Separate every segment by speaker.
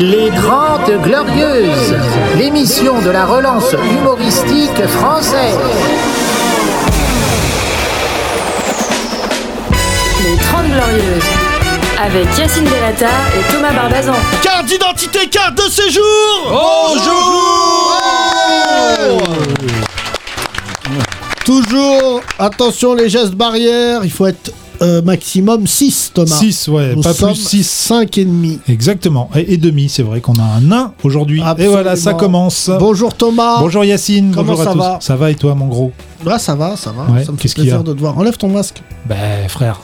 Speaker 1: Les Grandes Glorieuses, l'émission de la relance humoristique française.
Speaker 2: Les 30 Glorieuses, avec Yacine Delata et Thomas Barbazan.
Speaker 3: Carte d'identité, carte de séjour Bonjour
Speaker 4: Toujours, attention les gestes barrières, il faut être euh, maximum 6 Thomas.
Speaker 5: 6, ouais,
Speaker 4: Nous
Speaker 5: pas
Speaker 4: sommes
Speaker 5: plus 6.
Speaker 4: 5 et demi.
Speaker 5: Exactement. Et, et demi, c'est vrai qu'on a un nain aujourd'hui. Et
Speaker 4: Absolument.
Speaker 5: voilà, ça commence.
Speaker 4: Bonjour Thomas.
Speaker 5: Bonjour Yacine,
Speaker 4: Comment
Speaker 5: bonjour
Speaker 4: ça
Speaker 5: à tous.
Speaker 4: va
Speaker 5: ça va et toi, mon gros
Speaker 4: Là ça va, ça va.
Speaker 5: Ouais,
Speaker 4: ça me fait
Speaker 5: qu'est-ce qu'il y a
Speaker 4: plaisir de te voir. Enlève ton masque.
Speaker 5: Ben, frère,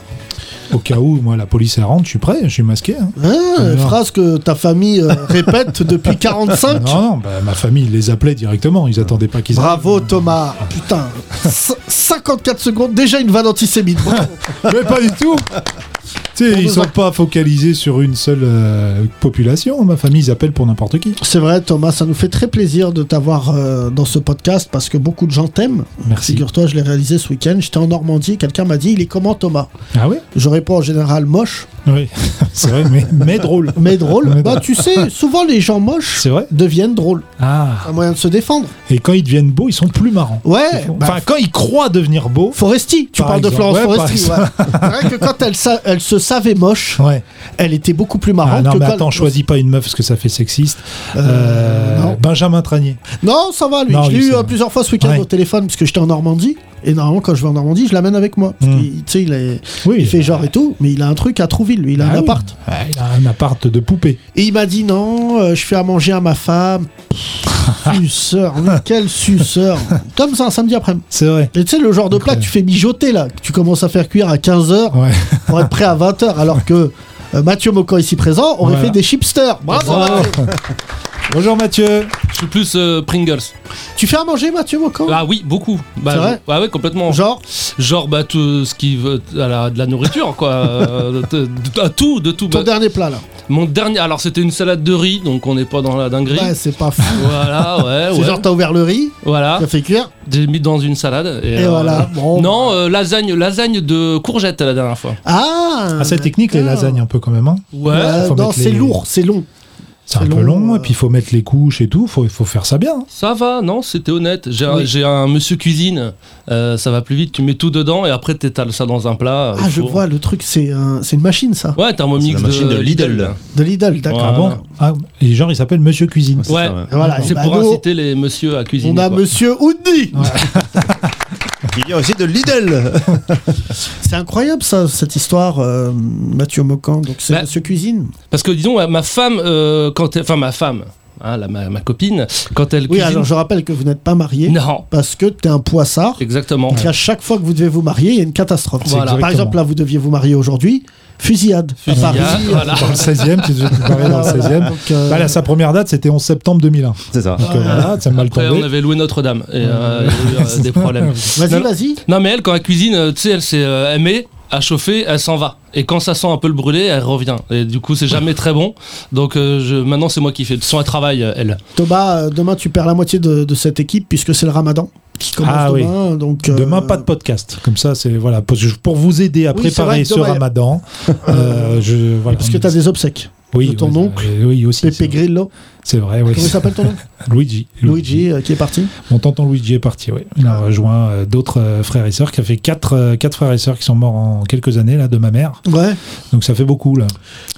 Speaker 5: au cas où, moi, la police, elle rentre, je suis prêt, je suis masqué. hein.
Speaker 4: Hein,
Speaker 5: Alors.
Speaker 4: phrase que ta famille euh, répète depuis 45.
Speaker 5: Non, non, ben, ma famille ils les appelait directement, ils attendaient pas qu'ils arrivent.
Speaker 4: Bravo Thomas. Putain, c- 54 secondes, déjà une vanne antisémite. Bravo.
Speaker 5: Mais pas du tout Tu sais, ils
Speaker 4: nous
Speaker 5: sont
Speaker 4: en-
Speaker 5: pas focalisés sur une seule euh, population, ma famille, ils appellent pour n'importe qui.
Speaker 4: C'est vrai Thomas, ça nous fait très plaisir de t'avoir euh, dans ce podcast parce que beaucoup de gens t'aiment.
Speaker 5: Merci.
Speaker 4: Figure-toi, je l'ai réalisé ce week-end, j'étais en Normandie, quelqu'un m'a dit, il est comment Thomas
Speaker 5: Ah ouais
Speaker 4: Je réponds en général moche,
Speaker 5: Oui, c'est vrai, mais, mais drôle.
Speaker 4: mais drôle.
Speaker 5: Mais
Speaker 4: bah
Speaker 5: drôle.
Speaker 4: tu sais, souvent les gens moches
Speaker 5: C'est vrai
Speaker 4: deviennent drôles.
Speaker 5: Ah
Speaker 4: Un moyen de se défendre.
Speaker 5: Et quand ils deviennent beaux, ils sont plus marrants.
Speaker 4: Ouais. bah,
Speaker 5: enfin, quand ils croient devenir beaux.
Speaker 4: Foresti, tu
Speaker 5: Par
Speaker 4: parles de
Speaker 5: exemple.
Speaker 4: Florence
Speaker 5: Ouais, par
Speaker 4: Foresti. Ouais. C'est vrai que quand elle, sa- elle se savait moche,
Speaker 5: Ouais.
Speaker 4: elle était beaucoup plus marrante
Speaker 5: Ah non,
Speaker 4: que
Speaker 5: mais
Speaker 4: quand-
Speaker 5: attends, choisis pas une meuf parce que ça fait sexiste.
Speaker 4: Euh,
Speaker 5: Euh,
Speaker 4: non.
Speaker 5: Benjamin Tranier.
Speaker 4: Non, ça va, lui.
Speaker 5: Non,
Speaker 4: je l'ai
Speaker 5: lui,
Speaker 4: eu
Speaker 5: c'est-
Speaker 4: euh, plusieurs fois ce week-end
Speaker 5: Ouais.
Speaker 4: au téléphone parce que j'étais en Normandie. Et normalement, quand je vais en Normandie, je l'amène avec moi. Parce
Speaker 5: Mm.
Speaker 4: qu'il- Tu sais, il, est-
Speaker 5: Oui. bah
Speaker 4: il fait genre et tout, mais il a un truc à Trouville, lui. Il a
Speaker 5: Ah
Speaker 4: un
Speaker 5: oui.
Speaker 4: appart.
Speaker 5: Ah, il a un appart de poupée.
Speaker 4: Et il m'a dit non, euh, je fais à manger à ma femme. Pff, suceur, mais quel suceur. Comme ça, un samedi après-midi.
Speaker 5: C'est vrai.
Speaker 4: Et tu sais, le genre de plat que tu fais mijoter là, que tu commences à faire cuire à 15h
Speaker 5: Ouais.
Speaker 4: pour être prêt à 20h, alors que euh, Mathieu Mocan ici présent aurait
Speaker 5: Voilà.
Speaker 4: fait des chipsters. Bravo! Mathieu.
Speaker 5: Bonjour Mathieu.
Speaker 6: Je suis plus euh, Pringles.
Speaker 4: Tu fais à manger Mathieu Mocan?
Speaker 6: Ah oui, beaucoup. Bah,
Speaker 4: Oh. C'est vrai
Speaker 6: bah ouais, complètement. Genre,
Speaker 4: Genre,
Speaker 6: bah, tout ce qui veut à la, de la nourriture, quoi. Euh, de, de- à tout, de tout.
Speaker 4: ton
Speaker 6: Bah,
Speaker 4: dernier plat là.
Speaker 6: mon dernier. Alors, c'était une salade de riz, donc on n'est pas dans la dinguerie.
Speaker 4: Ouais, c'est pas fou.
Speaker 6: Voilà, Ah ouais,
Speaker 4: C'est
Speaker 6: ouais.
Speaker 4: genre, t'as ouvert le riz,
Speaker 6: Voilà,
Speaker 4: t'as fait cuire,
Speaker 6: j'ai mis dans une salade. Ah. Et,
Speaker 4: et
Speaker 6: euh,
Speaker 4: voilà. Bon.
Speaker 6: Non, euh, lasagne, lasagne de courgettes la dernière fois.
Speaker 4: Ah!
Speaker 5: Ah, c'est technique les
Speaker 4: d'accord.
Speaker 5: lasagnes un peu quand même. hein.
Speaker 6: Ouais.
Speaker 4: Ouais,
Speaker 5: Faut
Speaker 4: non,
Speaker 5: mettre
Speaker 4: c'est
Speaker 5: les-
Speaker 4: lourd, c'est long.
Speaker 5: C'est
Speaker 4: C'est
Speaker 5: un peu
Speaker 4: long,
Speaker 5: long
Speaker 4: euh.
Speaker 5: et puis il faut mettre les couches et tout. Faut faut faire ça bien.
Speaker 6: Ça va, non, c'était honnête. J'ai un-
Speaker 4: Oui.
Speaker 6: j'ai un monsieur cuisine, euh, ça va plus vite, tu mets tout dedans et après t'étales ça dans un plat. euh,
Speaker 4: Ah,
Speaker 6: au
Speaker 4: je
Speaker 6: four.
Speaker 4: vois, le truc, c'est un- c'est une machine ça.
Speaker 6: Ouais,
Speaker 7: C'est
Speaker 6: thermomix
Speaker 7: la machine
Speaker 6: de,
Speaker 7: de Lidl.
Speaker 4: De Lidl, d'accord.
Speaker 5: Ah bon Ah et genre il s'appelle Monsieur Cuisine.
Speaker 6: Ouais.
Speaker 7: ça, ouais.
Speaker 4: Voilà,
Speaker 6: C'est
Speaker 4: et bah,
Speaker 6: pour
Speaker 4: nous,
Speaker 6: inciter les messieurs à cuisiner.
Speaker 4: On a
Speaker 6: quoi.
Speaker 4: Monsieur Oudni.
Speaker 7: Il y a aussi de Lidl.
Speaker 4: C'est incroyable ça, cette histoire, euh, Mathieu Mocan. Donc c'est
Speaker 6: Bah-
Speaker 4: Monsieur Cuisine.
Speaker 6: Parce que disons, ma femme, euh, quand elle- enfin ma femme, hein, la- ma, ma copine, quand elle
Speaker 4: Oui,
Speaker 6: cuisine.
Speaker 4: alors je rappelle que vous n'êtes pas marié
Speaker 6: Non,
Speaker 4: parce que t'es un poissard.
Speaker 6: exactement.
Speaker 4: Et à chaque fois que vous devez vous marier, il y a une catastrophe.
Speaker 6: Voilà.
Speaker 4: Par
Speaker 5: Exactement.
Speaker 4: exemple, là, vous deviez vous marier aujourd'hui, fusillade.
Speaker 6: Fusillade,
Speaker 4: À Paris.
Speaker 6: voilà. Bah,
Speaker 5: Dans le 16e, tu devais te préparer dans le 16e.
Speaker 4: Donc, euh,
Speaker 5: Voilà, sa première date c'était 11 septembre 2001.
Speaker 7: C'est ça.
Speaker 5: Donc, euh, voilà, ça m'a mal
Speaker 6: Après, on
Speaker 5: tombé.
Speaker 6: avait loué Notre-Dame et euh, il y a eu, euh, des problèmes.
Speaker 4: Vas-y,
Speaker 6: Non,
Speaker 4: vas-y.
Speaker 6: Non, mais elle, quand elle cuisine, euh, tu sais, elle s'est euh, elle met à chauffer, elle s'en va. Et quand ça sent un peu le brûlé, elle revient. Et du coup, c'est jamais très bon. Donc euh, je, maintenant, c'est moi qui fais. Son travail, euh, elle.
Speaker 4: Thomas, euh, demain, tu perds la moitié de, de cette équipe puisque c'est le ramadan qui commence
Speaker 5: Ah oui.
Speaker 4: demain. Donc, euh,
Speaker 5: Demain, pas de podcast. Comme ça, c'est voilà parce que je- pour vous aider à
Speaker 4: Oui, c'est
Speaker 5: préparer
Speaker 4: vrai que
Speaker 5: ce
Speaker 4: demain,
Speaker 5: ramadan. euh, je voilà.
Speaker 4: Parce que t'as des obsèques.
Speaker 5: oui,
Speaker 4: de ton
Speaker 5: oui,
Speaker 4: oncle,
Speaker 5: euh, Oui, aussi. c'est
Speaker 4: Pepe
Speaker 5: vrai.
Speaker 4: Grillo.
Speaker 5: C'est vrai, oui.
Speaker 4: Comment il s'appelle ton nom
Speaker 5: Luigi.
Speaker 4: Luigi, euh, qui est parti.
Speaker 5: Mon tonton Luigi est parti, oui. Il a rejoint euh, d'autres euh, frères et sœurs, qui a fait quatre, euh, quatre frères et sœurs qui sont morts en quelques années, là, de ma mère.
Speaker 4: Ouais.
Speaker 5: Donc ça fait beaucoup, là.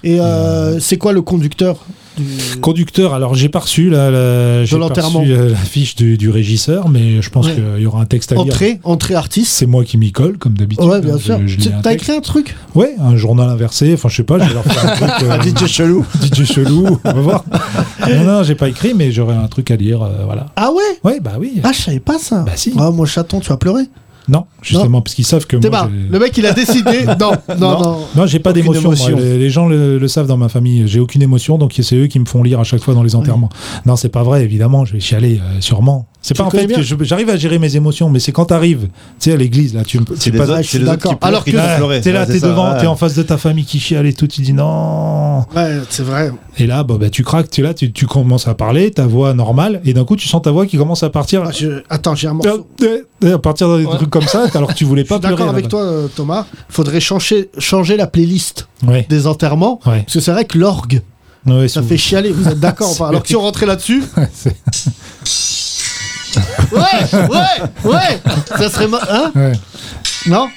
Speaker 4: Et euh, c'est quoi le conducteur du-
Speaker 5: Conducteur, alors j'ai pas reçu, là, la, j'ai pas
Speaker 4: l'enterrement.
Speaker 5: reçu, euh, la fiche du, du régisseur, mais je pense
Speaker 4: Ouais.
Speaker 5: qu'il y aura un texte à lire.
Speaker 4: Entrée, entrée artiste.
Speaker 5: C'est moi qui m'y colle, comme d'habitude.
Speaker 4: ouais, bien
Speaker 5: hein,
Speaker 4: sûr.
Speaker 5: je- je lis
Speaker 4: Tu-
Speaker 5: un
Speaker 4: T'as
Speaker 5: texte.
Speaker 4: écrit un truc
Speaker 5: Ouais, un journal inversé, enfin je sais pas, je vais leur faire un truc. euh,
Speaker 7: DJ chelou.
Speaker 5: DJ chelou, on va voir. Non, non, j'ai pas écrit, mais j'aurai un truc à lire, euh, voilà.
Speaker 4: Ah ouais
Speaker 5: Ouais, bah oui.
Speaker 4: Ah, je savais pas ça.
Speaker 5: Bah si.
Speaker 4: Ah, mon chaton, tu vas pleurer.
Speaker 5: Non, justement, parce qu'ils savent que
Speaker 4: T'es
Speaker 5: moi.
Speaker 4: pas.
Speaker 5: j'ai-
Speaker 4: Le mec, il a décidé. non, non, non.
Speaker 5: Non, j'ai pas
Speaker 4: Aucune
Speaker 5: d'émotion. moi.
Speaker 4: émotion.
Speaker 5: Les, les gens le, le savent dans ma famille. J'ai aucune émotion, donc c'est eux qui me font lire à chaque fois dans les enterrements. Non, c'est pas vrai, évidemment. Je vais chialer, euh, sûrement. C'est
Speaker 4: Tu
Speaker 5: pas en
Speaker 4: le connais
Speaker 5: fait que je- j'arrive à gérer mes émotions, mais c'est quand t'arrives, tu sais, à l'église, là, tu me-
Speaker 7: C'est
Speaker 5: tu
Speaker 7: des
Speaker 5: passes-
Speaker 4: je
Speaker 7: autres,
Speaker 4: suis
Speaker 7: c'est les autres
Speaker 4: d'accord.
Speaker 7: qui pleurent,
Speaker 4: Alors
Speaker 7: qui
Speaker 4: que-
Speaker 7: doivent
Speaker 5: Ouais,
Speaker 7: pleurer.
Speaker 5: t'es là,
Speaker 7: Ouais, c'est
Speaker 5: t'es
Speaker 7: ça,
Speaker 5: devant,
Speaker 7: ouais.
Speaker 5: t'es en face de ta famille qui chiale et tout, tu dis non.
Speaker 4: Ouais, c'est vrai.
Speaker 5: Et là, bah, bah, tu craques, tu es là, tu, tu commences à parler, ta voix normale, et d'un coup, tu sens ta voix qui commence à partir.
Speaker 4: Ah, je- Attends, j'ai un
Speaker 5: Euh,
Speaker 4: morceau.
Speaker 5: euh, à partir dans des
Speaker 6: Ouais.
Speaker 5: trucs comme ça, alors que tu voulais
Speaker 4: Je
Speaker 5: pas
Speaker 4: suis
Speaker 5: pleurer.
Speaker 4: d'accord
Speaker 5: à la
Speaker 4: avec
Speaker 5: base.
Speaker 4: toi, euh, Thomas. Faudrait changer, changer la playlist
Speaker 5: Ouais,
Speaker 4: des enterrements.
Speaker 5: ouais.
Speaker 4: Parce que c'est vrai que l'orgue,
Speaker 5: Ouais,
Speaker 4: Ça
Speaker 5: si
Speaker 4: fait chialer, vous êtes d'accord ou
Speaker 5: C'est-
Speaker 4: pas Alors que si on rentrait là-dessus.
Speaker 5: vous- c'est-
Speaker 4: Ouais, ouais, ouais Ça serait. ma- Hein
Speaker 5: ouais.
Speaker 4: Non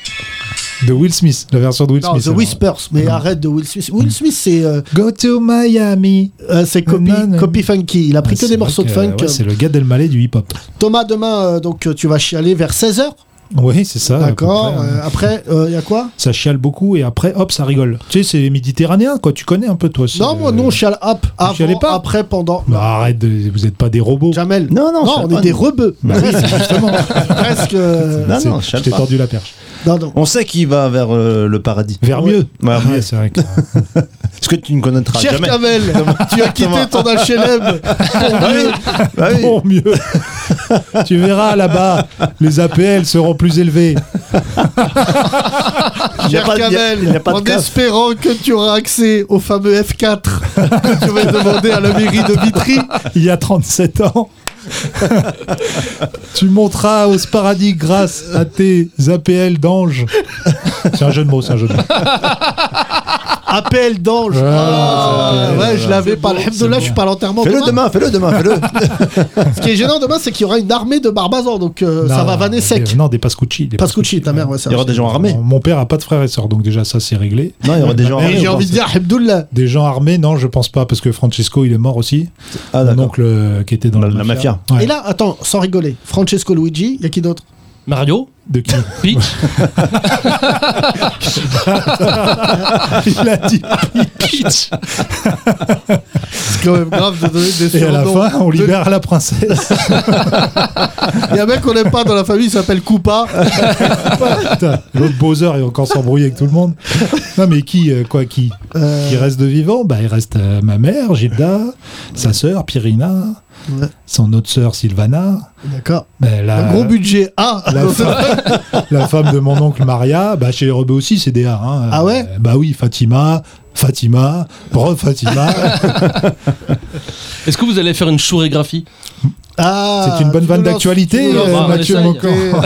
Speaker 5: De Will Smith, la version de Will
Speaker 4: Non,
Speaker 5: Smith.
Speaker 4: The
Speaker 5: alors.
Speaker 4: Whispers, mais arrête de Will Smith. Will Smith, c'est euh,
Speaker 5: Go to Miami.
Speaker 4: euh, c'est copy,
Speaker 5: Non, non.
Speaker 4: copy funky. Il a pris
Speaker 5: Ouais,
Speaker 4: que
Speaker 5: Ah, c'est
Speaker 4: des morceaux de
Speaker 5: vrai que,
Speaker 4: funk.
Speaker 5: ouais, c'est le gars Delmalé du hip-hop.
Speaker 4: Thomas, demain, euh, donc euh, tu vas chialer vers 16h.
Speaker 5: Oui, c'est ça. à peu
Speaker 4: D'accord.
Speaker 5: près, hein.
Speaker 4: euh, après, il y a quoi
Speaker 5: Ça chiale beaucoup et après, hop, ça rigole. Tu sais, c'est méditerranéen, quoi. Tu connais un peu, toi. c'est-
Speaker 4: Non, moi, non, on chiale hop, avant,
Speaker 5: chialez pas
Speaker 4: après, pendant.
Speaker 5: Bah, arrête, de- vous n'êtes pas des robots.
Speaker 4: Jamel.
Speaker 7: Non,
Speaker 4: non
Speaker 7: non, chiale
Speaker 4: on
Speaker 7: pas,
Speaker 4: est des
Speaker 7: non.
Speaker 4: rebeux.
Speaker 5: Bah oui, c'est justement.
Speaker 4: Presque. euh,
Speaker 7: Non,
Speaker 5: C'est-
Speaker 7: non, je
Speaker 5: je
Speaker 7: chiale
Speaker 5: t'ai
Speaker 7: pas.
Speaker 5: tordu la perche.
Speaker 4: non, non.
Speaker 7: On sait qu'il va vers euh, le paradis.
Speaker 5: Vers
Speaker 7: Ouais.
Speaker 5: mieux.
Speaker 7: Ouais,
Speaker 5: Ouais,
Speaker 7: mieux.
Speaker 5: Ah, c'est vrai que-
Speaker 7: Ce que tu ne connaîtras
Speaker 4: Cher
Speaker 7: jamais.
Speaker 4: Jamel, tu as quitté ton HLM. Ah
Speaker 7: Bah oui.
Speaker 5: Pour mieux. tu verras là-bas, les APL seront plus élevés.
Speaker 7: Il n'y a
Speaker 4: Cher
Speaker 7: pas de- il y a-
Speaker 4: Jamel,
Speaker 7: il n'y a pas
Speaker 4: en
Speaker 7: de casse.
Speaker 4: espérant que tu auras accès au fameux F4 que tu vas demander à la mairie de Vitry.
Speaker 5: Il y a 37 ans. tu monteras au paradis grâce à tes APL d'ange. C'est un jeu de mots, c'est un jeu de mots.
Speaker 4: Appel d'ange. Ah,
Speaker 5: c'est-
Speaker 4: ouais, je l'avais
Speaker 5: c'est
Speaker 4: pas.
Speaker 5: beau,
Speaker 4: Alhamdoulilah,
Speaker 5: c'est
Speaker 4: je suis
Speaker 5: beau.
Speaker 4: pas à l'enterrement.
Speaker 7: Fais-le
Speaker 4: demain.
Speaker 7: demain, fais-le demain, fais-le.
Speaker 4: Ce qui est gênant demain, c'est qu'il y aura une armée de barbazans. Donc euh, ça
Speaker 5: Non,
Speaker 4: va vanner sec.
Speaker 5: des- Non, des pascucci. des
Speaker 4: Pascucci, ta mère, ouais, ça.
Speaker 7: Il y aura des gens armés.
Speaker 5: Mon- Mon père a pas de frères et sœurs, donc déjà ça c'est réglé.
Speaker 7: Non, il y aura des gens
Speaker 5: Mais
Speaker 4: Et
Speaker 7: armés.
Speaker 4: j'ai
Speaker 7: ou pas
Speaker 4: envie de dire Alhamdoulilah.
Speaker 5: Des gens armés, non, je pense pas, parce que Francesco il est mort aussi.
Speaker 7: Ah,
Speaker 5: Mon
Speaker 7: d'accord.
Speaker 5: oncle euh, qui était dans
Speaker 7: Dans
Speaker 5: la,
Speaker 7: la mafia.
Speaker 5: Ouais.
Speaker 4: Et là, attends, sans rigoler, Francesco Luigi, il y a qui d'autre
Speaker 6: Mario,
Speaker 5: De qui
Speaker 6: Peach,
Speaker 5: Il a dit.
Speaker 6: Peach.
Speaker 4: C'est quand même grave de donner des
Speaker 5: Et à la
Speaker 4: surnoms.
Speaker 5: fin, on
Speaker 4: De-
Speaker 5: libère la princesse.
Speaker 4: Il y a un mec qu'on n'aime pas dans la famille, il s'appelle Koopa.
Speaker 5: Putain, L'autre Bowser est encore s'embrouiller avec tout le monde. Non, mais qui, euh, quoi, qui
Speaker 4: Euh,
Speaker 5: Qui reste de vivant Bah, il reste euh, ma mère, Gilda, sa sœur, Pirina,
Speaker 4: Ouais.
Speaker 5: son autre sœur, Sylvana.
Speaker 4: D'accord.
Speaker 5: Mais la,
Speaker 4: Un gros budget Ah! A.
Speaker 5: la femme, la femme de mon oncle Maria, bah, chez les rebeux aussi, c'est des A. hein.
Speaker 4: Ah ouais
Speaker 5: Euh, Bah oui, Fatima, Fatima, re-Fatima.
Speaker 6: Est-ce que vous allez faire une chorégraphie
Speaker 4: Ah,
Speaker 5: c'est une bonne
Speaker 4: tu
Speaker 5: vanne
Speaker 4: nous lances- tu
Speaker 5: d'actualité,
Speaker 4: nous lances-
Speaker 5: euh,
Speaker 6: bah, on
Speaker 5: Mathieu
Speaker 6: essaye.
Speaker 5: Mocan.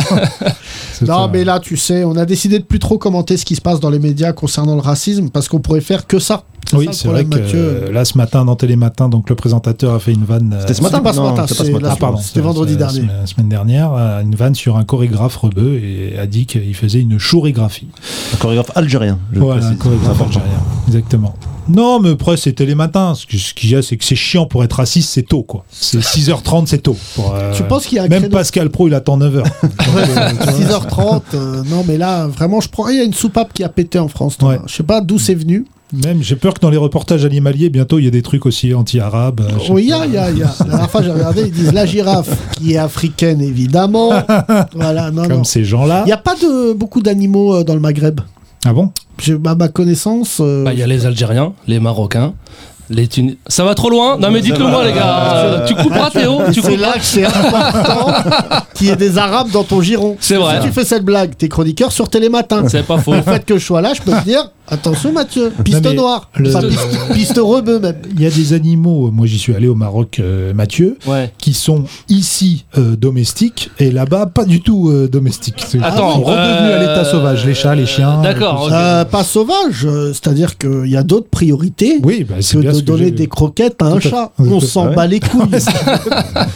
Speaker 5: C'est
Speaker 4: Non,
Speaker 5: ça.
Speaker 4: mais là, tu sais, on a décidé de plus trop commenter ce qui se passe dans les médias concernant le racisme parce qu'on pourrait faire que ça.
Speaker 5: Oui,
Speaker 4: ça le
Speaker 5: c'est vrai que
Speaker 4: problème, Mathieu.
Speaker 5: euh, là, ce matin, dans Télématin, donc, le présentateur a fait une vanne. euh,
Speaker 7: C'était ce
Speaker 4: C'était
Speaker 7: matin
Speaker 4: pas ce
Speaker 7: Non,
Speaker 4: matin,
Speaker 7: c'était pas
Speaker 4: c'est
Speaker 7: ce matin.
Speaker 4: la-
Speaker 5: Ah, pardon,
Speaker 4: C'était vendredi
Speaker 5: la
Speaker 4: dernier.
Speaker 5: semaine- La semaine dernière, euh, une vanne sur un chorégraphe rebeu et a dit qu'il faisait une chorégraphie.
Speaker 7: Un chorégraphe algérien. je
Speaker 5: Voilà,
Speaker 7: précise.
Speaker 5: un chorégraphe algérien. Exactement. Non, mais après, c'est Télématin. Ce que- ce qu'il y a, c'est que c'est chiant pour être raciste, c'est tôt, quoi. C'est 6h30, c'est tôt. Pour, euh,
Speaker 4: Tu penses qu'il y a un
Speaker 5: Même
Speaker 4: créneau-
Speaker 5: Pascal Pro, il attend 9h.
Speaker 4: 6h30, euh, non mais là vraiment je prends. Il y a une soupape qui a pété en France. toi.
Speaker 5: Ouais.
Speaker 4: Je sais pas d'où c'est venu.
Speaker 5: Même, j'ai peur que dans les reportages animaliers, bientôt, il y ait des trucs aussi anti-arabes. euh, je sais
Speaker 4: Oui, il y a, il y a, il y a. La dernière fois j'ai regardé, ils disent la girafe qui est africaine évidemment. Voilà, non,
Speaker 5: pas,
Speaker 4: non.
Speaker 5: comme ces gens-là.
Speaker 4: Il n'y a pas de beaucoup d'animaux euh, dans le Maghreb.
Speaker 5: Ah bon
Speaker 4: J'ai- À ma connaissance. euh,
Speaker 6: Bah, il y a les Algériens, les Marocains, les Tunis. Ça va trop loin Non, mais dites-le moi, les gars. Euh, tu couperas, Théo
Speaker 4: Et
Speaker 6: Tu
Speaker 4: c'est là
Speaker 6: couperas.
Speaker 4: que c'est important qu'il y ait des Arabes dans ton giron.
Speaker 6: C'est vrai.
Speaker 4: Si tu fais cette blague, t'es chroniqueur sur Télématin.
Speaker 6: C'est pas faux.
Speaker 4: Le fait que je sois là, je peux te dire attention Mathieu, piste
Speaker 5: Non, mais
Speaker 4: noire,
Speaker 5: le-
Speaker 4: Enfin, piste, piste rebeu même.
Speaker 5: Il y a des animaux. Moi, j'y suis allé au Maroc, euh, Mathieu.
Speaker 6: Ouais.
Speaker 5: qui sont ici euh, domestiques et là-bas pas du tout euh, domestiques. C'est-
Speaker 6: Attends,
Speaker 5: ils sont redevenus à
Speaker 6: euh,
Speaker 5: l'état sauvage, les chats, les chiens.
Speaker 6: D'accord,
Speaker 5: euh, tout
Speaker 6: ok.
Speaker 5: ça.
Speaker 4: Euh, pas sauvage, euh, c'est-à-dire qu'il y a d'autres priorités
Speaker 5: Oui, bah,
Speaker 4: que
Speaker 5: c'est bien
Speaker 4: de
Speaker 5: ce que
Speaker 4: donner
Speaker 5: j'ai-
Speaker 4: des croquettes à un
Speaker 5: Tout à
Speaker 4: chat.
Speaker 5: fait. ah
Speaker 4: On
Speaker 5: Tout à
Speaker 4: s'en
Speaker 7: fait.
Speaker 4: bat les couilles.
Speaker 6: Vous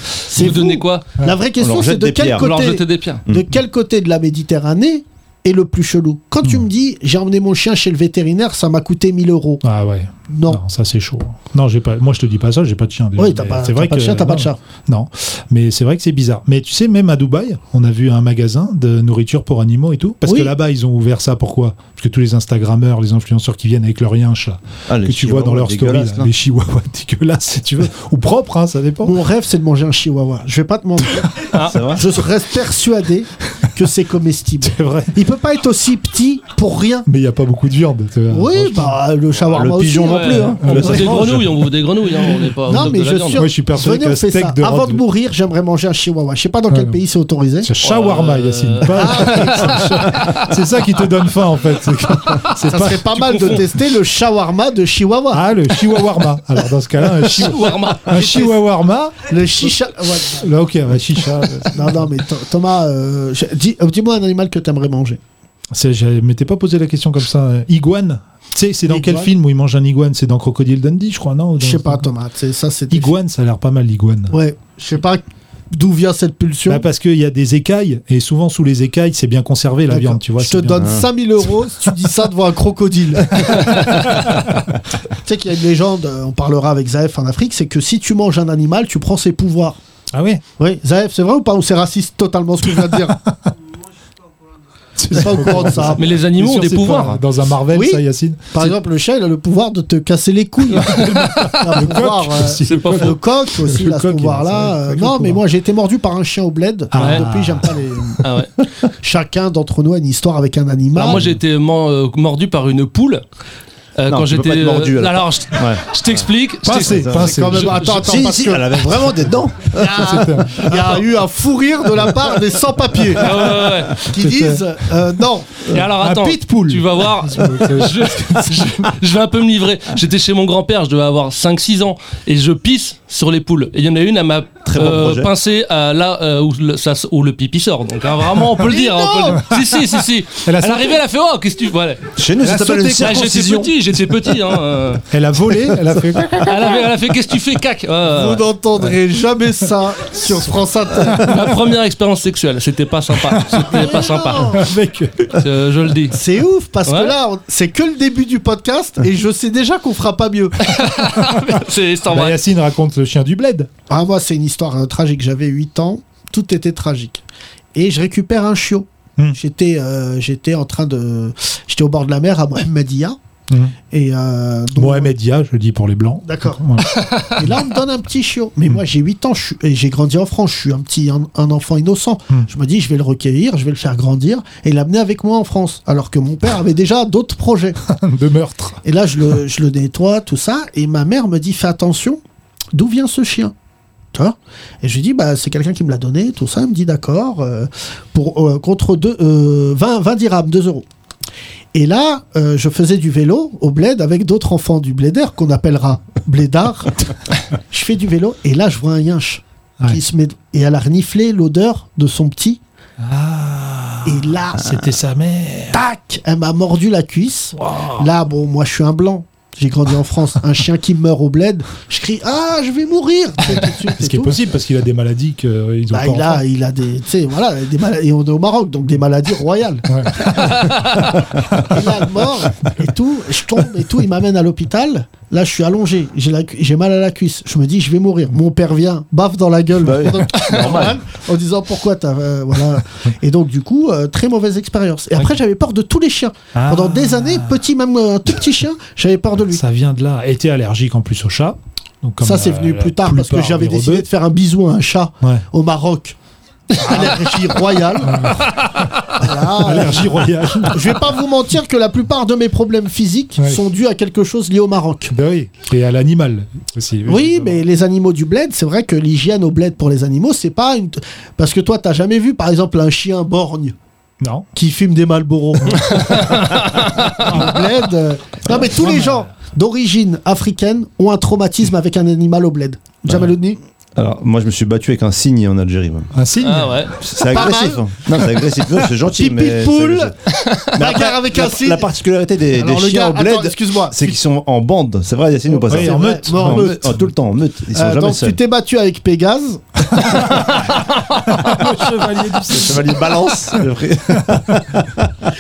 Speaker 4: C'est
Speaker 6: donnez
Speaker 4: vous.
Speaker 6: quoi
Speaker 4: La vraie question,
Speaker 7: leur
Speaker 4: c'est
Speaker 7: jette
Speaker 4: de
Speaker 7: des
Speaker 4: quel
Speaker 7: pierres.
Speaker 6: Vous leur
Speaker 4: côté
Speaker 6: jetez des pierres.
Speaker 4: de quel côté de la Méditerranée est le plus chelou Quand
Speaker 5: Hmm.
Speaker 4: tu me dis j'ai emmené mon chien chez le vétérinaire, ça m'a coûté 1000 euros.
Speaker 5: Ah ouais.
Speaker 4: Non.
Speaker 5: Non, ça c'est chaud. Non, j'ai pas. Moi, je te dis pas ça. J'ai pas de chien. déjà,
Speaker 4: Oui, t'as
Speaker 5: mais
Speaker 4: pas- t'as
Speaker 5: c'est vrai
Speaker 4: pas de
Speaker 5: que-
Speaker 4: chien, t'as pas de
Speaker 5: non,
Speaker 4: chat.
Speaker 5: Non, mais c'est vrai que c'est bizarre. Mais tu sais, même à Dubaï, on a vu un magasin de nourriture pour animaux et tout. Parce
Speaker 4: Oui.
Speaker 5: que là-bas, ils ont ouvert ça. Pourquoi Parce que tous les Instagrammeurs, les influenceurs qui viennent avec leur yinche là,
Speaker 7: Ah, les
Speaker 5: que tu vois dans
Speaker 7: chihuahuas
Speaker 5: leurs stories,
Speaker 7: dégueulasses, hein.
Speaker 5: là,
Speaker 7: là.
Speaker 5: les chihuahuas dégueulasses, si tu veux, ou propres, hein, ça dépend.
Speaker 4: Mon rêve, c'est de manger un chihuahua. Je vais pas te mentir.
Speaker 7: Ça va
Speaker 4: Je reste persuadé que c'est comestible.
Speaker 5: C'est vrai.
Speaker 4: Il peut pas être aussi petit pour rien.
Speaker 5: Mais il n'y a pas beaucoup de viande. tu vois.
Speaker 4: Oui, bah le shawarma
Speaker 7: Le
Speaker 4: aussi,
Speaker 7: pigeon non
Speaker 6: Ouais.
Speaker 7: plus, hein.
Speaker 6: On
Speaker 5: Le
Speaker 6: bouffe des
Speaker 5: singe.
Speaker 6: grenouilles, on bouffe des grenouilles. hein, On n'est pas au
Speaker 4: Non,
Speaker 6: top
Speaker 4: mais
Speaker 6: de la
Speaker 4: je
Speaker 6: viande.
Speaker 4: suis
Speaker 5: Moi, je suis persuadé
Speaker 4: Venez,
Speaker 5: qu'un
Speaker 4: on fait
Speaker 5: steak
Speaker 4: ça.
Speaker 5: de
Speaker 4: Avant
Speaker 5: rade-
Speaker 4: de mourir, j'aimerais manger un chihuahua. Je sais pas dans
Speaker 5: Ah,
Speaker 4: quel
Speaker 5: non.
Speaker 4: pays c'est autorisé.
Speaker 5: C'est
Speaker 4: Oh
Speaker 5: shawarma,
Speaker 6: Euh,
Speaker 5: Yacine. pas-
Speaker 4: Ah,
Speaker 5: c'est ça qui te donne faim, en fait. C'est que- c'est
Speaker 4: Ça
Speaker 5: pas-
Speaker 4: serait pas
Speaker 6: tu
Speaker 4: mal de
Speaker 6: confonds.
Speaker 4: tester le shawarma de chihuahua.
Speaker 5: Ah, le chihuahuarma. Alors, dans ce cas-là, un, chi...
Speaker 6: Shawarma.
Speaker 5: un chihuahuarma.
Speaker 4: Le chicha. ouais.
Speaker 5: Là, ok, un chicha.
Speaker 4: Non, non, mais Th- Thomas, euh, je- dis- euh, dis-moi un animal que t'aimerais manger.
Speaker 5: C'est- Je m'étais pas posé la question comme ça. Euh, Iguane Tu sais, c'est dans quel
Speaker 4: Iguane.
Speaker 5: film où il mange un iguane C'est dans Crocodile Dundee, je crois, non Ou dans-
Speaker 4: Je sais pas, Thomas. c'est- Ça, c'est.
Speaker 5: Iguane, ça a l'air pas mal, l'iguane.
Speaker 4: Ouais. Je sais pas d'où vient cette pulsion.
Speaker 5: Bah, parce qu'il y a des écailles, et souvent sous les écailles, c'est bien conservé la
Speaker 4: D'accord.
Speaker 5: viande, tu vois.
Speaker 4: je te
Speaker 5: c'est bien. Ah.
Speaker 4: donne 5000 euros si tu dis ça devant un crocodile. tu sais qu'il y a une légende, euh, on parlera avec Zaef en Afrique, c'est que si tu manges un animal, tu prends ses pouvoirs.
Speaker 5: Ah ouais
Speaker 4: Oui, Zaef, c'est vrai ou pas Ou c'est raciste totalement ce que je viens de dire C'est pas au courant de ça.
Speaker 6: Mais les
Speaker 5: C'est
Speaker 6: animaux ont
Speaker 5: sûr,
Speaker 6: des
Speaker 5: c'est pas
Speaker 6: pouvoirs.
Speaker 5: Dans un Marvel,
Speaker 4: Oui.
Speaker 5: ça, Yacine
Speaker 4: Par exemple, le chat, il a le pouvoir de te casser les couilles. Il a le pouvoir, euh,
Speaker 6: C'est pas
Speaker 4: Le
Speaker 6: faux.
Speaker 4: coq aussi,
Speaker 5: Le
Speaker 4: il a ce
Speaker 5: coq, il a
Speaker 4: pouvoir-là.
Speaker 5: ça, le
Speaker 4: Euh,
Speaker 5: coq, le
Speaker 4: non, mais
Speaker 5: pouvoir.
Speaker 4: moi j'ai été mordu par un chien au bled.
Speaker 6: Ah ouais.
Speaker 4: Depuis, j'aime pas les.
Speaker 6: Ah ouais.
Speaker 4: Chacun d'entre nous a une histoire avec un animal.
Speaker 6: Alors moi j'ai été man- euh, mordu par une poule. Euh,
Speaker 7: Non,
Speaker 6: quand
Speaker 7: tu peux pas
Speaker 6: j'étais
Speaker 7: être mordu,
Speaker 6: euh,
Speaker 7: alors.
Speaker 6: alors je,
Speaker 7: Ouais.
Speaker 6: je t'explique. je
Speaker 5: Pincé,
Speaker 6: t'explique.
Speaker 5: pincé.
Speaker 4: Quand même,
Speaker 6: je-
Speaker 4: attends, attends,
Speaker 7: Si,
Speaker 4: parce
Speaker 7: si,
Speaker 4: que
Speaker 7: elle avait vraiment des dents.
Speaker 4: il y
Speaker 6: Ah.
Speaker 4: a- il y a eu un fou rire de la part des sans-papiers
Speaker 6: Ah ouais, ouais, ouais.
Speaker 4: qui disent euh, non.
Speaker 6: Et alors
Speaker 5: Un
Speaker 6: attends,
Speaker 5: pitbull.
Speaker 6: tu vas voir, je, je- je vais un peu me livrer. J'étais chez mon grand-père, je devais avoir 5-6 ans, et je pisse sur les poules. Et il y en a une, elle m'a
Speaker 7: bon
Speaker 6: euh,
Speaker 7: projet.
Speaker 6: pincé à là euh, où, le, ça- où le pipi sort. Donc hein, vraiment, on peut le dire. hein, on peut le dire. Si, si, si, si.
Speaker 5: Elle
Speaker 6: Elle,
Speaker 5: a
Speaker 6: est
Speaker 5: sauté.
Speaker 6: arrivée, elle a fait Oh, qu'est-ce que tu. Voilà.
Speaker 7: Chez nous, ça s'appelle une
Speaker 6: Ah, j'étais
Speaker 7: circoncision.
Speaker 6: petit, j'étais petit. Hein, euh.
Speaker 5: Elle a volé, elle a fait.
Speaker 6: elle, avait- elle a fait Qu'est-ce que tu fais, cac Ouais, ouais,
Speaker 4: Vous
Speaker 6: Ah ouais.
Speaker 4: n'entendrez jamais ça sur France Inter.
Speaker 6: Ma première expérience sexuelle, c'était pas sympa. C'était pas sympa.
Speaker 5: Mec,
Speaker 6: Euh, je le dis.
Speaker 4: C'est ouf parce que
Speaker 6: Ouais.
Speaker 4: là, on- c'est que le début du podcast et je sais déjà qu'on fera pas mieux.
Speaker 6: C'est c'est en
Speaker 5: bah,
Speaker 6: vrai.
Speaker 5: Yacine raconte le chien du bled.
Speaker 4: Ah, moi, c'est une histoire euh, tragique. J'avais 8 ans, tout était tragique. Et je récupère un chiot.
Speaker 5: Hmm.
Speaker 4: J'étais, euh, j'étais en train de. J'étais au bord de la mer à Mohamedia.
Speaker 5: Hmm.
Speaker 4: Et, euh, donc-
Speaker 5: Mohamed Dia, je dis pour les blancs.
Speaker 4: D'accord.
Speaker 5: Voilà.
Speaker 4: et là, on me donne un petit chiot. Mais moi, j'ai 8 ans je suis- et j'ai grandi en France. Je suis un petit un, un enfant innocent.
Speaker 5: Hmm.
Speaker 4: Je me dis, je vais le recueillir, je vais le faire grandir et l'amener avec moi en France. Alors que mon père avait déjà d'autres projets.
Speaker 5: De meurtre.
Speaker 4: Et là, je le, je le nettoie, tout ça. Et ma mère me dit, fais attention, d'où vient ce chien Tu vois Et je lui dis, bah, c'est quelqu'un qui me l'a donné, tout ça. Elle me dit, d'accord, euh, pour euh, contre deux, euh, 20, 20 dirhams, 2 euros. Et là, euh, je faisais du vélo au bled avec d'autres enfants du blédaire qu'on appellera blédard. je fais du vélo et là, je vois un yinche
Speaker 5: Ouais.
Speaker 4: qui se met et elle a reniflé l'odeur de son petit. et là,
Speaker 5: C'était sa mère.
Speaker 4: Tac Elle m'a mordu la cuisse. Là, bon, moi, je suis un blanc. J'ai grandi en France. Un chien qui meurt au bled, je crie Ah, je vais mourir Tu sais, tout de suite et
Speaker 5: Ce qui est
Speaker 4: tout.
Speaker 5: possible parce qu'il a des maladies qu'ils ont
Speaker 4: Bah,
Speaker 5: pas.
Speaker 4: il,
Speaker 5: en
Speaker 4: a, il a des. Tu sais, voilà, des maladies. Et on est au Maroc, donc des maladies royales.
Speaker 5: Ouais.
Speaker 4: et là, mort et tout. Je tombe et tout. Il m'amène à l'hôpital. Là, je suis allongé. J'ai la cu- j'ai mal à la cuisse. Je me dis, je vais mourir. Mon père vient, baffe dans la gueule.
Speaker 7: Bah oui,
Speaker 4: Donc, normal. En disant, pourquoi t'as. euh, voilà. Et donc, du coup, euh, très mauvaise expérience. Et après, j'avais peur de tous les chiens. Ah, Pendant des années, petit, même euh, un tout petit chien, j'avais peur de lui.
Speaker 5: Ah. Ça vient de là. Et t'es allergique en plus au chat. Donc, comme euh,
Speaker 4: ça, c'est
Speaker 5: la-
Speaker 4: venu
Speaker 5: la
Speaker 4: plus tard parce que
Speaker 5: plupart
Speaker 4: j'avais
Speaker 5: des
Speaker 4: décidé
Speaker 5: rebeux.
Speaker 4: de faire un bisou à un chat
Speaker 5: Ouais.
Speaker 4: au Maroc. Allergie royale. Voilà.
Speaker 5: Allergie royale.
Speaker 4: Je vais pas vous mentir que la plupart de mes problèmes physiques
Speaker 5: Ouais.
Speaker 4: sont dus à quelque chose lié au Maroc.
Speaker 5: Bah oui. Et à l'animal aussi.
Speaker 4: Oui, mais les animaux du bled, c'est vrai que l'hygiène au bled pour les animaux, c'est pas une. Parce que toi, t'as jamais vu, par exemple, un chien borgne
Speaker 5: Non.
Speaker 4: qui fume des Marlboro. Au bled. euh, Non, mais tous les gens d'origine africaine ont un traumatisme avec un animal au bled. Jamais le nez.
Speaker 7: Alors, moi, je me suis battu avec un cygne en Algérie. ouais.
Speaker 5: Un signe.
Speaker 6: Ah ouais.
Speaker 7: C'est
Speaker 4: Pas
Speaker 7: agressif. hein. Non, c'est agressif. Non, c'est gentil.
Speaker 4: Pipi
Speaker 7: mais
Speaker 4: de
Speaker 7: c'est
Speaker 4: poule,
Speaker 7: agressif. Mais
Speaker 4: bagarre
Speaker 7: après,
Speaker 4: avec
Speaker 7: la-
Speaker 4: un Euh, cygne.
Speaker 7: La particularité des, des
Speaker 4: Alors, le
Speaker 7: chiens
Speaker 4: gars,
Speaker 7: au bled,
Speaker 4: attends, excuse-moi.
Speaker 7: c'est qu'ils sont en bande. C'est vrai, Yacine ou pas
Speaker 5: Oui,
Speaker 7: ça
Speaker 5: en meute.
Speaker 4: Non, en
Speaker 7: En
Speaker 4: meute.
Speaker 7: meute. Oh, Tout le temps, en meute. Ils sont
Speaker 4: Euh,
Speaker 7: jamais
Speaker 4: donc tu
Speaker 7: seuls.
Speaker 4: t'es battu avec Pégase.
Speaker 5: Chevalier du
Speaker 7: Le chevalier balance. le vrai-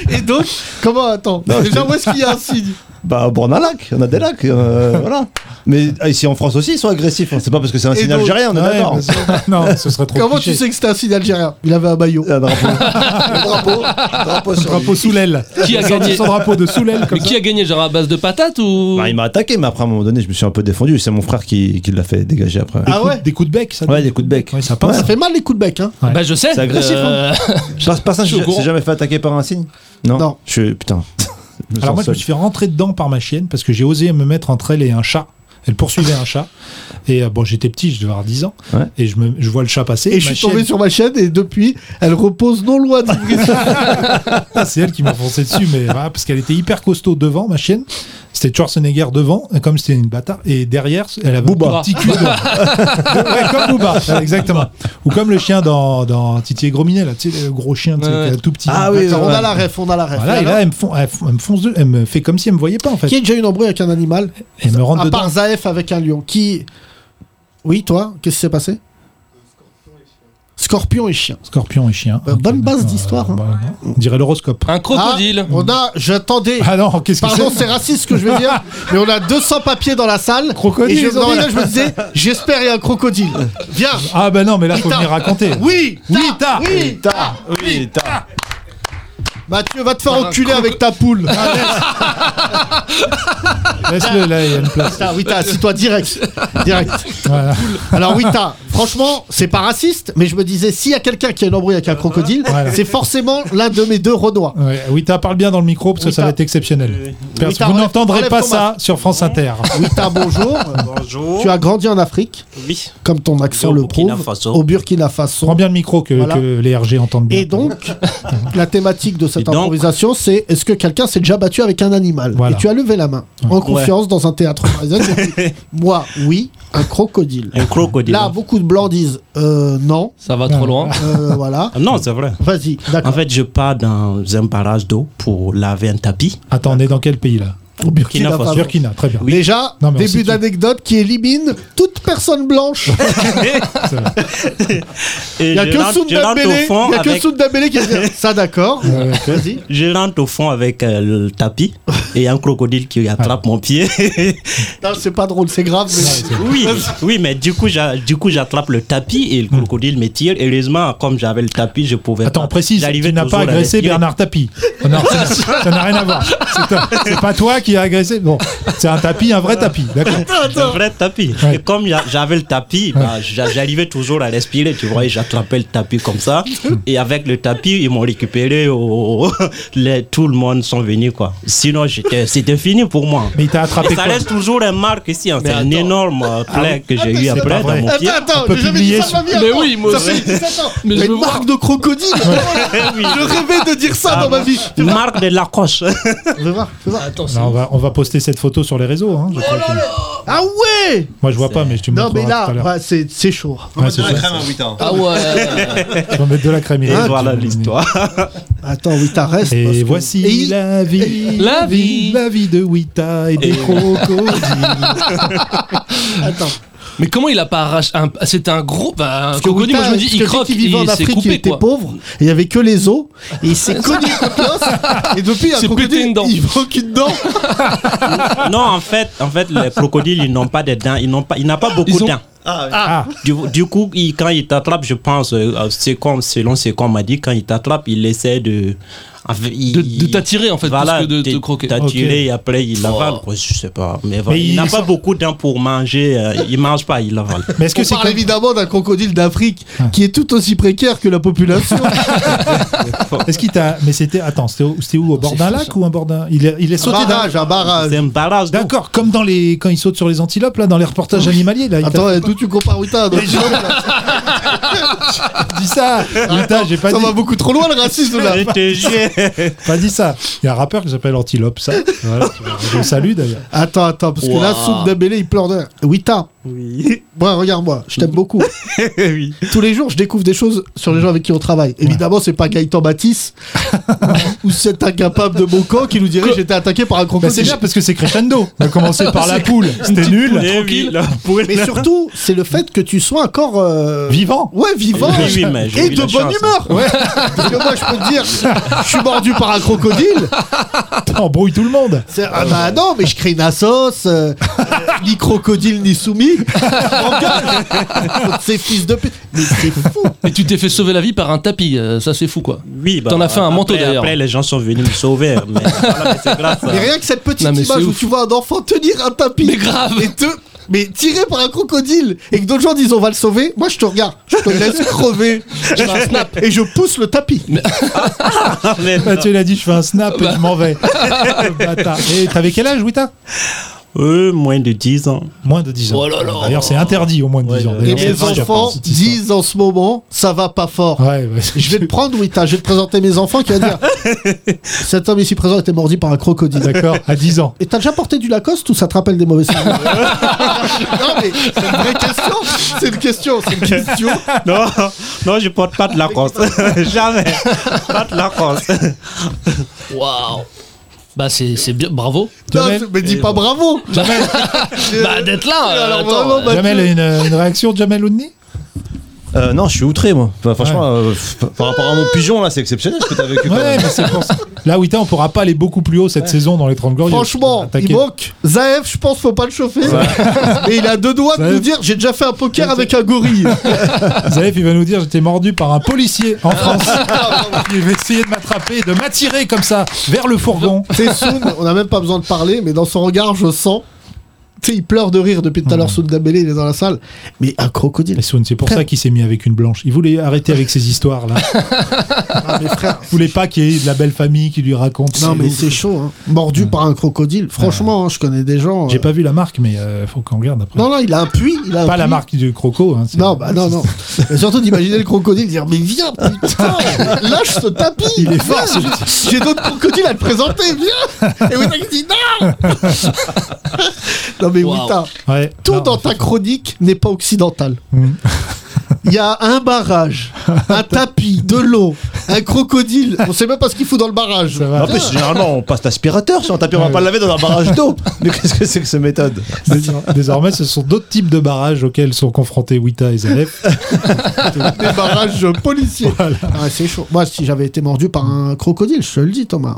Speaker 4: Et donc, comment attends
Speaker 7: Non, je
Speaker 4: Déjà,
Speaker 7: te-
Speaker 4: où est-ce qu'il y a un signe
Speaker 7: Bah, bon, on a un lac, on a des lacs, euh, voilà. Mais ah, ici en France aussi, ils sont agressifs. hein. C'est pas parce que c'est un
Speaker 4: Et
Speaker 7: signe
Speaker 4: donc-
Speaker 7: algérien, on est
Speaker 5: Ouais,
Speaker 7: d'accord.
Speaker 5: parce que- non, ce serait trop
Speaker 4: Comment
Speaker 5: cliché.
Speaker 4: tu sais que c'était un signe algérien Il avait un maillot.
Speaker 7: Un drapeau. Un Ah, drapeau. un drapeau
Speaker 5: Son
Speaker 7: sur lui.
Speaker 5: drapeau sous l'aile.
Speaker 6: Qui a
Speaker 5: Son-
Speaker 6: gagné
Speaker 5: Son drapeau de sous l'aile.
Speaker 6: Mais
Speaker 5: comme ça.
Speaker 6: qui a gagné Genre à base de patates ou.
Speaker 7: Bah, il m'a attaqué, mais après, à un moment donné, je me suis un peu défendu. C'est mon frère qui, qui l'a fait dégager après.
Speaker 5: Des
Speaker 4: Ah
Speaker 5: coups-
Speaker 4: ouais
Speaker 5: Des coups de bec, ça.
Speaker 7: ouais, des coups de bec.
Speaker 5: Ouais, ça
Speaker 7: Ouais.
Speaker 5: pince.
Speaker 4: Ça fait mal les coups de bec, hein
Speaker 5: Ouais.
Speaker 6: Bah je sais.
Speaker 7: C'est agressif,
Speaker 6: euh,
Speaker 7: Par- Personne
Speaker 6: suis au courant.
Speaker 7: s'est jamais fait attaquer par un signe Non.
Speaker 4: Non.
Speaker 7: Je suis. Putain. Je me
Speaker 5: Alors
Speaker 7: sens
Speaker 5: moi, je me
Speaker 7: seul.
Speaker 5: suis fait rentrer dedans par ma chienne parce que j'ai osé me mettre entre elle et un chat. Elle poursuivait un chat. Et euh, bon, j'étais petit, je devais avoir 10 ans.
Speaker 7: Ouais.
Speaker 5: Et je, me, je vois le chat passer.
Speaker 4: Et je suis tombé sur ma chaîne et depuis, elle repose non loin d'Ivry.
Speaker 5: Ah, c'est elle qui m'a foncé dessus, mais voilà, parce qu'elle était hyper costaud devant, ma chienne. C'était Schwarzenegger devant, et comme c'était une bâtard, et derrière, elle avait
Speaker 7: Booba.
Speaker 5: un petit cul. de- ouais, comme Booba, ouais, exactement. Ou comme le chien dans, dans Titi et Grominet, là, tu sais, le gros chien, tu sais,
Speaker 6: Ouais.
Speaker 5: qui est tout petit.
Speaker 4: Ah oui,
Speaker 5: D'accord,
Speaker 4: on
Speaker 5: ouais.
Speaker 4: a la ref, on a la ref.
Speaker 5: Voilà, et
Speaker 4: Alors,
Speaker 5: là, elle me, fon- elle fon- elle me fonce de- elle me fait comme si elle me voyait pas, en fait.
Speaker 4: Qui a déjà eu une embrouille avec un animal
Speaker 5: Elle me rentre
Speaker 4: À
Speaker 5: dedans.
Speaker 4: part Zaef avec un lion. Qui. Oui, toi, qu'est-ce qui s'est passé Scorpion et chien.
Speaker 5: Scorpion et chien.
Speaker 4: Bah, bonne base
Speaker 5: Euh,
Speaker 4: d'histoire, hein.
Speaker 5: bah, on dirait l'horoscope.
Speaker 6: Un
Speaker 4: Ah,
Speaker 6: crocodile.
Speaker 4: on a. J'attendais.
Speaker 5: Ah non, qu'est-ce que
Speaker 4: Pardon,
Speaker 5: c'est
Speaker 4: c'est raciste ce que je vais dire, mais on a 200 papiers dans la salle.
Speaker 5: Crocodile,
Speaker 4: Et je,
Speaker 5: ils ont
Speaker 4: non,
Speaker 5: dit.
Speaker 4: là, je me disais, j'espère il y a un crocodile. Viens.
Speaker 5: Ah bah non, mais là, faut
Speaker 4: Putain.
Speaker 5: venir raconter.
Speaker 4: Oui,
Speaker 5: Oui,
Speaker 4: t'as,
Speaker 5: t'as.
Speaker 4: oui, t'as.
Speaker 7: Oui, t'as.
Speaker 4: Mathieu, va te
Speaker 5: Bah,
Speaker 4: faire enculer avec ta poule.
Speaker 5: Ah, Laisse-le, là, il y a une place.
Speaker 4: T'as, Ah, oui, t'as, assis-toi direct. Direct.
Speaker 5: Voilà.
Speaker 4: Alors, oui, t'as. Franchement, c'est pas raciste, mais je me disais, s'il y a quelqu'un qui a une embrouille avec un crocodile,
Speaker 5: Voilà.
Speaker 4: c'est forcément l'un de mes deux Renois.
Speaker 5: Ouais, Wita, parle bien dans le micro parce que ça
Speaker 4: Wita.
Speaker 5: va être exceptionnel. Parce que
Speaker 4: Wita,
Speaker 5: vous
Speaker 4: enlève-
Speaker 5: n'entendrez
Speaker 4: enlève
Speaker 5: pas
Speaker 4: ton
Speaker 5: ça sur France Inter.
Speaker 4: Oui, t'as, bonjour.
Speaker 8: Bonjour.
Speaker 4: Tu as grandi en Afrique,
Speaker 8: Oui.
Speaker 4: comme ton accent
Speaker 8: Au
Speaker 4: le
Speaker 8: Burkina
Speaker 4: prouve,
Speaker 8: Faso.
Speaker 4: au Burkina Faso.
Speaker 5: Prends bien le micro que,
Speaker 4: Voilà.
Speaker 5: que les RG entendent bien.
Speaker 4: Et donc, la thématique de cette
Speaker 8: Et donc-
Speaker 4: improvisation, c'est est-ce que quelqu'un s'est déjà battu avec un animal
Speaker 5: Voilà.
Speaker 4: Et tu as levé la main, en confiance, dans un théâtre parisien. tu as dit, Moi, oui, un crocodile.
Speaker 8: Un crocodile.
Speaker 4: Là, beaucoup de blancs disent euh, non,
Speaker 6: Ça va trop loin.
Speaker 4: euh, voilà.
Speaker 8: Ah Non, c'est vrai.
Speaker 4: Vas-y,
Speaker 8: En
Speaker 4: d'accord.
Speaker 8: fait, je pars dans un barrage d'eau pour laver un tapis.
Speaker 5: Attends, on est dans quel pays là
Speaker 4: Au Burkina
Speaker 8: Burkina
Speaker 4: Faso.
Speaker 8: Faso.
Speaker 5: Burkina, très bien.
Speaker 4: Déjà,
Speaker 5: Non, mais on
Speaker 4: début
Speaker 5: situe.
Speaker 4: d'anecdote qui élimine toute personne blanche.
Speaker 8: Et
Speaker 4: Il n'y a
Speaker 8: je
Speaker 4: que
Speaker 8: rentre- je rentre au
Speaker 4: Soundabélé
Speaker 8: fond
Speaker 4: y a que
Speaker 8: avec-
Speaker 4: Soundabélé qui dit ça, d'accord. Vas-y.
Speaker 8: Je rentre au fond avec euh, le tapis et un crocodile qui attrape mon pied.
Speaker 4: Non, C'est pas drôle, c'est grave. mais-
Speaker 8: oui, oui, mais du coup, j'a- du coup, j'attrape le tapis et le crocodile me tire. Heureusement, comme j'avais le tapis, je pouvais.
Speaker 5: Hmm. Attends,
Speaker 8: pas-
Speaker 5: précise,
Speaker 8: j'arrivais
Speaker 5: tu n'as
Speaker 8: toujours
Speaker 5: pas
Speaker 8: à
Speaker 5: agressé
Speaker 8: respirer.
Speaker 5: Bernard Tapie. On a- ça n'a rien à voir. C'est toi- C'est pas toi qui as agressé. Bon, c'est un tapis, un vrai tapis. D'accord.
Speaker 8: Un vrai tapis.
Speaker 5: Ouais.
Speaker 8: Et comme j'a- j'avais le tapis, bah, j'a- j'arrivais toujours à respirer, tu vois, et j'attrapais le tapis comme ça. Et avec le tapis, ils m'ont récupéré. au- les- tout le monde sont venus, quoi. Sinon, j'étais- c'était fini pour moi.
Speaker 5: Mais il t'a attrapé
Speaker 8: Et ça
Speaker 5: quoi
Speaker 8: reste toujours une marque ici. hein.
Speaker 6: Mais
Speaker 8: C'est une
Speaker 6: attends.
Speaker 8: énorme euh, plaie que j'ai eu
Speaker 5: c'est pas
Speaker 8: après dans
Speaker 5: vrai.
Speaker 8: mon pied.
Speaker 4: Attends, attends,
Speaker 5: On peut
Speaker 4: j'ai jamais
Speaker 5: publier
Speaker 4: dit ça de ma vie,
Speaker 6: Mais
Speaker 4: attends.
Speaker 6: oui, moi
Speaker 4: Ça
Speaker 6: aussi.
Speaker 4: fait 17 ans.
Speaker 6: Mais je
Speaker 4: une
Speaker 6: veux voir.
Speaker 4: marque de crocodile. Je rêvais de dire ça dans ma vie.
Speaker 8: Une marque de Lacoste.
Speaker 4: Je veux voir, je veux voir.
Speaker 5: Non, bah, on, va, on va poster cette photo sur les réseaux. hein, je crois que-
Speaker 4: Ah ouais
Speaker 5: Moi, je vois pas, mais tu me
Speaker 4: Non mais
Speaker 5: montreras
Speaker 4: là,
Speaker 5: tout à l'heure.
Speaker 4: bah, c'est c'est chaud.
Speaker 5: Ouais, c'est ça.
Speaker 7: hein,
Speaker 6: Ah ouais.
Speaker 5: Tu vas mettre de la crème.
Speaker 4: Ah,
Speaker 8: Et voilà l'histoire.
Speaker 4: Attends, oui, t'as reste. parce
Speaker 5: Et
Speaker 4: que-
Speaker 5: voici
Speaker 4: Et-
Speaker 5: la vie,
Speaker 6: La vie.
Speaker 5: la vie de Wita et des
Speaker 8: Et-
Speaker 5: crocodiles.
Speaker 4: Attends.
Speaker 6: Mais comment il a pas arraché un... C'était un gros. Bah, un crocodile, moi je me dis, il croque,
Speaker 4: qui vivait en
Speaker 6: il s'est
Speaker 4: Afrique, il
Speaker 6: coupé
Speaker 4: était
Speaker 6: quoi.
Speaker 4: pauvre, et il y avait que les os, et il s'est cogné contre l'os, et depuis, il y a un
Speaker 6: s'est
Speaker 4: crocodile,
Speaker 6: pété une dent.
Speaker 4: Il manque une dent.
Speaker 8: Non, en fait, en fait, les crocodiles, ils n'ont pas de dents. Ils n'ont pas, ils n'ont pas beaucoup
Speaker 6: Ils ont-
Speaker 8: de dents.
Speaker 6: Ah.
Speaker 8: Du, du coup, il- quand il t'attrape, je pense, euh, euh, c'est comme, selon ce qu'on m'a dit, quand il t'attrape, il essaie de. en fait, il-
Speaker 6: De- de t'attirer, en fait, plus que de te
Speaker 8: t-
Speaker 6: croquer.
Speaker 8: T'attirer
Speaker 5: Ok.
Speaker 8: et après il avale, quoi, je sais pas. Mais, voilà,
Speaker 5: Mais
Speaker 8: il n'a
Speaker 5: ils
Speaker 8: pas beaucoup de temps pour manger, euh, il mange pas, il avale.
Speaker 5: Mais est-ce que
Speaker 4: On
Speaker 5: c'est
Speaker 4: parle
Speaker 5: comme-
Speaker 4: évidemment d'un crocodile d'Afrique qui est tout aussi précaire que la population.
Speaker 5: Est-ce qu'il t'a. Mais c'était. Attends, c'était où, c'était où Au bord d'un lac ou un bord d'un. Il est, il est
Speaker 4: un
Speaker 5: sauté d'un.
Speaker 4: barrage, un barrage.
Speaker 8: C'est un barrage d'eau.
Speaker 5: D'accord, comme dans les. Quand il saute sur les antilopes, là, dans les reportages animaliers, là, il
Speaker 4: Attends, euh, d'où tu compares Wita donc,
Speaker 5: t'a dit ça. Wita, j'ai pas,
Speaker 4: Ça
Speaker 5: dit-
Speaker 4: va beaucoup trop loin le racisme là.
Speaker 8: Je te jure.
Speaker 5: pas dit ça. Il y a un rappeur qui s'appelle Antilope, ça. Voilà, je le salue d'ailleurs. Bah,
Speaker 4: Attends, attends, parce que là, Soupe d'Abélé, il pleure de. Wita,
Speaker 8: Oui.
Speaker 4: moi, regarde-moi, je t'aime beaucoup.
Speaker 8: oui.
Speaker 4: Tous les jours, je découvre des choses sur les gens avec qui on travaille. Évidemment, c'est pas Gaëtan Matisse ou cet incapable de mon camp qui nous dirait j'étais attaqué par un
Speaker 5: Bah, c'est
Speaker 4: crocodile.
Speaker 5: bien parce que c'est crescendo. On a commencé par la poule. C'était nul.
Speaker 8: Eh oui, la poule.
Speaker 4: Mais surtout, c'est le fait que tu sois encore. euh,
Speaker 5: Vivant.
Speaker 4: Ouais, vivant
Speaker 8: Oui, oui, mais j'ai
Speaker 4: et
Speaker 8: eu
Speaker 4: de
Speaker 8: la
Speaker 4: bonne
Speaker 8: chance. hein.
Speaker 4: humeur. Parce que moi, je peux te dire, je suis mordu par un crocodile.
Speaker 5: Embrouille tout le monde.
Speaker 4: C'est- Ah bah non, mais je crée une assos, euh, euh, ni crocodile ni soumis. Engage. Contre Ces fils de pute. Mais c'est fou.
Speaker 6: Et tu t'es fait sauver la vie par un tapis. euh, Ça, c'est fou quoi.
Speaker 8: Oui, bah,
Speaker 6: T'en as fait un
Speaker 8: après-
Speaker 6: manteau, d'ailleurs.
Speaker 8: Après, les gens sont venus me sauver. Mais, voilà, mais c'est grâce à-
Speaker 4: Mais rien que cette petite
Speaker 6: Non, mais
Speaker 4: image
Speaker 6: c'est
Speaker 4: où
Speaker 6: ouf.
Speaker 4: tu vois un enfant tenir un tapis.
Speaker 6: Mais grave.
Speaker 4: Et te- Mais tiré par un crocodile et que d'autres gens disent on va le sauver, moi je te regarde, je te laisse crever, je fais un snap et je pousse le tapis.
Speaker 8: Ah, mais non.
Speaker 4: Bah.
Speaker 5: Mathieu l'a dit, je fais un snap et je m'en vais. Le bâtard. Et t'avais quel âge, Wita
Speaker 8: Eux, Euh, moins de 10 ans.
Speaker 5: Moins de 10 ans.
Speaker 3: Oh là là.
Speaker 5: D'ailleurs, c'est interdit au moins de 10 ans.
Speaker 8: Ouais,
Speaker 4: Et
Speaker 5: D'ailleurs,
Speaker 4: les
Speaker 5: c'est Ah. ce qu'il y a
Speaker 4: enfants
Speaker 5: pour cette histoire.
Speaker 4: disent en ce moment, ça va pas fort.
Speaker 5: Ouais, ouais.
Speaker 4: Je vais te prendre, Wita, je vais te présenter mes enfants qui va dire Cet homme ici présent était mordu par un crocodile.
Speaker 5: D'accord, à 10 ans.
Speaker 4: Et t'as déjà porté du Lacoste ou ça te rappelle des mauvais souvenirs Non, mais c'est une vraie question. C'est une question, c'est une question.
Speaker 8: Non, non, je porte pas de Lacoste. Jamais. Pas de Lacoste.
Speaker 6: Waouh Bah, c'est c'est bien, bravo.
Speaker 4: Non,
Speaker 5: Jamel,
Speaker 4: mais dis pas bravo.
Speaker 6: Jamel, bah, d'être là euh,
Speaker 4: Alors,
Speaker 6: attends.
Speaker 4: vraiment, bah,
Speaker 5: Jamel a une, euh, une réaction de Jamel Oudni
Speaker 7: Euh, non, je suis outré, moi. Enfin, franchement, euh, f- par rapport à mon pigeon, là, c'est exceptionnel ce que t'as vécu. quand
Speaker 5: Ouais,
Speaker 7: même.
Speaker 5: mais c'est pour ça. Là, Wita, on pourra pas aller beaucoup plus haut cette saison dans les 30
Speaker 4: bah,
Speaker 5: glorieuses.
Speaker 4: Franchement, il
Speaker 5: Attaquer.
Speaker 4: manque. Zaev, je pense, faut pas le chauffer. Et il a deux doigts de
Speaker 5: Zaev.
Speaker 4: nous dire j'ai déjà fait un poker avec un gorille.
Speaker 5: Zaef, il va nous dire j'étais mordu par un policier
Speaker 4: Ah.
Speaker 5: en France. il va essayer de m'attraper, de m'attirer comme ça vers le fourgon.
Speaker 4: C'est Soun, on a même pas besoin de parler, mais dans son regard, je sens. Tu sais, il pleure de rire depuis tout à l'heure. Soun Dabélé, il est dans la salle. Mais un crocodile.
Speaker 5: Et Soun, c'est pour ça qu'il s'est mis avec une blanche. Il voulait arrêter avec ces histoires là.
Speaker 4: Ah, mais frère.
Speaker 5: Il voulait pas qu'il y ait de la belle famille qui lui raconte.
Speaker 4: Non, mais
Speaker 5: ouf.
Speaker 4: c'est chaud. hein. Mordu par un crocodile. Franchement, hein, je connais des gens.
Speaker 5: J'ai
Speaker 4: euh,
Speaker 5: pas vu la marque, mais euh, faut qu'on regarde après.
Speaker 4: Non, non, il a un puits. Il a un
Speaker 5: pas la
Speaker 4: puits.
Speaker 5: marque du croco. hein, c'est-
Speaker 4: Non, bah non, non. Mais surtout d'imaginer le crocodile dire Mais viens, putain, lâche ce tapis Il est fort, J'ai d'autres crocodiles à te présenter, viens Et Wita qui dit Non Non, mais
Speaker 6: Wow.
Speaker 4: Wita,
Speaker 5: Ouais.
Speaker 4: tout
Speaker 5: Non,
Speaker 4: dans ta chronique n'est pas occidental.
Speaker 5: Mm.
Speaker 4: Il y a un barrage, un tapis, de l'eau, un crocodile. On sait même pas ce qu'il fout dans le barrage.
Speaker 5: Ça va.
Speaker 7: En plus, généralement, on passe l'aspirateur sur un tapis, on va
Speaker 5: Ouais.
Speaker 7: pas le laver dans un barrage d'eau. Mais qu'est-ce que c'est que cette méthode
Speaker 5: Désor- Désormais, ce sont d'autres types de barrages auxquels sont confrontés Wita et Zaef.
Speaker 4: Des barrages policiers. Ah, c'est chaud. Moi, si j'avais été mordu par un crocodile, je te le dis, Thomas.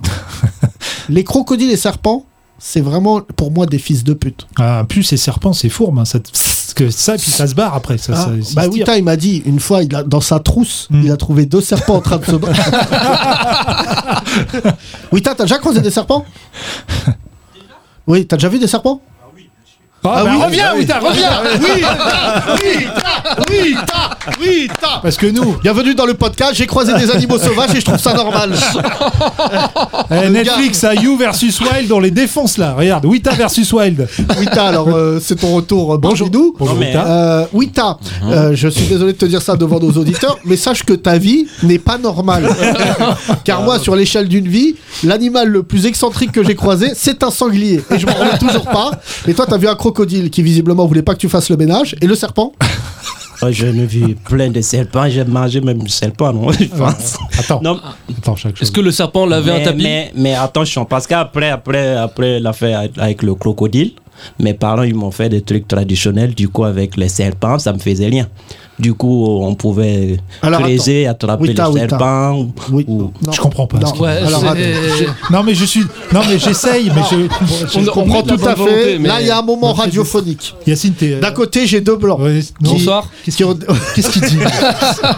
Speaker 4: Les crocodiles et serpents, c'est vraiment pour moi des fils de pute.
Speaker 5: Ah, puce et serpent, c'est fourbe. hein, ça, te- parce que ça, puis ça se barre après. Ça,
Speaker 4: Ah,
Speaker 5: ça- ça
Speaker 4: bah Hmm.
Speaker 5: se
Speaker 4: oui,
Speaker 5: tire.
Speaker 4: putain, il m'a dit une fois, il a, dans sa trousse,
Speaker 5: Mm.
Speaker 4: il a trouvé deux serpents en train de se battre. oui, t'as t'as déjà croisé des serpents Oui, t'as déjà vu des serpents
Speaker 5: Ah, bah,
Speaker 4: oui,
Speaker 5: reviens,
Speaker 4: bah oui.
Speaker 5: Wita, reviens
Speaker 4: Oui, t'as, oui, t'as, oui, t'as, oui, t'as.
Speaker 5: Parce que nous,
Speaker 4: Bienvenue dans le podcast, j'ai croisé des animaux sauvages et je trouve ça normal.
Speaker 5: Eh, Netflix à You versus Wild, on les défonce là. Regarde, Wita versus Wild.
Speaker 4: Oui, t'as, alors euh, c'est ton retour. Bonjour, nous.
Speaker 5: Bonjour
Speaker 8: Non, mais-
Speaker 5: Wita.
Speaker 4: Euh, oui, t'as. Euh, je suis désolé de te dire ça devant nos auditeurs, mais sache que ta vie n'est pas normale. Car moi, sur l'échelle d'une vie, l'animal le plus excentrique que j'ai croisé, c'est un sanglier. Et je m'en remets toujours pas. Et toi, t'as vu un crocodile qui visiblement voulait pas que tu fasses le ménage. Et le serpent
Speaker 8: Oh, J'en ai vu plein de serpents. J'ai mangé même du serpent, non Je pense.
Speaker 4: euh,
Speaker 5: Attends,
Speaker 8: Non,
Speaker 5: attends, chaque chose.
Speaker 6: Est-ce que le serpent lavait un
Speaker 8: mais,
Speaker 6: tapis
Speaker 8: mais, mais attention, parce qu'après après, après l'affaire avec- avec le crocodile, mes parents ils m'ont fait des trucs traditionnels. Du coup, avec les serpents, ça me faisait lien. Du coup, on pouvait
Speaker 4: Alors,
Speaker 8: creuser, attraper
Speaker 4: Wita,
Speaker 8: les
Speaker 4: Wita.
Speaker 8: serpents. ou-
Speaker 4: Oui.
Speaker 8: ou-
Speaker 5: Je comprends pas.
Speaker 4: Non.
Speaker 6: Ouais,
Speaker 4: Alors,
Speaker 6: c'est-
Speaker 4: attends,
Speaker 5: Non, mais je suis. Non, mais j'essaye, mais je.
Speaker 6: On-
Speaker 4: Je
Speaker 6: on
Speaker 4: comprends
Speaker 6: est de la
Speaker 4: tout à
Speaker 6: bonne volonté,
Speaker 4: fait.
Speaker 6: mais-
Speaker 4: Là, il y a un moment
Speaker 5: Mais c'est-
Speaker 4: radiophonique.
Speaker 5: Yacine, t'es. euh,
Speaker 4: D'un côté, j'ai deux blancs.
Speaker 5: ouais, non.
Speaker 4: Qui-
Speaker 6: Bonsoir.
Speaker 4: Qu'est-ce qui ont-
Speaker 5: Qu'est-ce qu'il dit Euh,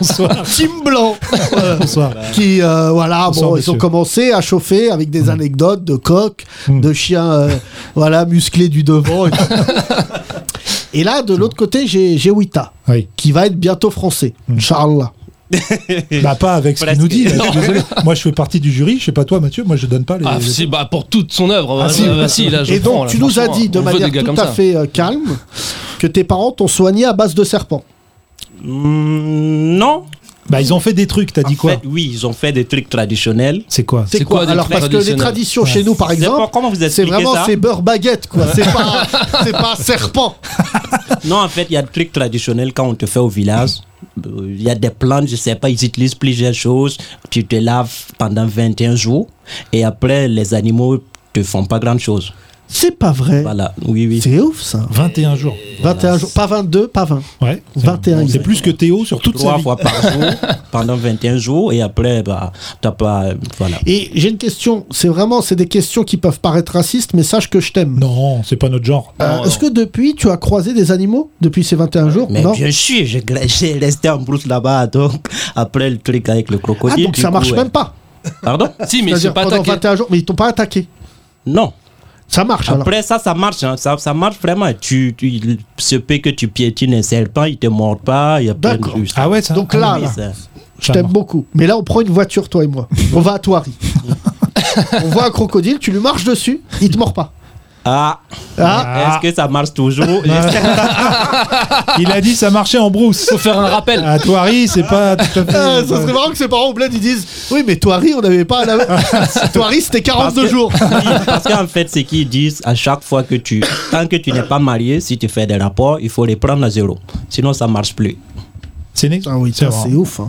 Speaker 5: Bonsoir.
Speaker 4: Team blanc. Voilà.
Speaker 5: Bonsoir.
Speaker 4: qui euh, voilà
Speaker 5: Bonsoir,
Speaker 4: bon, ils
Speaker 5: messieurs.
Speaker 4: ont commencé à chauffer avec des anecdotes de coqs,
Speaker 5: Mm.
Speaker 4: de chiens euh, voilà musclés du devant et, tout. Et là de l'autre côté j'ai j'ai Wita
Speaker 5: Oui.
Speaker 4: qui va être bientôt français
Speaker 5: Mm.
Speaker 4: Inch'Allah
Speaker 6: Ah,
Speaker 5: Bah, pas avec ce qu'il
Speaker 8: Presque.
Speaker 5: nous dit. là, je suis désolé. Moi, je fais partie du jury. Je sais pas toi, Mathieu. Moi, je donne pas les.
Speaker 6: Ah, si, bah, pour toute son œuvre.
Speaker 5: Ah,
Speaker 6: bah,
Speaker 5: si.
Speaker 6: bah, si, là, je
Speaker 4: et
Speaker 6: prends,
Speaker 4: donc
Speaker 6: là,
Speaker 4: tu nous as
Speaker 6: franchement,
Speaker 4: dit de
Speaker 6: on veut des
Speaker 4: manière
Speaker 6: gars comme
Speaker 4: tout à
Speaker 6: ça.
Speaker 4: fait euh, calme que tes parents t'ont soigné à base de serpents
Speaker 8: Hmm, non.
Speaker 5: Bah, ils ont fait des trucs. T'as dit
Speaker 8: En
Speaker 5: quoi
Speaker 8: fait, oui, ils ont fait des trucs traditionnels.
Speaker 5: C'est quoi
Speaker 6: C'est quoi des
Speaker 4: alors
Speaker 6: plats
Speaker 4: parce que les
Speaker 6: traditionnels
Speaker 4: traditions chez nous par
Speaker 8: C'est pas-
Speaker 4: exemple
Speaker 8: comment vous
Speaker 4: c'est
Speaker 8: expliquez
Speaker 4: vraiment
Speaker 8: ça
Speaker 4: c'est beurre baguette quoi c'est pas c'est pas serpent
Speaker 8: Non, en fait, il y a des trucs traditionnels quand on te fait au village. Euh, Il y a des plantes, je sais pas, ils utilisent plusieurs choses. Tu te laves pendant 21 jours et après, les animaux te font pas grand chose.
Speaker 4: c'est pas vrai
Speaker 8: Voilà, oui, oui.
Speaker 4: c'est ouf ça
Speaker 5: 21 jours.
Speaker 4: 21 jours pas 22 pas 20
Speaker 5: Ouais.
Speaker 4: 21
Speaker 5: C'est plus que Théo sur toute sa
Speaker 8: Trois
Speaker 5: vie.
Speaker 8: fois par jour pendant 21 jours et après, bah, t'as pas. euh, Voilà.
Speaker 4: Et j'ai une question, c'est vraiment, c'est des questions qui peuvent paraître racistes, mais sache que je t'aime.
Speaker 5: Non, c'est pas notre genre.
Speaker 4: Euh, Est-ce que depuis, tu as croisé des animaux depuis ces 21 jours
Speaker 8: Mais
Speaker 4: Non Ah,
Speaker 8: bien sûr, j'ai gra- j'ai resté en brousse là-bas, donc après le truc avec le
Speaker 4: Ah,
Speaker 8: crocodile.
Speaker 4: donc
Speaker 8: du
Speaker 4: ça
Speaker 8: coup,
Speaker 4: marche
Speaker 8: ouais.
Speaker 4: même pas.
Speaker 8: Pardon
Speaker 6: Si, mais c'est
Speaker 4: C'est-à-dire
Speaker 6: pas
Speaker 4: pendant
Speaker 6: attaqué.
Speaker 4: 21 jours, mais ils t'ont pas attaqué.
Speaker 8: Non.
Speaker 4: Ça marche alors.
Speaker 8: Après ça, ça marche, hein. ça, ça marche vraiment. Tu, tu, il se peut que tu piétines un serpent, il te mord pas, il y a plein de
Speaker 4: D'accord.
Speaker 8: trucs.
Speaker 5: Ah ouais, ça.
Speaker 4: Donc euh,
Speaker 5: ah
Speaker 4: là,
Speaker 5: oui,
Speaker 8: Oui,
Speaker 4: là.
Speaker 8: ça-
Speaker 4: Je
Speaker 5: ça
Speaker 4: t'aime
Speaker 5: marche.
Speaker 4: beaucoup. Mais là, on prend une voiture, toi et moi. On va à Toari. on voit un crocodile, tu lui marches dessus, il te mord pas.
Speaker 8: Ah, est-ce que ça marche toujours
Speaker 5: Il a dit ça marchait en brousse.
Speaker 6: Faut faire un rappel.
Speaker 4: Ah.
Speaker 5: À Toiri, c'est pas tout à fait. euh,
Speaker 9: Ah, ça serait marrant que ses parents au bled ils disent Oui, mais Toiri, on n'avait pas à la. Toiri, c'était 42 jours.
Speaker 8: Parce qu'en fait, ce qu'ils disent à chaque fois que tu. Tant que tu n'es pas marié, si tu fais des rapports, il faut les prendre à zéro. Sinon, ça marche plus.
Speaker 5: C'est né.
Speaker 4: Ah oui, tiens,
Speaker 5: vrai.
Speaker 4: c'est ouf. hein.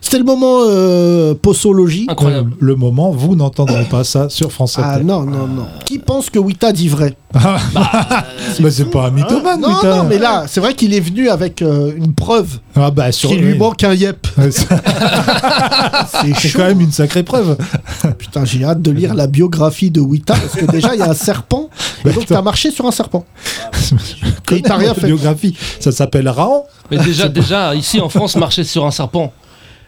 Speaker 4: C'était le moment euh, possologie.
Speaker 6: Incroyable.
Speaker 5: Le moment, vous n'entendrez pas ça sur France
Speaker 4: Ah
Speaker 5: 7.
Speaker 4: non, non, non. Qui pense que Wita dit vrai
Speaker 5: Bah, c'est pas un mythomane,
Speaker 4: Ah, Non,
Speaker 5: putain.
Speaker 4: non, mais là, c'est vrai qu'il est venu avec euh, une preuve
Speaker 5: Ah bah, sur
Speaker 4: qui lui manque un yep.
Speaker 5: Ouais, ça-
Speaker 4: C'est
Speaker 5: Ah, C'est
Speaker 4: chaud.
Speaker 5: quand même une sacrée preuve.
Speaker 4: Putain, j'ai hâte de lire la biographie de Wita parce que déjà, il y a un serpent. Et donc, t'as marché sur un serpent. Et t'as rien fait.
Speaker 5: Biographie. Ça s'appelle Raon.
Speaker 4: Ah.
Speaker 6: Mais déjà, déjà, ici en France, marcher sur un serpent,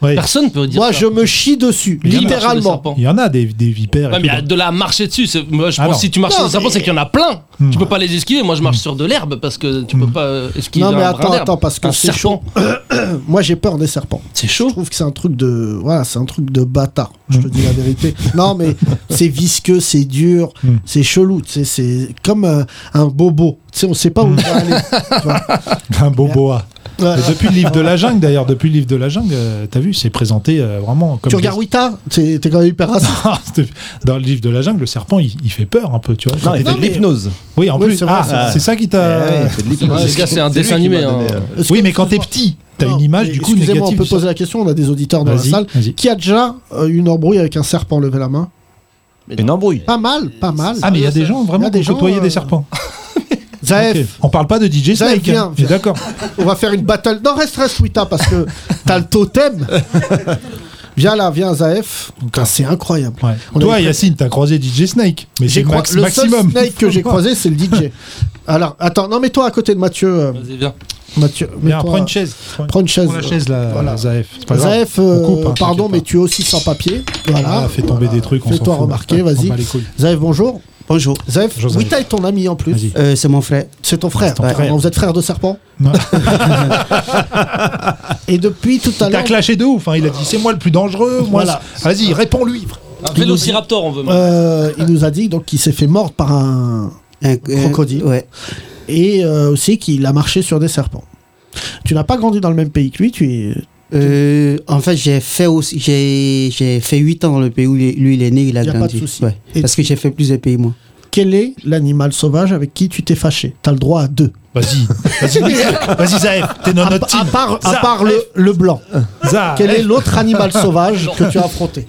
Speaker 5: Oui.
Speaker 6: personne peut dire
Speaker 4: Moi,
Speaker 6: ça.
Speaker 4: je me chie dessus,
Speaker 6: Il y a marché des
Speaker 4: littéralement.
Speaker 6: serpents.
Speaker 5: Il y en a des, des vipères.
Speaker 6: Ouais,
Speaker 5: et
Speaker 6: mais
Speaker 5: tout.
Speaker 6: de la marcher dessus, c'est- moi je
Speaker 5: Ah
Speaker 6: pense
Speaker 5: non.
Speaker 6: que si tu marches
Speaker 4: Non,
Speaker 6: sur des serpents,
Speaker 4: mais- Hmm.
Speaker 6: c'est qu'il y en a plein. Tu peux pas les esquiver. Moi je marche sur de l'herbe parce que tu peux pas euh, esquiver.
Speaker 4: Non, mais
Speaker 6: un
Speaker 4: attends,
Speaker 6: brin d'herbe.
Speaker 4: attends, parce que
Speaker 6: Un
Speaker 4: c'est
Speaker 6: serpent,
Speaker 4: Moi, j'ai peur des serpents.
Speaker 6: C'est
Speaker 4: Je
Speaker 6: chaud.
Speaker 4: trouve que c'est un truc de voilà, c'est un truc de bâtard. Je
Speaker 5: Mm.
Speaker 4: te dis la vérité. Non, mais c'est visqueux, c'est dur,
Speaker 5: Mm.
Speaker 4: c'est chelou. Tu sais, c'est comme euh, un bobo. Tu sais, on sait pas
Speaker 5: Mm.
Speaker 4: où il va aller. tu vois.
Speaker 5: Un beau boa.
Speaker 4: Ouais.
Speaker 5: Mais depuis le livre de la jungle, d'ailleurs, depuis le livre de la jungle, euh, t'as vu, c'est présenté euh, vraiment comme.
Speaker 4: Tu regardes Wita, t'es t'es quand même hyper raciste.
Speaker 5: Ah, c'était- Dans le livre de la jungle, le serpent, il, il fait peur un peu, tu vois.
Speaker 7: Non, il fait de
Speaker 4: mais-
Speaker 7: l'hypnose.
Speaker 5: Oui, en
Speaker 4: Oui,
Speaker 5: plus.
Speaker 4: c'est vrai,
Speaker 5: Ah,
Speaker 4: c'est vrai.
Speaker 5: Euh, c'est ça qui t'a.
Speaker 7: il fait de l'hypnose.
Speaker 6: Ouais, les gars, c'est un
Speaker 7: lui
Speaker 6: dessin
Speaker 7: qui
Speaker 6: animé,
Speaker 7: m'a donné,
Speaker 6: hein.
Speaker 7: euh,
Speaker 4: Est-ce
Speaker 5: oui,
Speaker 4: que-
Speaker 5: mais quand t'es petit, t'as
Speaker 4: Non,
Speaker 5: une image
Speaker 4: mais
Speaker 5: du coup négative.
Speaker 4: Excusez-moi, on peut
Speaker 5: du serpent.
Speaker 4: poser la question. On a des auditeurs dans la
Speaker 5: Vas-y,
Speaker 4: salle.
Speaker 5: vas-y.
Speaker 4: Qui a déjà euh, une embrouille avec un serpent Levez la main.
Speaker 7: Une embrouille.
Speaker 4: Pas mal, pas mal.
Speaker 5: Ah, mais il y a des gens
Speaker 4: Il y
Speaker 5: vraiment
Speaker 4: a des
Speaker 5: qui
Speaker 4: gens,
Speaker 5: côtoyaient
Speaker 4: euh,
Speaker 5: des serpents.
Speaker 4: Zaef,
Speaker 5: Ok. On parle pas de DJ
Speaker 4: Zaev,
Speaker 5: Snake.
Speaker 4: viens,
Speaker 5: hein.
Speaker 4: viens.
Speaker 5: D'accord.
Speaker 4: on va faire une battle. Non, reste, reste, Wita, parce que t'as le totem. viens là, viens, Zaef. Putain, C'est incroyable.
Speaker 5: Ouais.
Speaker 4: On
Speaker 5: Toi,
Speaker 4: avait-
Speaker 5: Yacine, t'as croisé DJ Snake. Mais
Speaker 4: J'ai
Speaker 5: c'est
Speaker 4: croi-
Speaker 5: max-
Speaker 4: le
Speaker 5: maximum.
Speaker 4: seul snake que j'ai croisé, c'est le DJ. Alors, attends, non, mais toi à côté de Mathieu. euh,
Speaker 6: Vas-y, viens.
Speaker 4: Mathieu,
Speaker 5: Viens,
Speaker 4: mets-toi-
Speaker 5: prends une chaise.
Speaker 4: prends une chaise.
Speaker 5: Prends la chaise, là,
Speaker 4: Voilà.
Speaker 5: Zaef. C'est pas grave.
Speaker 4: Zaef,
Speaker 5: On
Speaker 4: euh,
Speaker 5: coupe, hein,
Speaker 4: pardon, mais
Speaker 5: t'inquiète
Speaker 4: tu es aussi sans papier. Voilà.
Speaker 5: Ah, fais tomber des trucs, on s'en
Speaker 4: Fais-toi
Speaker 5: fout.
Speaker 4: remarquer,
Speaker 5: On
Speaker 4: vas-y.
Speaker 5: bat les couilles.
Speaker 4: Zaef, bonjour.
Speaker 10: Bonjour,
Speaker 4: Zaef,
Speaker 5: Bonjour, Zaef.
Speaker 4: Wita est ton ami en plus. Euh,
Speaker 5: Vas-y.
Speaker 10: Euh, c'est mon frère.
Speaker 4: C'est ton frère.
Speaker 5: ton
Speaker 4: Ouais.
Speaker 5: frère.
Speaker 4: Alors, Vous êtes frère de serpent
Speaker 5: Non.
Speaker 4: Et depuis tout à
Speaker 5: Il t'a
Speaker 4: l'heure.
Speaker 5: clashé de ouf. hein. Il a dit c'est moi le plus dangereux. Moi,
Speaker 4: Voilà.
Speaker 5: c'est- Ah, Vas-y, réponds-lui.
Speaker 6: Un vélociraptor, on veut.
Speaker 4: euh, il nous a dit donc qu'il s'est fait mordre par un
Speaker 10: Un euh,
Speaker 4: Crocodile.
Speaker 10: Ouais.
Speaker 4: et euh, aussi qu'il a marché sur des serpents. Tu n'as pas grandi dans le même pays que lui. Tu es
Speaker 10: Euh, en fait, j'ai fait aussi, j'ai, j'ai fait 8 ans dans le pays où lui, lui, il est né, il a,
Speaker 4: Y a pas de
Speaker 10: grandi.
Speaker 4: souci.
Speaker 10: Ouais.
Speaker 4: Et
Speaker 10: Parce que j'ai fait plusieurs pays, moi.
Speaker 4: Quel est l'animal sauvage avec qui tu t'es fâché T'as le droit à deux.
Speaker 5: Vas-y, vas-y, vas-y, Zaev, t'es dans
Speaker 4: À,
Speaker 5: notre
Speaker 4: à
Speaker 5: team.
Speaker 4: part, à
Speaker 5: Zaev,
Speaker 4: part le, le blanc.
Speaker 5: Zaev.
Speaker 4: Quel est l'autre animal sauvage que tu as affronté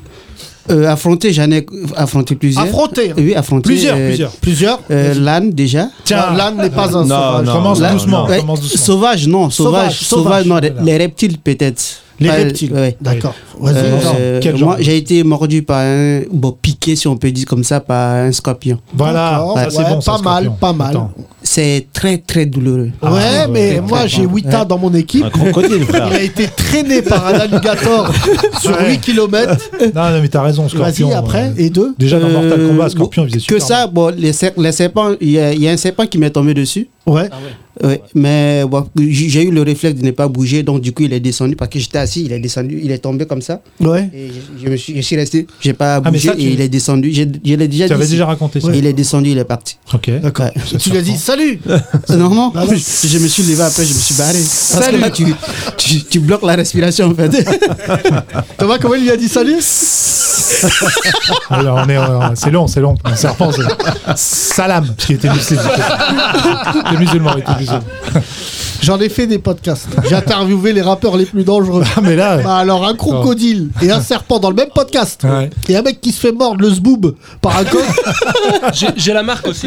Speaker 10: Euh, affronter, j'en ai affronté plusieurs.
Speaker 4: Affronté, hein.
Speaker 10: Oui, affronter.
Speaker 5: Plusieurs,
Speaker 10: euh,
Speaker 5: plusieurs.
Speaker 4: Plusieurs
Speaker 10: euh, l'âne, déjà.
Speaker 5: Tiens,
Speaker 4: L'âne n'est pas un
Speaker 7: non,
Speaker 4: sauvage.
Speaker 7: non.
Speaker 5: commence
Speaker 10: là-
Speaker 5: doucement,
Speaker 10: Ouais,
Speaker 5: commence doucement.
Speaker 10: Sauvage, non. Sauvage,
Speaker 4: Sauvage,
Speaker 10: sauvage,
Speaker 4: sauvage.
Speaker 10: non. Les, les reptiles, peut-être.
Speaker 4: Les
Speaker 10: Pas-
Speaker 4: reptiles.
Speaker 10: ouais.
Speaker 4: D'accord. Vas-y.
Speaker 10: Euh,
Speaker 4: Laurent.
Speaker 5: Quel genre
Speaker 10: moi, j'ai été mordu par un. Bon, piqué, si on peut dire comme ça, par un scorpion.
Speaker 5: Voilà,
Speaker 4: D'accord,
Speaker 5: ça, Ah, c'est
Speaker 4: ouais,
Speaker 5: bon, ça,
Speaker 4: pas mal,
Speaker 5: Scorpion.
Speaker 4: pas mal.
Speaker 5: Attends.
Speaker 10: C'est très, très douloureux.
Speaker 5: Ah,
Speaker 4: ouais,
Speaker 5: ouais,
Speaker 4: mais
Speaker 5: ouais,
Speaker 4: moi
Speaker 5: ouais.
Speaker 4: j'ai Wita dans mon équipe.
Speaker 7: Un crocodile, frère.
Speaker 4: Il a été traîné par un alligator sur 8 km.
Speaker 5: Non, non, mais t'as raison, Scorpion.
Speaker 4: Vas-y, après.
Speaker 5: euh,
Speaker 4: Et deux
Speaker 5: Déjà dans Mortal
Speaker 10: Euh,
Speaker 5: Kombat, Scorpion, il faisait super
Speaker 10: Que ça, bon, les, ser- les serpents, il y, a- il y a un serpent qui m'est tombé dessus.
Speaker 4: Ouais.
Speaker 10: Ouais, mais bon, j- j'ai eu le réflexe de ne pas bouger, donc du coup il est descendu parce que j'étais assis, il est descendu, il est tombé comme ça.
Speaker 4: Ouais.
Speaker 10: Et je, je me suis, je suis resté, j'ai pas
Speaker 5: Ah, mais
Speaker 10: bougé
Speaker 5: ça, tu-
Speaker 10: et il est descendu. Je, je l'ai déjà
Speaker 5: Tu avais
Speaker 10: dit.
Speaker 5: déjà raconté ça.
Speaker 10: Il est descendu, il est parti.
Speaker 5: Ok.
Speaker 10: D'accord.
Speaker 4: Tu lui as dit salut
Speaker 10: non, non.
Speaker 5: Bah
Speaker 10: je me suis levé après, je me suis barré. Parce que là, tu, tu, tu bloques la respiration en fait.
Speaker 4: Thomas, comment il lui a dit salut
Speaker 5: Alors, on est, on- c'est long, c'est long. Un serpent, c'est Salam, parce qu'il était musulman. Les musulmans, il était musulman.
Speaker 4: J'en ai fait des podcasts. J'ai interviewé les rappeurs les plus dangereux.
Speaker 5: Ah, mais là,
Speaker 4: Bah alors un crocodile et un serpent dans le même podcast
Speaker 5: Ouais.
Speaker 4: et un mec qui se fait mordre le zboob par un coq,
Speaker 6: J'ai- J'ai la marque aussi.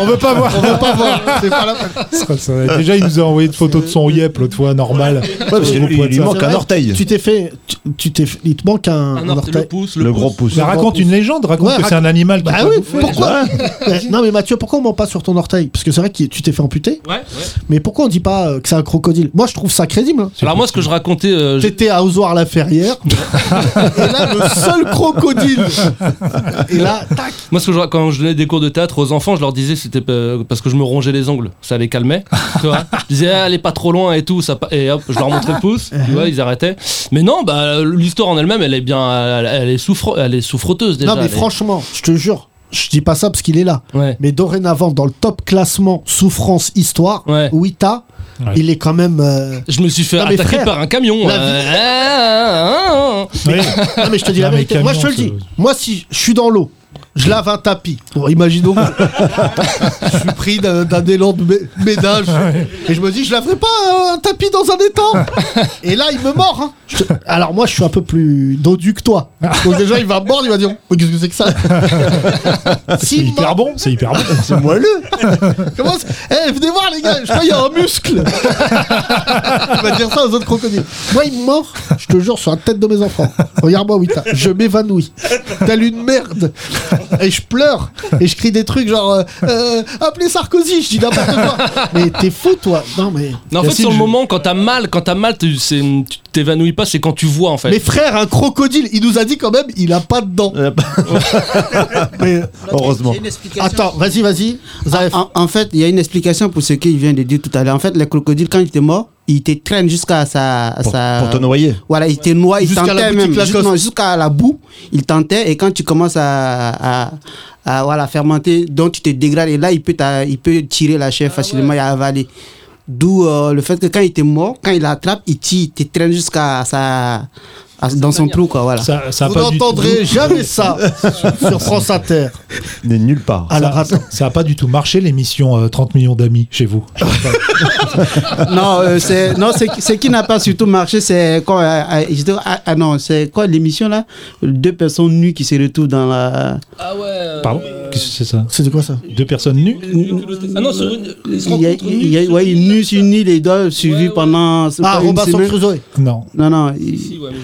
Speaker 5: on veut pas voir.
Speaker 4: on veut pas voir. C'est pas la peine.
Speaker 5: Déjà, il nous a envoyé une photo de son yep l'autre fois, normal. Ouais,
Speaker 7: parce que lui, il lui manque
Speaker 4: C'est
Speaker 7: un
Speaker 4: vrai,
Speaker 7: orteil.
Speaker 4: Tu t'es fait, tu- tu t'es, fait- il te manque un,
Speaker 6: Un
Speaker 4: un
Speaker 6: orteil, le pouce, le,
Speaker 7: Le
Speaker 6: pouce.
Speaker 7: gros pouce.
Speaker 5: Mais raconte une légende, raconte
Speaker 4: Ouais,
Speaker 5: que c'est
Speaker 4: raconte-
Speaker 5: un animal qui
Speaker 4: Bah
Speaker 5: t'a
Speaker 4: oui,
Speaker 5: bouffé.
Speaker 4: pourquoi Ouais, Non mais Mathieu, pourquoi on ment pas sur ton orteil Parce que c'est vrai que tu t'es fait amputer,
Speaker 6: Ouais, ouais.
Speaker 4: mais pourquoi on dit pas euh, que c'est un crocodile Moi je trouve ça crédible. hein.
Speaker 6: Alors moi, ce que je racontais, euh, je-
Speaker 4: J'étais à ozoir la ferrière et là le seul crocodile et là tac
Speaker 6: moi, ce que je, quand je donnais des cours de théâtre aux enfants, je leur disais c'était euh, parce que je me rongeais les ongles, ça les calmait. tu vois. je disais ah, allez pas trop loin et tout, ça pa- et hop, je leur montrais le pouce, tu vois, ils arrêtaient. Mais non, bah l'histoire en elle-même, elle est bien, elle, elle est souffre, elle est souffroteuse déjà.
Speaker 4: Non mais
Speaker 6: elle est-
Speaker 4: franchement, je te jure, Je dis pas ça parce qu'il est là. Mais dorénavant, dans le top classement souffrance-histoire, Wita,
Speaker 6: Ouais.
Speaker 4: il est quand même. euh,
Speaker 6: Je me suis fait
Speaker 4: Non, mais
Speaker 6: attaquer
Speaker 4: frère,
Speaker 6: par un camion.
Speaker 4: la
Speaker 6: euh,
Speaker 4: vie-
Speaker 6: ah, ah, ah, ah.
Speaker 5: Oui.
Speaker 4: Non, mais je te dis la
Speaker 5: Non, mais
Speaker 4: vérité. Moi, je te le
Speaker 5: camion,
Speaker 4: dis. Moi, si je suis dans l'eau, je lave un tapis. Bon, imaginons. je suis pris d'un d'un élan de mé- ménage. Et je me dis, je laverai pas euh, un tapis dans un étang. Et là, il me mord. hein. Je te- Alors, moi, je suis un peu plus dodu que toi. Donc, déjà, il va me mordre, il va dire, Oh, qu'est-ce que c'est que ça
Speaker 5: C'est
Speaker 4: Si,
Speaker 5: hyper bon, c'est hyper bon.
Speaker 4: C'est moelleux. Comment c'est- Eh, venez voir, les gars, je crois qu'il y a un muscle. Il va dire ça aux autres crocodiles. Moi, il me mord, je te jure, sur la tête de mes enfants. Regarde-moi, Wita, je m'évanouis. Telle une merde. Et je pleure. Et je crie des trucs genre euh, euh, Appelez Sarkozy, je dis n'importe quoi. Mais t'es fou, toi. Non, mais.
Speaker 6: Non, en fait,
Speaker 5: Yacine,
Speaker 6: sur le
Speaker 5: je-
Speaker 6: moment, quand t'as mal, quand t'as mal, tu c'est- tu t'évanouis pas, c'est quand tu vois en fait.
Speaker 4: Mais frère, un crocodile, il nous a dit quand même, il a pas de dents.
Speaker 5: Euh,
Speaker 4: Mais-
Speaker 7: Heureusement.
Speaker 10: J'ai une explication.
Speaker 4: Attends, vas-y, vas-y.
Speaker 5: Ah,
Speaker 4: Zaref.
Speaker 10: En, en fait, il y a une explication pour ce qu'il vient de dire tout à l'heure. En fait, le crocodile, quand il te mord, il te traîne jusqu'à sa, à
Speaker 7: Pour,
Speaker 10: sa-
Speaker 7: pour te noyer.
Speaker 10: Voilà, il te noie, il
Speaker 4: Jusqu'à la
Speaker 10: t'enterre
Speaker 4: boutique
Speaker 10: même.
Speaker 4: Lacoste.
Speaker 10: Jus- non, Jusqu'à la boue, il t'enterre et quand tu commences à, à, à, voilà, fermenter, donc tu te dégrades et là, il peut, t'a- il peut tirer la chair facilement et avaler. D'où euh, le fait que quand il te mord, quand il l'attrape, il, tire, il te traîne jusqu'à sa. à- dans son trou, quoi, voilà.
Speaker 5: Ça, ça a
Speaker 4: Vous
Speaker 5: ah, pas du tout-
Speaker 4: n'entendrez jamais ça sur France Inter.
Speaker 7: N'est nulle part.
Speaker 4: Alors,
Speaker 5: ça,
Speaker 4: attends.
Speaker 5: ça a pas du tout marché l'émission euh, 30 millions d'amis chez vous.
Speaker 10: Non, euh, c'est non, c'est ce qui n'a pas surtout marché, c'est quand euh, euh, je dis- ah, ah non, c'est quoi l'émission là Deux personnes nues qui se retrouvent dans la.
Speaker 6: Ah ouais.
Speaker 5: Pardon Qu'est-ce que c'est ça
Speaker 4: C'est de quoi ça
Speaker 5: Deux personnes nues
Speaker 6: Ah non, sur une.
Speaker 10: Il y a, il y a- ouais, une nue sur une île et doivent suivis pendant. c'est
Speaker 4: Ah,
Speaker 10: pas une
Speaker 4: Robinson
Speaker 10: semaine.
Speaker 4: Crusoe.
Speaker 5: Non.
Speaker 10: Non, non. il-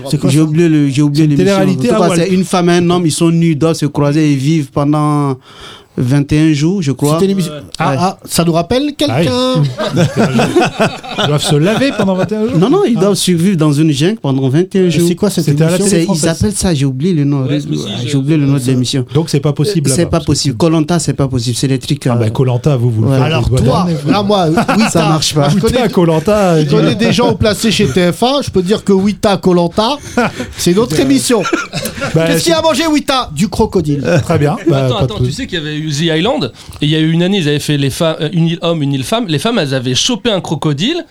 Speaker 4: C'est quoi
Speaker 10: J'ai oublié le, j'ai oublié
Speaker 5: C'est une
Speaker 10: l'émission.
Speaker 5: télé-réalité
Speaker 10: En tout
Speaker 5: à
Speaker 10: cas,
Speaker 5: Walt.
Speaker 10: c'est une femme et un homme, ils sont nus, doivent se croiser et vivre pendant 21 jours, je crois.
Speaker 4: C'était l'émission. Ah, ah, ça nous rappelle quelqu'un
Speaker 5: Ils doivent se laver pendant 21 jours.
Speaker 10: Non, non, ils doivent survivre dans une jungle pendant 21 jours.
Speaker 4: Ah. C'est quoi cette
Speaker 5: C'était à la
Speaker 4: émission
Speaker 5: télé.
Speaker 10: C'est-
Speaker 5: française
Speaker 10: Ils appellent ça, j'ai oublié le nom,
Speaker 6: Ouais, c'est possible,
Speaker 10: ah,
Speaker 6: j'ai-
Speaker 10: j'ai oublié le nom de l'émission.
Speaker 5: Donc c'est pas possible
Speaker 10: C'est
Speaker 5: là-bas.
Speaker 10: pas possible. Colanta, c'est pas possible. C'est des trucs.
Speaker 5: Ah
Speaker 10: euh,
Speaker 5: bah Colanta, vous vous Bah, le
Speaker 10: Ouais.
Speaker 5: faites.
Speaker 4: Alors toi, là moi, Wita,
Speaker 10: Ça marche pas.
Speaker 4: Je connais,
Speaker 5: Colanta,
Speaker 4: je connais des gens placés chez TF1, je peux dire que Wita Colanta, c'est une autre émission.
Speaker 5: Bah,
Speaker 4: Qu'est-ce qu'il y a à manger Wita Du
Speaker 6: Euh,
Speaker 4: crocodile.
Speaker 5: Très bien. Bah,
Speaker 6: attends,
Speaker 5: pas de
Speaker 6: attends, tu
Speaker 5: problème.
Speaker 6: sais qu'il y avait eu The Island, et il y a eu une année, ils avaient fait les femmes, euh, une île homme, une île femme. Les femmes, elles avaient chopé un crocodile,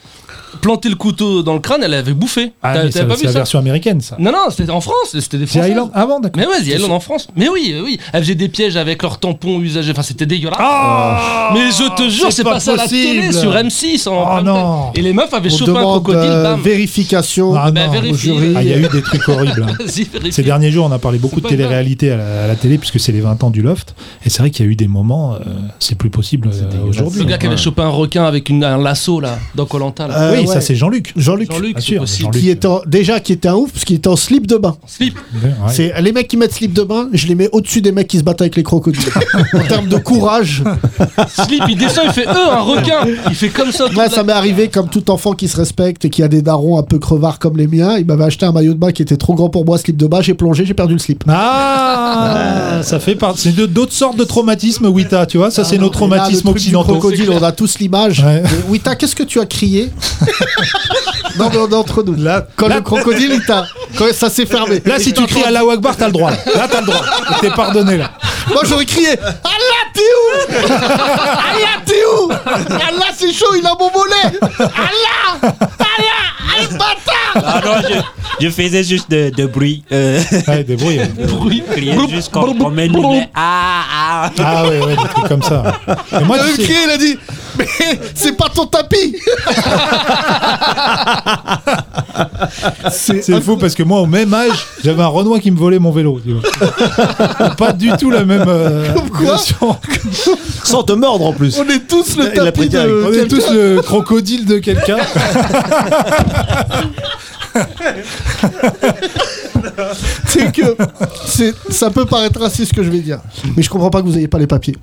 Speaker 6: planté le couteau dans le crâne, elles l'avaient bouffé.
Speaker 5: Ah,
Speaker 6: T'as-
Speaker 5: mais
Speaker 6: T'avais
Speaker 5: ça,
Speaker 6: pas
Speaker 5: c'est
Speaker 6: vu
Speaker 5: la
Speaker 6: ça
Speaker 5: version américaine, ça.
Speaker 6: Non, non, c'était en France, c'était des
Speaker 5: C'est
Speaker 6: Français.
Speaker 4: Ah
Speaker 5: Island avant, d'accord.
Speaker 6: Mais ouais, The Island en France. Mais oui, euh, oui. Elles faisaient des pièges avec leurs tampons usagés. Enfin, c'était dégueulasse.
Speaker 4: Ah,
Speaker 6: mais je te jure, c'est
Speaker 5: Ah, pas
Speaker 6: pas ça la télé
Speaker 5: possible.
Speaker 6: sur M6. En
Speaker 5: Oh
Speaker 6: prime time.
Speaker 5: non.
Speaker 6: Et les meufs avaient
Speaker 4: On
Speaker 6: chopé un
Speaker 4: demande
Speaker 6: crocodile,
Speaker 4: euh,
Speaker 6: bam.
Speaker 4: vérification.
Speaker 5: Ah,
Speaker 6: Bah,
Speaker 5: non,
Speaker 6: vérifie,
Speaker 5: au jury,
Speaker 6: euh.
Speaker 5: il y a eu des trucs horribles. hein.
Speaker 6: Vas-y, vérifie.
Speaker 5: Ces derniers jours, on a parlé beaucoup de
Speaker 6: pas grave.
Speaker 5: télé-réalité à la, à la télé, puisque c'est les 20 ans du Loft. Et c'est vrai qu'il y a eu des moments, euh, c'est plus possible euh, aujourd'hui.
Speaker 6: Le gars qui avait chopé un requin avec une- un lasso là, dans Colanta. là.
Speaker 4: Euh,
Speaker 5: oui,
Speaker 4: ouais.
Speaker 5: ça c'est Jean-Luc.
Speaker 4: Jean-Luc,
Speaker 6: Jean-Luc,
Speaker 5: Bien
Speaker 6: c'est
Speaker 5: sûr,
Speaker 6: possible.
Speaker 5: Jean-Luc.
Speaker 4: qui est en- déjà qui était un ouf parce qu'il était en slip de bain.
Speaker 6: Slip.
Speaker 5: Ouais, ouais.
Speaker 4: C'est les mecs qui mettent slip de bain, je les mets au-dessus des mecs qui se battent avec les crocodiles. en termes de courage,
Speaker 6: Slip, il descend, il fait euh, un requin. Il fait comme ça.
Speaker 4: Moi,
Speaker 6: toute la-
Speaker 4: ça m'est arrivé comme tout enfant qui se respecte et qui a des darons un peu crevards comme les miens. Il m'avait acheté un maillot de bain qui était trop grand pour moi, slip de bain. J'ai plongé, j'ai perdu le slip.
Speaker 5: Ah, ça fait partie. C'est de- d'autres sortes de traumatismes, Wita, tu vois. Ça, c'est
Speaker 4: Ah
Speaker 5: nos
Speaker 4: Là, le
Speaker 5: traumatismes
Speaker 4: truc du
Speaker 5: occidentaux.
Speaker 4: crocodile, on a tous l'image.
Speaker 5: Ouais.
Speaker 4: Mais Wita, qu'est-ce que tu as crié Non, mais on est entre nous.
Speaker 5: Là-
Speaker 4: quand
Speaker 5: là-
Speaker 4: le crocodile, il t'a- quand ça s'est fermé.
Speaker 5: Là, si tu cries à la Wagbar, t'as le droit. Là, t'as le droit. T'es pardonné, là.
Speaker 4: Moi, j'aurais crié Allah, t'es où Allah, t'es où Allah, c'est chaud, il a mon mollet Allah Allah Aïe, bâtard
Speaker 8: Ah non, je, je faisais juste de, de bruit. Euh,
Speaker 5: Ouais, débrouille.
Speaker 8: bruit. juste comme, comme un humain. Ah, ah.
Speaker 5: Ah, ouais, ouais, des trucs comme ça. Et Ah, moi,
Speaker 4: Il a eu
Speaker 5: tu
Speaker 4: le
Speaker 5: sais,
Speaker 4: crié, il a dit Mais c'est pas ton tapis
Speaker 5: c'est fou parce que moi, au même âge, j'avais un Renoir qui me volait mon vélo. tu vois. Pas du tout la même. euh,
Speaker 4: quoi
Speaker 5: notion.
Speaker 7: Sans te mordre en plus.
Speaker 4: On est tous le
Speaker 7: Il l'a
Speaker 4: tapis
Speaker 7: pris direct.
Speaker 5: On
Speaker 4: de
Speaker 5: est tous le crocodile de quelqu'un.
Speaker 4: C'est que c'est, ça peut paraître ainsi ce que je vais dire, mais je comprends pas que vous ayez pas les papiers.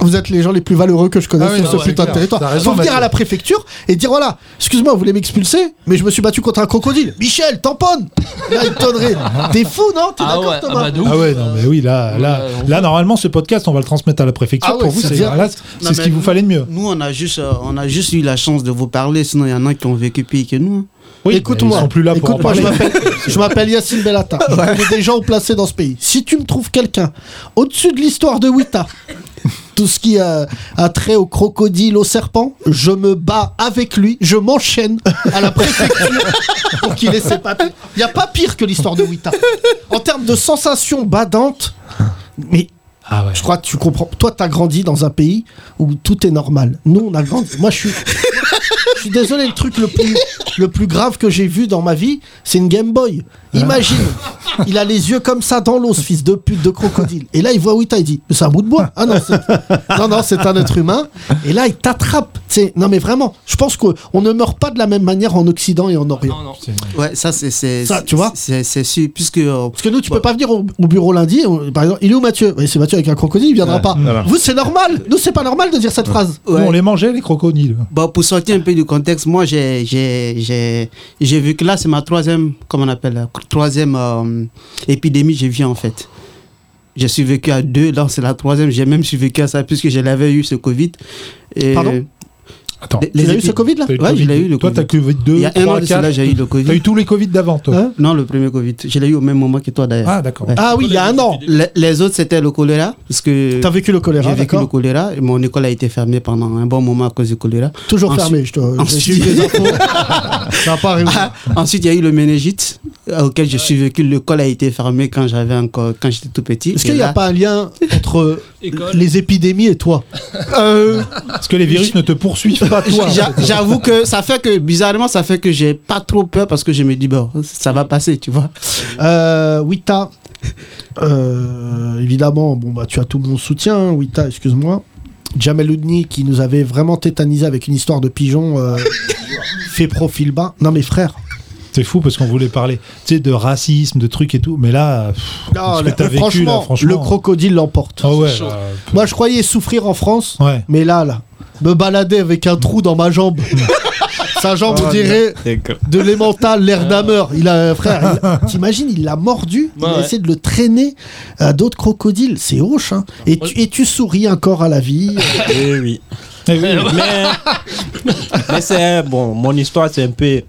Speaker 4: Vous êtes les gens les plus valeureux que je connaisse
Speaker 5: Ah oui,
Speaker 4: sur
Speaker 5: non,
Speaker 4: ce
Speaker 5: ouais,
Speaker 4: putain de
Speaker 5: clair.
Speaker 4: territoire.
Speaker 5: T'as raison,
Speaker 4: Faut venir
Speaker 5: Mathieu.
Speaker 4: à la préfecture et dire voilà, excuse-moi, vous voulez m'expulser, mais je me suis battu contre un crocodile. Michel, tamponne Là, il tonnerait. T'es fou, non T'es
Speaker 6: Ah
Speaker 4: d'accord,
Speaker 6: ouais, ah
Speaker 4: Thomas
Speaker 6: bah de ouf.
Speaker 5: Ah ouais, non, mais oui, là, là,
Speaker 6: Ouais, on
Speaker 5: là, normalement, ce podcast, on va le transmettre à la préfecture.
Speaker 4: Ah ouais,
Speaker 5: pour vous,
Speaker 4: c'est
Speaker 5: c'est
Speaker 4: bien.
Speaker 5: voilà,
Speaker 10: Non,
Speaker 5: c'est ce
Speaker 10: mais
Speaker 5: qu'il vous
Speaker 10: nous-
Speaker 5: fallait de mieux.
Speaker 10: Nous, on a, juste, euh, on a juste eu la chance de vous parler, sinon il y en a qui ont vécu pire que nous. hein.
Speaker 5: Oui,
Speaker 4: Écoute-moi.
Speaker 5: ils sont plus là pour en
Speaker 4: Écoute-moi, je
Speaker 5: parler.
Speaker 4: m'appelle- Je m'appelle Yacine Bellata. Il y a des gens placés dans ce pays. Si tu me trouves quelqu'un au-dessus de l'histoire de Wita, tout ce qui a, a trait au crocodile, au serpent, je me bats avec lui, je m'enchaîne à la préfecture pour qu'il ait ses papiers. Il n'y a pas pire que l'histoire de Wita. En termes de sensations badantes, mais je crois que tu comprends. Toi, t'as grandi dans un pays où tout est normal. Nous, on a grandi. Moi, je suis. Je suis désolé, le truc le plus, le plus grave que j'ai vu dans ma vie, c'est une Game Boy. Imagine, il a les yeux comme ça dans l'eau, ce fils de pute de crocodile. Et là, il voit Wita, il dit C'est un bout de bois. Ah non, c'est- non, non, c'est un être humain. Et là, il t'attrape. Tu sais, Non, mais vraiment, je pense qu'on ne meurt pas de la même manière en Occident et en Orient.
Speaker 10: Ouais, ça, c'est. c'est-
Speaker 4: Ça,
Speaker 10: c'est-
Speaker 4: tu vois
Speaker 10: C'est c'est sûr, puisque. euh,
Speaker 4: Parce que nous, tu peux pas venir au, au bureau lundi. on- par exemple, il est où Mathieu Oui, C'est Mathieu avec un crocodile, il viendra
Speaker 7: Ouais,
Speaker 4: pas.
Speaker 7: voilà.
Speaker 4: Vous, c'est normal. Nous, c'est pas normal de dire cette phrase.
Speaker 5: Nous,
Speaker 10: ouais.
Speaker 5: on les mangeait, les crocodiles.
Speaker 10: Bon, bah, pour sortir un peu du contexte, moi, j'ai, j'ai, j'ai, j'ai vu que là, c'est ma troisième, comment on appelle, euh, troisième euh, épidémie que j'ai vue, en fait. J'ai survécu à deux, là, c'est la troisième. J'ai même survécu à ça, puisque je l'avais eu, ce Covid. Et
Speaker 4: Pardon
Speaker 5: Attends.
Speaker 10: les- les
Speaker 4: tu l'as eu
Speaker 10: épi-
Speaker 4: ce Covid là
Speaker 5: T'as eu le
Speaker 10: Ouais,
Speaker 5: Covid.
Speaker 10: je l'ai eu, le
Speaker 5: Toi,
Speaker 10: Covid.
Speaker 5: t'as Covid
Speaker 10: Il
Speaker 5: 2,
Speaker 10: y a un an
Speaker 5: 3,
Speaker 10: de cela,
Speaker 5: 4.
Speaker 10: j'ai eu le
Speaker 5: T'as
Speaker 10: Covid.
Speaker 5: eu tous les Covid d'avant, toi.
Speaker 4: Hein
Speaker 10: Non, le premier Covid. Je l'ai eu au même moment que toi, d'ailleurs.
Speaker 5: ah, d'accord.
Speaker 10: Ouais.
Speaker 4: Ah oui, il y a un an.
Speaker 10: Le- les autres, c'était le choléra, parce que
Speaker 4: T'as vécu le choléra,
Speaker 10: j'ai vécu
Speaker 4: d'accord
Speaker 10: le choléra. et Mon école a été fermée pendant un bon moment à cause du choléra.
Speaker 4: Toujours
Speaker 10: Ensuite-
Speaker 4: fermé, je te. j'ai
Speaker 10: ensuite-
Speaker 4: eu des infos. Ça n'a pas réussi.
Speaker 10: Ah, Ensuite, il y a eu le méningite euh, auquel je suis vécu. L'école a été fermée quand j'avais encore, quand j'étais tout petit.
Speaker 4: Est-ce
Speaker 10: Et
Speaker 4: qu'il n'y a
Speaker 10: là-
Speaker 4: pas un lien entre
Speaker 6: École.
Speaker 4: les épidémies et toi
Speaker 5: Parce que les virus ne te poursuivent pas, toi.
Speaker 10: J'a- J'avoue que ça fait que bizarrement ça fait que j'ai pas trop peur parce que je me dis bon ça va passer tu vois.
Speaker 4: euh, Wita, euh, évidemment, bon, bah, tu as tout mon soutien, hein, Wita, excuse-moi. Jamel Oudni qui nous avait vraiment tétanisé avec une histoire de pigeon euh, fait profil bas. Non mais frère,
Speaker 5: C'est fou parce qu'on voulait parler, tu sais, de racisme, de trucs et tout. Mais là, pff,
Speaker 4: Non,
Speaker 5: ce que
Speaker 4: le-
Speaker 5: t'as vécu, là, franchement.
Speaker 4: le crocodile l'emporte.
Speaker 5: Ah ouais.
Speaker 6: chaud.
Speaker 5: euh,
Speaker 4: Moi, je croyais souffrir en France,
Speaker 5: Ouais.
Speaker 4: mais là, là, me balader avec un trou dans ma jambe. Sa jambe,
Speaker 8: Oh,
Speaker 4: on dirait de l'émental,
Speaker 8: Ah.
Speaker 4: l'air d'ameur. Il a, euh, frère, il- t'imagines, il l'a mordu, il a
Speaker 6: Ouais, ouais.
Speaker 4: essayé de le traîner à d'autres crocodiles. C'est hoche, hein. Et tu, et tu souris encore à la vie.
Speaker 8: Eh oui.
Speaker 5: Eh oui.
Speaker 8: mais, mais c'est bon, mon histoire c'est un peu.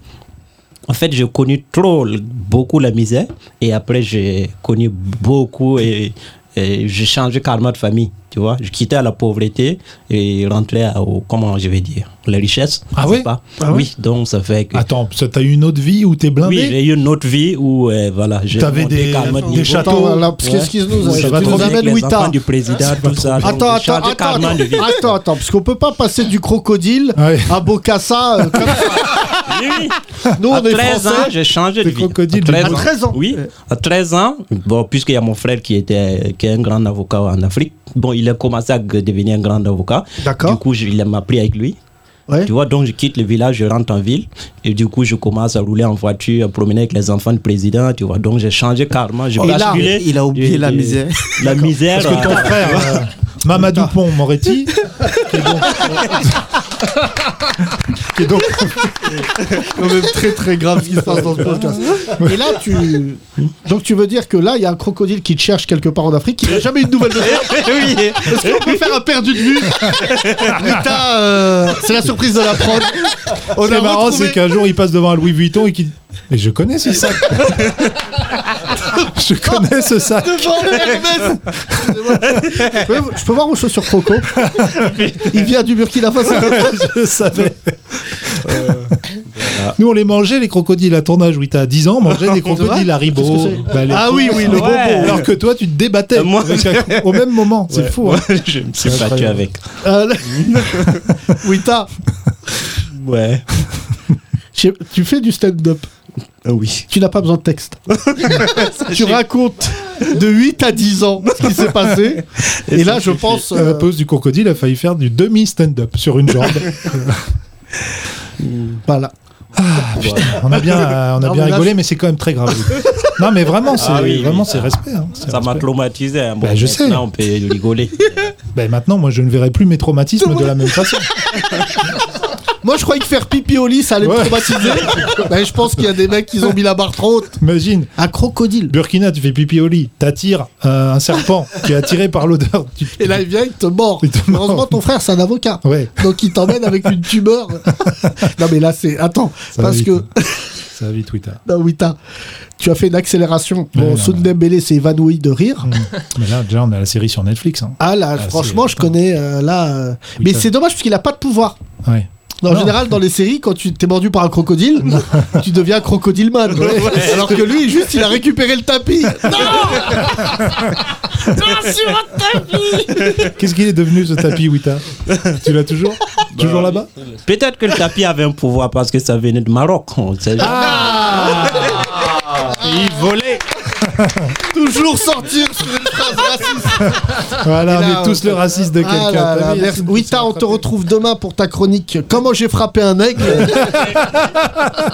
Speaker 8: En fait, j'ai connu trop le- beaucoup la misère et après j'ai connu beaucoup et, et j'ai changé carrément de famille. Tu vois, je quittais la pauvreté et rentrais à- au comment je vais dire la richesse.
Speaker 5: Ah
Speaker 8: je
Speaker 5: oui
Speaker 8: sais pas.
Speaker 5: Ah oui
Speaker 8: oui, donc ça fait que
Speaker 5: Attends, ça, t'as eu une autre vie où t'es
Speaker 8: oui,
Speaker 5: blindé
Speaker 8: j'ai eu une autre vie où euh, voilà, j'ai
Speaker 5: T'avais
Speaker 8: monté
Speaker 5: des-
Speaker 8: carrément de
Speaker 5: des
Speaker 8: niveau.
Speaker 5: chats
Speaker 4: Attends,
Speaker 5: Château.
Speaker 4: là, parce que
Speaker 8: Ouais.
Speaker 4: ce qu'ils nous
Speaker 5: Ça
Speaker 4: tu
Speaker 5: va
Speaker 4: nous
Speaker 5: trop vite,
Speaker 8: avec
Speaker 4: amènes
Speaker 8: les enfants
Speaker 4: Wita.
Speaker 8: du président, tout ça. donc
Speaker 4: Attends,
Speaker 8: j'ai
Speaker 4: attends,
Speaker 8: changé
Speaker 4: attends,
Speaker 8: carrément de vie.
Speaker 4: attends, attends, attends, parce qu'on peut pas passer du crocodile
Speaker 5: Ouais.
Speaker 4: à Bocassa euh, comme ça. Nous, on
Speaker 8: à
Speaker 4: est
Speaker 8: 13 ans,
Speaker 4: français.
Speaker 8: j'ai changé de
Speaker 5: Des
Speaker 8: vie.
Speaker 5: crocodiles,
Speaker 8: à
Speaker 5: des
Speaker 8: 13,
Speaker 4: À
Speaker 8: ans.
Speaker 4: 13 ans.
Speaker 8: Oui, à 13 ans. Bon, puisqu'il y a mon frère qui était qui est un grand avocat en Afrique. Bon, il a commencé à devenir un grand avocat.
Speaker 4: D'accord.
Speaker 8: Du coup, je- il m'a pris avec lui.
Speaker 4: Ouais.
Speaker 8: Tu vois, donc je quitte le village, je rentre en ville. Et du coup, je commence à rouler en voiture, à promener avec les enfants du président. Tu vois, donc j'ai changé carrément. J'ai
Speaker 4: Et là,
Speaker 8: basculé.
Speaker 10: il a oublié
Speaker 8: Et-
Speaker 10: la
Speaker 8: et-
Speaker 10: misère.
Speaker 8: La misère.
Speaker 5: Parce que ton
Speaker 8: euh,
Speaker 5: frère, euh, Mamadou Pont Moretti, qui est donc, qui est donc
Speaker 4: quand même très très grave ce qui se passe dans ce podcast. Et là, tu. Donc tu veux dire que là, il y a un crocodile qui te cherche quelque part en Afrique, qui n'a jamais eu de nouvelles de toi Est-ce qu'on peut faire un perdu de vue Putain, euh, c'est la surprise de la prod. On
Speaker 5: Ce qui
Speaker 4: a
Speaker 5: est marrant,
Speaker 4: retrouvé-
Speaker 5: c'est qu'un jour, il passe devant un Louis Vuitton et qu'il dit Mais je connais ce sac Je connais ce sac
Speaker 4: Devant Hermès. Excusez-moi. Je peux voir vos chaussures croco Il vient du Burkina Faso.
Speaker 5: Je savais Nous, on les mangeait, les crocodiles à tournage. Oui, t'as 10 ans, on mangeait des crocodiles à
Speaker 4: Qu'est-ce
Speaker 5: ribot.
Speaker 4: que c'est
Speaker 5: ah oui, oui, le
Speaker 8: bonbon.
Speaker 5: Alors que toi, tu te débattais
Speaker 8: Euh, moi-
Speaker 5: avec un- au même moment. C'est
Speaker 8: ouais,
Speaker 5: fou. hein.
Speaker 8: ouais, je me
Speaker 5: C'est
Speaker 8: suis battu
Speaker 5: incroyable.
Speaker 8: avec.
Speaker 4: Euh, le- Wita,
Speaker 8: Ouais.
Speaker 4: tu tu fais du stand-up.
Speaker 8: Ah Oui.
Speaker 4: tu n'as pas besoin de texte. tu racontes de 8 à 10 ans ce qui s'est passé. Et, là, je pense.
Speaker 5: À la
Speaker 4: euh,
Speaker 5: pause du crocodile, il a failli faire du demi-stand-up sur une jambe.
Speaker 4: voilà.
Speaker 5: on a bien, euh, on a
Speaker 4: Non,
Speaker 5: bien
Speaker 4: mais là,
Speaker 5: rigolé, mais c'est quand même très grave. non, mais vraiment, c'est
Speaker 8: Ah oui, oui.
Speaker 5: vraiment c'est respect. hein, c'est
Speaker 8: Ça m'a
Speaker 5: respect.
Speaker 8: traumatisé. hein. Bon,
Speaker 5: Bah, je sais.
Speaker 8: maintenant, on peut rigoler.
Speaker 5: Ben, maintenant, moi, je ne verrai plus mes traumatismes de la même façon.
Speaker 4: Moi, je croyais que faire pipi au lit, ça allait me
Speaker 5: Ouais.
Speaker 4: traumatiser. Mais je pense qu'il y a des mecs qui ont mis la barre trop haute.
Speaker 5: Imagine,
Speaker 4: Un crocodile.
Speaker 5: Burkina, tu fais pipi au lit, t'attires euh, un serpent, tu es attiré par l'odeur. Tu...
Speaker 4: Et là, il vient, il te mord.
Speaker 5: Il te mord.
Speaker 4: Heureusement, ton frère, c'est un avocat.
Speaker 5: Ouais.
Speaker 4: Donc, il t'emmène avec une tumeur. non, mais là, c'est. Attends.
Speaker 5: Ça va
Speaker 4: parce
Speaker 5: vite.
Speaker 4: que.
Speaker 5: Ça va vite, Wita.
Speaker 4: Non, oui, t'as- tu as fait une accélération.
Speaker 5: Ouais,
Speaker 4: Bon,
Speaker 5: non,
Speaker 4: Soun Dembélé s'est évanoui de rire.
Speaker 5: Mais là, déjà, on a la série sur Netflix. hein.
Speaker 4: Ah là,
Speaker 5: c'est-
Speaker 4: franchement, je connais euh, là. euh,
Speaker 5: Oui,
Speaker 4: mais
Speaker 5: ça-
Speaker 4: c'est dommage parce qu'il a pas de pouvoir.
Speaker 5: Ouais.
Speaker 4: En
Speaker 5: Non.
Speaker 4: général, dans les séries, quand tu t'es mordu par un crocodile, tu deviens crocodile man. Alors que lui, juste, il a récupéré le tapis.
Speaker 5: Bah Qu'est-ce qu'il est devenu, ce tapis, Wita Tu l'as toujours Toujours là-bas
Speaker 8: Peut-être que le tapis avait un pouvoir parce que ça venait de Maroc. On sait jamais.
Speaker 3: Il volait.
Speaker 9: Toujours sortir sur une phrase raciste.
Speaker 5: Voilà,
Speaker 4: Et là,
Speaker 5: on est tous
Speaker 4: on-
Speaker 5: le raciste de hein,
Speaker 4: Ah
Speaker 5: quelqu'un.
Speaker 4: là
Speaker 5: T'as
Speaker 4: là,
Speaker 5: vu
Speaker 4: merci. Wita, on te retrouve demain pour ta chronique Comment j'ai frappé un aigle Ah,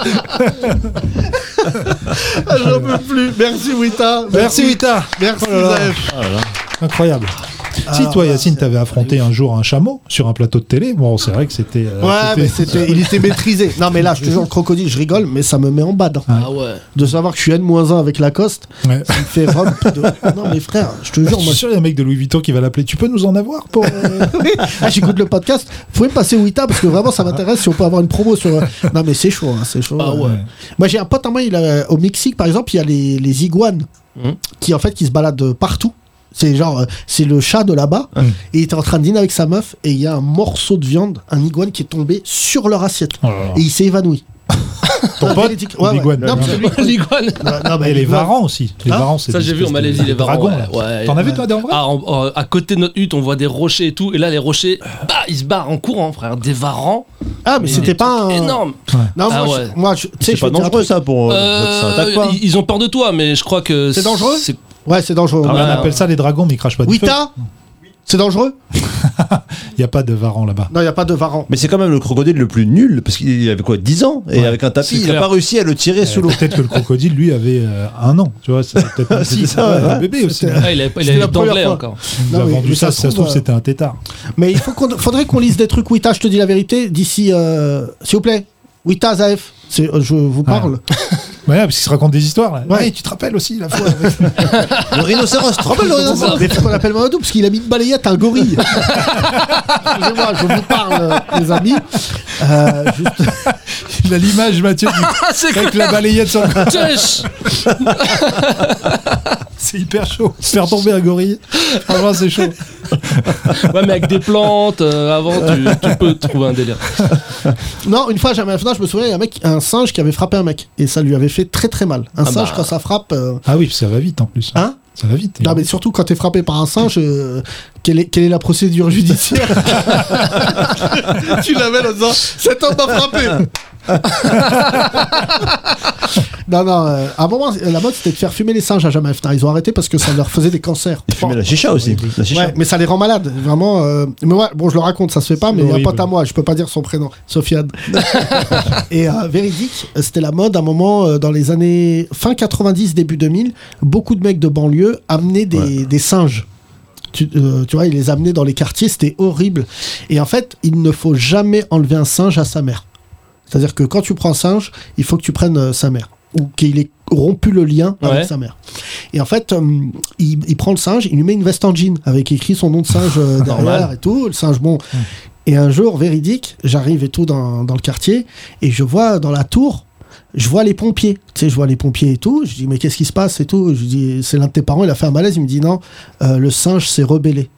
Speaker 4: J'en peux plus. Merci Wita.
Speaker 5: Merci, Wita
Speaker 4: Merci
Speaker 5: Oh là là.
Speaker 4: Zef.
Speaker 5: Incroyable. si toi, Yacine, t'avais affronté un jour un chameau sur un plateau de télé, bon, c'est vrai que c'était. euh,
Speaker 4: Ouais, mais c'était, il était maîtrisé. Non, mais là, je te jure, le crocodile, je rigole, mais ça me met en bad. hein.
Speaker 5: Ah
Speaker 6: ouais.
Speaker 4: De savoir que je suis N-1 avec Lacoste,
Speaker 5: Ouais.
Speaker 4: il me fait robe de- Non, mais frère, je te
Speaker 5: Je
Speaker 4: jure, moi.
Speaker 5: suis sûr, il y a un mec de Louis Vuitton qui va l'appeler. Tu peux nous en avoir pour. euh,
Speaker 4: Ah, j'écoute le podcast. Vous pouvez me passer Wita parce que vraiment, ça m'intéresse si on peut avoir une promo sur. euh, Non, mais c'est chaud, hein, c'est chaud.
Speaker 6: Ah ouais.
Speaker 4: Moi, j'ai un pote en main, il a- au Mexique, par exemple, il y a les, les iguanes
Speaker 6: Mhm.
Speaker 4: qui, en fait, qui se baladent partout. C'est genre, euh, c'est le chat de là-bas. Et il était en train de dîner avec sa meuf et il y a un morceau de viande, un iguane qui est tombé sur leur assiette.
Speaker 5: Oh là là.
Speaker 4: Et il s'est évanoui. Ton
Speaker 5: pote ou l'iguane
Speaker 4: Non, parce que lui-
Speaker 6: L'iguane.
Speaker 4: non, mais
Speaker 5: Et les
Speaker 4: l'iguane-
Speaker 5: varans aussi. Les
Speaker 4: Ah,
Speaker 5: varans, c'est
Speaker 6: ça,
Speaker 5: des
Speaker 6: j'ai vu en
Speaker 5: espèces de-
Speaker 6: Malaisie, les varans,
Speaker 5: dragons,
Speaker 6: ouais.
Speaker 5: là.
Speaker 6: Ouais,
Speaker 5: T'en as vu,
Speaker 6: ouais.
Speaker 5: toi, des en vrai
Speaker 6: Ah, en- en- à côté de notre hutte, on voit des rochers et tout. Et là, les rochers, bah, ils se barrent en courant, frère. Des varans.
Speaker 4: Ah, mais
Speaker 6: des
Speaker 4: c'était pas un.
Speaker 6: trucs énormes.
Speaker 4: Non, moi,
Speaker 6: Ah
Speaker 4: je-
Speaker 6: ouais.
Speaker 4: moi, je- tu sais,
Speaker 7: C'est
Speaker 4: je vais
Speaker 7: pas
Speaker 4: te dire un
Speaker 7: dangereux
Speaker 4: truc.
Speaker 7: ça pour.
Speaker 6: Euh,
Speaker 7: ça attaque pas.
Speaker 6: ils ils ont peur de toi, mais je crois que.
Speaker 4: C'est dangereux
Speaker 6: c'est-
Speaker 4: Ouais, c'est dangereux.
Speaker 5: On
Speaker 6: Ah ouais.
Speaker 5: appelle ça les dragons, mais ils crachent pas du feu.
Speaker 4: Wita C'est dangereux
Speaker 5: Il n'y a pas de varans là-bas.
Speaker 4: Non, il n'y a pas de varan.
Speaker 7: Mais c'est quand même le crocodile le plus nul parce qu'il avait quoi 10 ans et
Speaker 5: Ouais.
Speaker 7: avec un
Speaker 6: C'est
Speaker 7: tapis, il a
Speaker 6: clair.
Speaker 7: pas réussi à le tirer
Speaker 5: Euh,
Speaker 7: sous l'eau.
Speaker 5: Peut-être que le crocodile, lui, avait euh, un an. Tu vois, c'est peut-être
Speaker 7: C'est ça,
Speaker 5: Ah, ouais,
Speaker 7: ouais.
Speaker 5: un bébé aussi.
Speaker 6: Ah, il avait, il
Speaker 4: C'était
Speaker 6: avait
Speaker 4: la
Speaker 6: d'anglais
Speaker 4: première fois.
Speaker 6: encore.
Speaker 5: Il nous
Speaker 4: Non,
Speaker 5: a
Speaker 4: mais- mais
Speaker 5: vendu ça. Si ça se trouve,
Speaker 4: euh,
Speaker 5: c'était un tétard.
Speaker 4: Mais il faut qu'on, faudrait qu'on lise des trucs Wita, je te dis la vérité, d'ici. euh, S'il vous plaît, Wita Zaef, c'est, euh, je vous parle.
Speaker 5: Ouais, parce qu'il se raconte des histoires. Là.
Speaker 4: Ouais.
Speaker 5: Ouais, tu te rappelles aussi la fois. avec-
Speaker 7: Le rhinocéros, te rappelles le
Speaker 4: Non,
Speaker 7: rhinocéros
Speaker 4: non, mais faut qu'on appelle Mamadou parce qu'il a mis une balayette à un gorille. Excusez-moi, je vous parle, euh, les amis. Euh, juste-
Speaker 5: Il a l'image, Mathieu, du-
Speaker 6: Ah, c'est
Speaker 5: avec la balayette sur le-
Speaker 6: Tush
Speaker 5: C'est hyper chaud. Se faire tomber un gorille. Franchement, c'est chaud.
Speaker 6: Ouais, mais avec des plantes, euh, avant, tu, tu peux trouver un délire.
Speaker 4: Non, une fois, j'avais un je me souviens, il y a un mec, un singe qui avait frappé un mec et ça lui avait fait très très mal.
Speaker 9: Ah
Speaker 4: Un
Speaker 9: bah.
Speaker 4: singe, quand ça frappe. euh,
Speaker 5: Ah oui, ça va vite en plus.
Speaker 4: Hein
Speaker 5: Ça va vite.
Speaker 4: Non, mais surtout quand t'es frappé par un singe, euh, quelle, est, quelle est la procédure judiciaire
Speaker 9: tu l'amènes en disant Cet homme m'a frappé.
Speaker 4: Non, non, euh, à un moment, euh, la mode c'était de faire fumer les singes à jamais. Enfin, Ils ont arrêté parce que ça leur faisait des cancers.
Speaker 7: Il fumait la chicha aussi. La chicha.
Speaker 4: Ouais, mais ça les rend malades, vraiment. euh, Mais moi, bon, je le raconte, ça se fait pas, mais il y a un
Speaker 5: horrible.
Speaker 4: pote à moi, je peux pas dire son prénom, Sofiane. et euh, véridique, c'était la mode à un moment euh, dans les années fin 90, début 2000, beaucoup de mecs de banlieue amenaient des, des singes. Tu, euh, tu vois, ils les amenaient dans les quartiers, c'était horrible. Et en fait, il ne faut jamais enlever un singe à sa mère. C'est-à-dire que quand tu prends un singe, il faut que tu prennes euh, sa mère. Ou qu'il ait rompu le lien
Speaker 6: Ouais.
Speaker 4: avec sa mère. Et en fait, euh, il, il prend le singe, il lui met une veste en jean avec écrit son nom de singe euh, derrière et tout. Le singe, bon. Et un jour, véridique, j'arrive et tout dans, dans le quartier et je vois dans la tour. Je vois les pompiers, tu sais, je vois les pompiers et tout. Je dis, mais qu'est-ce qui se passe et tout. Je dis, c'est l'un de tes parents, il a fait un malaise. Il me dit, non, euh, le singe s'est rebellé.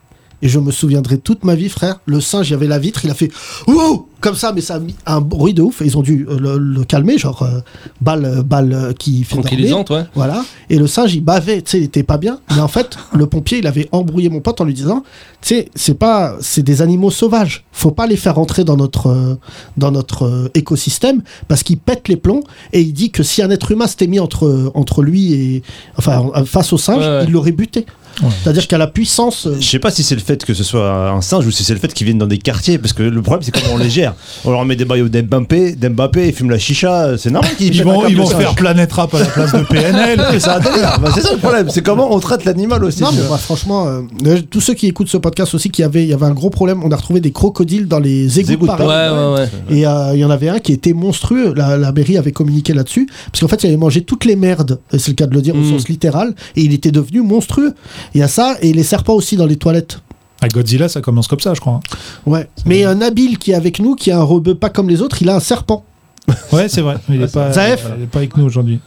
Speaker 4: Et je me souviendrai toute ma vie, frère. Le singe, il y avait la vitre, il a fait Ouh Comme ça, mais ça a mis un bruit de ouf. Et Ils ont dû euh, le, le calmer, genre euh, balle, euh, balle euh, qui fait dormir.
Speaker 6: Tranquillisante, ouais.
Speaker 4: Voilà. Et le singe, il bavait, tu sais, il était pas bien. Mais en fait, le pompier, il avait embrouillé mon pote en lui disant, tu sais, c'est pas, c'est des animaux sauvages. Faut pas les faire rentrer dans notre, euh, dans notre euh, écosystème parce qu'ils pètent les plombs. Et il dit que si un être humain s'était mis entre, entre lui et, enfin, en- face au singe,
Speaker 6: Ouais, ouais.
Speaker 4: il l'aurait buté. C'est-à-dire qu'à la puissance. euh,
Speaker 7: Je sais pas si c'est le fait que ce soit un singe ou si c'est le fait qu'ils viennent dans des quartiers, parce que le problème c'est comment on les gère. On leur met des maillots d'Mbappé, d'Mbappé, ils fument la chicha, c'est normal qu'ils
Speaker 5: Ils
Speaker 7: pètent un
Speaker 5: vont,
Speaker 7: câble
Speaker 5: ils
Speaker 7: de
Speaker 5: vont
Speaker 7: singe.
Speaker 5: faire Planète Rap à la place de PNL.
Speaker 7: Ouais, mais c'est un délire. Bah, c'est ça le problème, c'est comment on traite l'animal aussi.
Speaker 4: Non,
Speaker 7: tu
Speaker 4: mais
Speaker 7: vois.
Speaker 4: moi, franchement, euh, euh, tous ceux qui écoutent ce podcast aussi, qui avait, il y avait un gros problème. On a retrouvé des crocodiles dans les égouts de
Speaker 7: égouts de
Speaker 4: Paris.
Speaker 6: Ouais, ouais, ouais.
Speaker 4: Et euh, il y en avait un qui était monstrueux. La, la mairie avait communiqué là-dessus. Parce qu'en fait, il avait mangé toutes les merdes. et C'est le cas de le dire au
Speaker 6: Mm.
Speaker 4: sens littéral. Et il était devenu monstrueux. Il y a ça. Et les serpents aussi dans les toilettes.
Speaker 5: À Ah, Godzilla, ça commence comme ça, je crois.
Speaker 4: Ouais. Mais un Nabil qui est avec nous, qui a un rebeu pas comme les autres, il a un serpent.
Speaker 5: hein. Ouais, c'est vrai. Il est pas,
Speaker 4: Zaef
Speaker 5: il est pas avec nous aujourd'hui.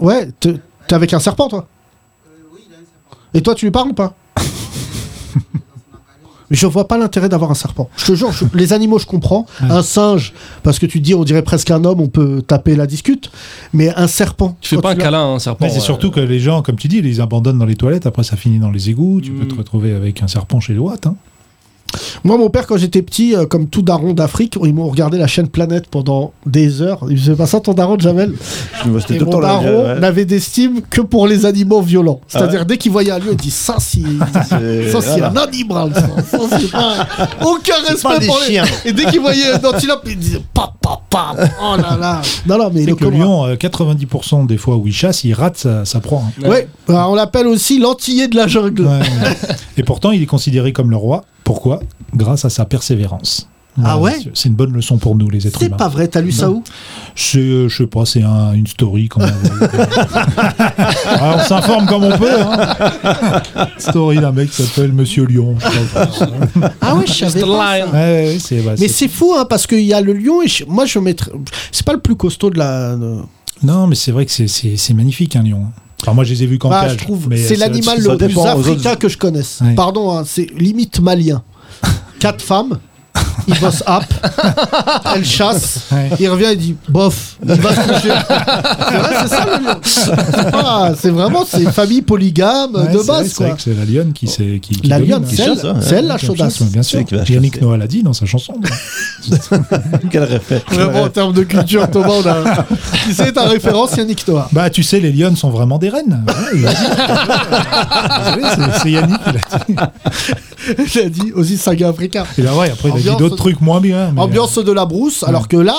Speaker 4: Ouais, te- t'es avec un serpent, toi Et toi, tu lui parles ou pas Je vois pas l'intérêt d'avoir un serpent. Je te jure, je- les animaux, je comprends. Un singe, parce que tu dis, on dirait presque un homme, on peut taper la discute. Mais un serpent.
Speaker 6: Tu fais
Speaker 4: quand
Speaker 6: pas un
Speaker 4: l'as-
Speaker 6: câlin à un serpent.
Speaker 5: Mais c'est
Speaker 6: euh,
Speaker 5: surtout que les gens, comme tu dis, ils abandonnent dans les toilettes. Après, ça finit dans les égouts. Tu peux te retrouver avec un serpent chez les Watt. Hein.
Speaker 4: Moi, mon père, quand j'étais petit, euh, comme tout daron d'Afrique, ils m'ont regardé la chaîne Planète pendant des heures. Ils faisaient pas ça, ton daron, Jamel
Speaker 7: Je me vois, c'était
Speaker 4: Et
Speaker 7: tout le
Speaker 4: mon
Speaker 7: temps là,
Speaker 4: daron
Speaker 7: ouais. Ah
Speaker 4: n'avait d'estime que pour les animaux violents. C'est-à-dire, dès qu'il voyait un lieu, il dit ça, si.
Speaker 7: C'est-
Speaker 4: Ça, c'est
Speaker 7: voilà.
Speaker 4: un animal, ça. Ça, c'est pas- Aucun respect
Speaker 7: pas des
Speaker 4: pour
Speaker 7: chiens.
Speaker 4: les... Et dès qu'il voyait un antilope, il disait papa, papa. Oh là là. Non, non, mais
Speaker 5: C'est
Speaker 4: le
Speaker 5: que le
Speaker 4: cobra-
Speaker 5: lion, euh, 90% des fois où il chasse, il rate sa, sa proie. hein.
Speaker 4: Ouais, bah, on l'appelle aussi l'antillé de la jungle.
Speaker 5: Ouais, ouais. Et pourtant, il est considéré comme le roi. Pourquoi Grâce à sa persévérance.
Speaker 4: Ah ouais
Speaker 5: monsieur. C'est une bonne leçon pour nous, les êtres
Speaker 4: C'est
Speaker 5: humains.
Speaker 4: pas vrai, t'as lu ça
Speaker 5: Non.
Speaker 4: où
Speaker 5: C'est, euh, je sais pas, c'est un- une story qu'on m'a envoyée. Ah, on s'informe comme on peut. hein. Story d'un mec qui s'appelle Monsieur Lion. je sais pas.
Speaker 4: Ah ouais, je savais pas ça.
Speaker 5: Ouais, ouais, c'est, bah,
Speaker 4: Mais
Speaker 5: c'est-
Speaker 4: c'est fou, hein, parce qu'il y a le lion et je- moi je mettrais. C'est pas le plus costaud de la. de-
Speaker 5: Non, mais c'est vrai que c'est, c'est- c'est magnifique un lion. Enfin, moi, je les ai vus qu'en
Speaker 4: Bah,
Speaker 5: cage,
Speaker 4: je trouve.
Speaker 5: mais
Speaker 4: C'est
Speaker 5: ça-
Speaker 4: l'animal
Speaker 5: ça
Speaker 4: le plus
Speaker 5: dépend aux autres.
Speaker 4: africain que je connaisse.
Speaker 5: Ouais.
Speaker 4: Pardon, hein, c'est limite malien. Quatre femmes. Il bosse app, elle chasse,
Speaker 5: Ouais.
Speaker 4: il revient et dit bof, il va se coucher. c'est vrai, c'est ça le lion. C'est pas- C'est vraiment, c'est une famille polygame
Speaker 5: Ouais,
Speaker 4: de
Speaker 5: c'est vrai,
Speaker 4: base
Speaker 5: c'est
Speaker 4: quoi.
Speaker 5: vrai que c'est la lionne qui, s'est- qui, qui
Speaker 4: La
Speaker 5: domine,
Speaker 4: lionne,
Speaker 5: hein.
Speaker 4: c'est elle,
Speaker 7: chasse, hein,
Speaker 4: c'est elle la
Speaker 5: Qui chasse,
Speaker 4: chaudasse.
Speaker 5: ouais, bien
Speaker 7: C'est
Speaker 5: sûr.
Speaker 7: elle qui va
Speaker 5: Yannick
Speaker 7: chasser.
Speaker 5: Noah l'a dit dans sa chanson.
Speaker 7: Quel réflexe.
Speaker 4: Vraiment en termes de culture, Thomas, on a. Tu sais, ta référence, Yannick Noah.
Speaker 5: Bah, tu sais, les lionnes sont vraiment des reines. Ouais, il l'a dit. Vous savez, c'est- c'est Yannick qui l'a dit.
Speaker 4: J'ai dit aussi saga africain.
Speaker 5: Et là, ouais, après, il a dit
Speaker 4: Ambiance-
Speaker 5: d'autres trucs moins bien. mais-
Speaker 4: Ambiance de la brousse, alors que là,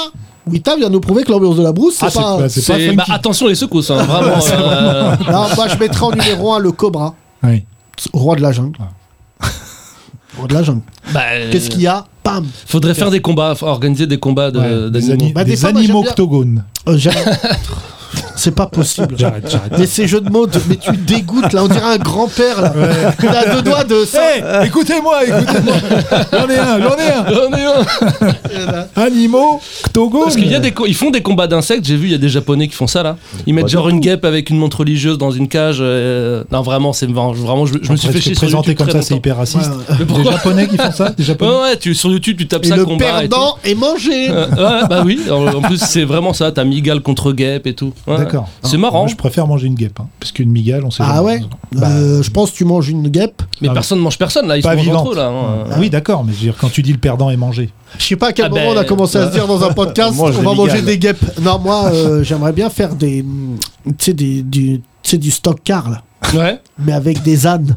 Speaker 4: Wita vient nous prouver que l'ambiance de la brousse, c'est
Speaker 5: Ah, c'est
Speaker 4: pas.
Speaker 5: pas- c'est pas
Speaker 6: c'est-
Speaker 5: funky.
Speaker 6: bah, attention les secousses, hein, vraiment. euh,
Speaker 4: Non, moi je mettrais en numéro 1 le cobra,
Speaker 6: ah,
Speaker 5: Ouais.
Speaker 4: roi de la jungle. Roi de la jungle.
Speaker 6: bah, euh,
Speaker 4: Qu'est-ce qu'il y a Pam
Speaker 6: Faudrait faire des combats, faut organiser des combats de-
Speaker 5: Ouais, des,
Speaker 6: d'animaux.
Speaker 5: ani-
Speaker 4: Bah, des
Speaker 5: des
Speaker 4: fois, moi,
Speaker 5: animaux
Speaker 4: j'aime bien-
Speaker 5: octogones.
Speaker 4: Euh, j'aime- C'est pas possible.
Speaker 5: J'arrête, j'arrête.
Speaker 4: Mais ces jeux de mots, de- mais tu dégoûtes là, on dirait un grand-père là. On a deux doigts de ça.
Speaker 5: Hey, Eh, écoutez-moi, écoutez-moi. J'en ai un, j'en ai un.
Speaker 6: J'en ai un.
Speaker 5: Animaux octogones.
Speaker 6: Oh, Parce qu'il y a des co- ils font des combats d'insectes, j'ai vu, il y a des japonais qui font ça là. Ils mettent
Speaker 7: Pas
Speaker 6: genre une guêpe avec une montre religieuse dans une cage. euh, Non, vraiment, c'est vraiment, je, je me suis fait chier sur
Speaker 5: présenter
Speaker 6: YouTube
Speaker 5: comme
Speaker 6: très
Speaker 5: ça, c'est
Speaker 6: longtemps.
Speaker 5: hyper raciste.
Speaker 4: Ouais, ouais.
Speaker 5: Des
Speaker 6: pourquoi
Speaker 5: japonais qui font ça Des japonais
Speaker 6: Ouais, ouais, tu, sur YouTube, tu tapes
Speaker 4: Et
Speaker 6: ça
Speaker 4: le
Speaker 6: combat.
Speaker 10: Ah,
Speaker 6: et tout.
Speaker 4: perdant est mangé.
Speaker 6: Euh, ouais, bah oui, en, en plus, c'est vraiment ça. T'as Migal contre Guêpe et tout. Ouais.
Speaker 5: D'accord. Hein.
Speaker 6: C'est marrant.
Speaker 5: Moi, je préfère manger une guêpe, hein, parce qu'une migale, on sait
Speaker 4: Ah
Speaker 5: jamais.
Speaker 4: ouais
Speaker 5: Bah,
Speaker 4: Euh, Je pense que tu manges une guêpe.
Speaker 6: Mais
Speaker 5: Ah,
Speaker 6: personne ne mange personne là, ils
Speaker 5: pas
Speaker 6: se mangent
Speaker 5: vivante. Ah,
Speaker 6: entre eux, là. hein.
Speaker 5: Oui, d'accord, mais je veux dire, quand tu dis le perdant est mangé.
Speaker 4: Je sais pas à quel
Speaker 6: Ah
Speaker 4: moment
Speaker 6: ben,
Speaker 4: on a commencé à se dire dans un podcast
Speaker 7: mange
Speaker 4: on
Speaker 7: des
Speaker 4: va manger
Speaker 7: migales.
Speaker 4: des guêpes. Non, moi euh, j'aimerais bien faire des. mm, Tu sais, des- du, tu sais, du stock car là,
Speaker 6: Ouais.
Speaker 4: mais avec des ânes.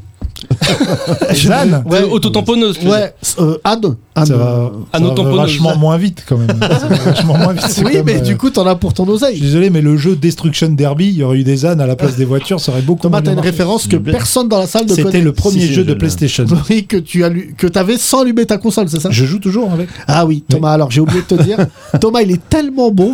Speaker 5: Les ânes
Speaker 6: ouais. Autotamponneuse. tu veux dire.
Speaker 4: Ouais, euh, âne. âne,
Speaker 5: Ça
Speaker 4: euh,
Speaker 5: va, ça va
Speaker 6: autotamponneuse.
Speaker 5: vachement moins vite quand même. Ça va vachement moins vite. c'est
Speaker 4: Oui,
Speaker 5: comme,
Speaker 4: mais
Speaker 5: euh,
Speaker 4: du coup, t'en as pour ton
Speaker 5: Je
Speaker 4: oseille.
Speaker 5: suis désolé, mais le jeu Destruction Derby, il y aurait eu des ânes à la place des voitures, ça aurait beaucoup
Speaker 4: Thomas,
Speaker 5: moins
Speaker 4: t'as
Speaker 5: bien
Speaker 4: une
Speaker 5: marché.
Speaker 4: référence que
Speaker 7: Bien.
Speaker 4: personne dans la salle ne connaît.
Speaker 5: Mmh. C'était le premier
Speaker 7: Si, si,
Speaker 5: jeu
Speaker 7: je
Speaker 5: de
Speaker 7: l'ai.
Speaker 5: PlayStation.
Speaker 4: Oui, que tu as lu, que t'avais sans allumer ta console, c'est ça
Speaker 5: Je joue toujours avec.
Speaker 4: Ah oui, Thomas. Alors j'ai oublié de te dire, Thomas, il est tellement bon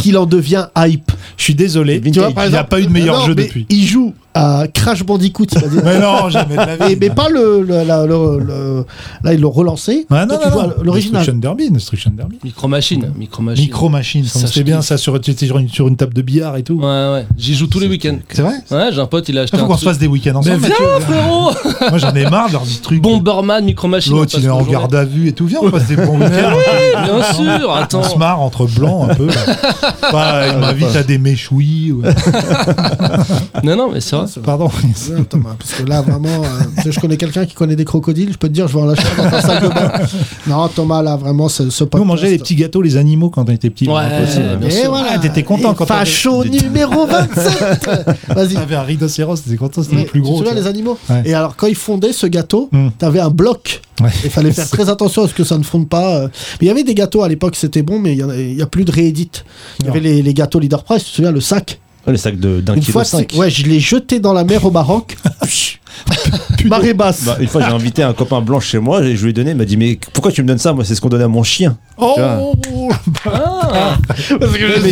Speaker 4: qu'il en devient hype.
Speaker 5: Je suis désolé,
Speaker 4: Tu vois, par
Speaker 5: il n'y a
Speaker 4: exemple-
Speaker 5: pas eu de meilleur
Speaker 4: Non,
Speaker 5: jeu
Speaker 4: mais
Speaker 5: depuis.
Speaker 4: Il joue à Crash Bandicoot. Il a dit.
Speaker 5: Mais non, jamais de la vie.
Speaker 4: Et- mais pas le, le- la- le- le- là ils l'ont relancé.
Speaker 5: Ah,
Speaker 4: ben,
Speaker 5: non,
Speaker 4: Toi, tu
Speaker 5: non,
Speaker 4: vois
Speaker 5: non.
Speaker 4: l'original.
Speaker 5: Destruction Derby, Destruction Derby.
Speaker 6: Micro machine. Micro machine.
Speaker 5: Micro Machine,
Speaker 6: Ça,
Speaker 5: c'était
Speaker 6: je
Speaker 5: bien
Speaker 6: kiffe.
Speaker 5: ça sur, tu étais sur une, sur une table de billard et tout.
Speaker 6: Ouais, ouais. J'y joue tous les week-ends.
Speaker 5: C'est vrai
Speaker 6: Ouais, j'ai un pote, il a
Speaker 5: Il
Speaker 6: acheté
Speaker 5: faut
Speaker 6: un
Speaker 5: qu'on se
Speaker 6: truc.
Speaker 5: fasse des week-ends
Speaker 6: Mais
Speaker 5: ensemble.
Speaker 6: viens,
Speaker 5: Mathieu.
Speaker 6: frérot
Speaker 5: Moi j'en ai marre de leurs trucs.
Speaker 6: Bomberman, micro machine.
Speaker 5: L'autre il est en garde à vue et tout. Viens, on passe des bons week-ends.
Speaker 6: Eh, Bien sûr,
Speaker 5: On se
Speaker 6: attends.
Speaker 5: marre entre blancs un peu. là. Pas, il m'invite à des méchouilles. ou-
Speaker 6: Non, non, mais c'est vrai.
Speaker 5: Pardon.
Speaker 4: Ouais, Thomas, parce que là vraiment, euh, tu sais, je connais quelqu'un qui connaît des crocodiles, je peux te dire, je vais en lâcher dans ta salle de bain. Non, Thomas, là vraiment, ce, ce
Speaker 5: Nous on
Speaker 4: podcast-
Speaker 5: mangeait les petits gâteaux, les animaux quand on était petits.
Speaker 6: Ouais, bien
Speaker 4: Et
Speaker 6: sûr.
Speaker 4: Euh, voilà.
Speaker 5: Ah, t'étais content
Speaker 4: Et
Speaker 5: quand t'avais-
Speaker 4: Facho numéro 27 Vas-y.
Speaker 5: On avait un rhinocéros, c'était content, c'était
Speaker 4: Mais
Speaker 5: le plus gros.
Speaker 4: Tu
Speaker 5: tu
Speaker 4: vois, les
Speaker 5: vois.
Speaker 4: animaux
Speaker 5: Ouais.
Speaker 4: Et alors, quand ils fondaient ce gâteau,
Speaker 5: Hmm.
Speaker 4: t'avais un bloc.
Speaker 5: Ouais.
Speaker 4: Il fallait faire très attention à ce que ça ne fonde pas. euh. Mais il y avait des gâteaux à l'époque, c'était bon, mais il y en a- il n'y a, plus de réédite. Il y
Speaker 5: Non.
Speaker 4: avait les, les gâteaux Leader Price, tu te souviens, le sac
Speaker 7: Oh, Les sacs de- d'un
Speaker 4: Une
Speaker 7: kilo
Speaker 4: fois,
Speaker 7: cinq.
Speaker 4: c'est- ouais, je l'ai jeté dans la mer au Maroc. Pfff. Marée basse.
Speaker 7: Bah, une fois, j'ai invité un copain blanc chez moi et je lui ai donné. Il m'a dit Mais pourquoi tu me donnes ça Moi, c'est ce qu'on donnait à mon chien.
Speaker 5: Oh
Speaker 7: Mais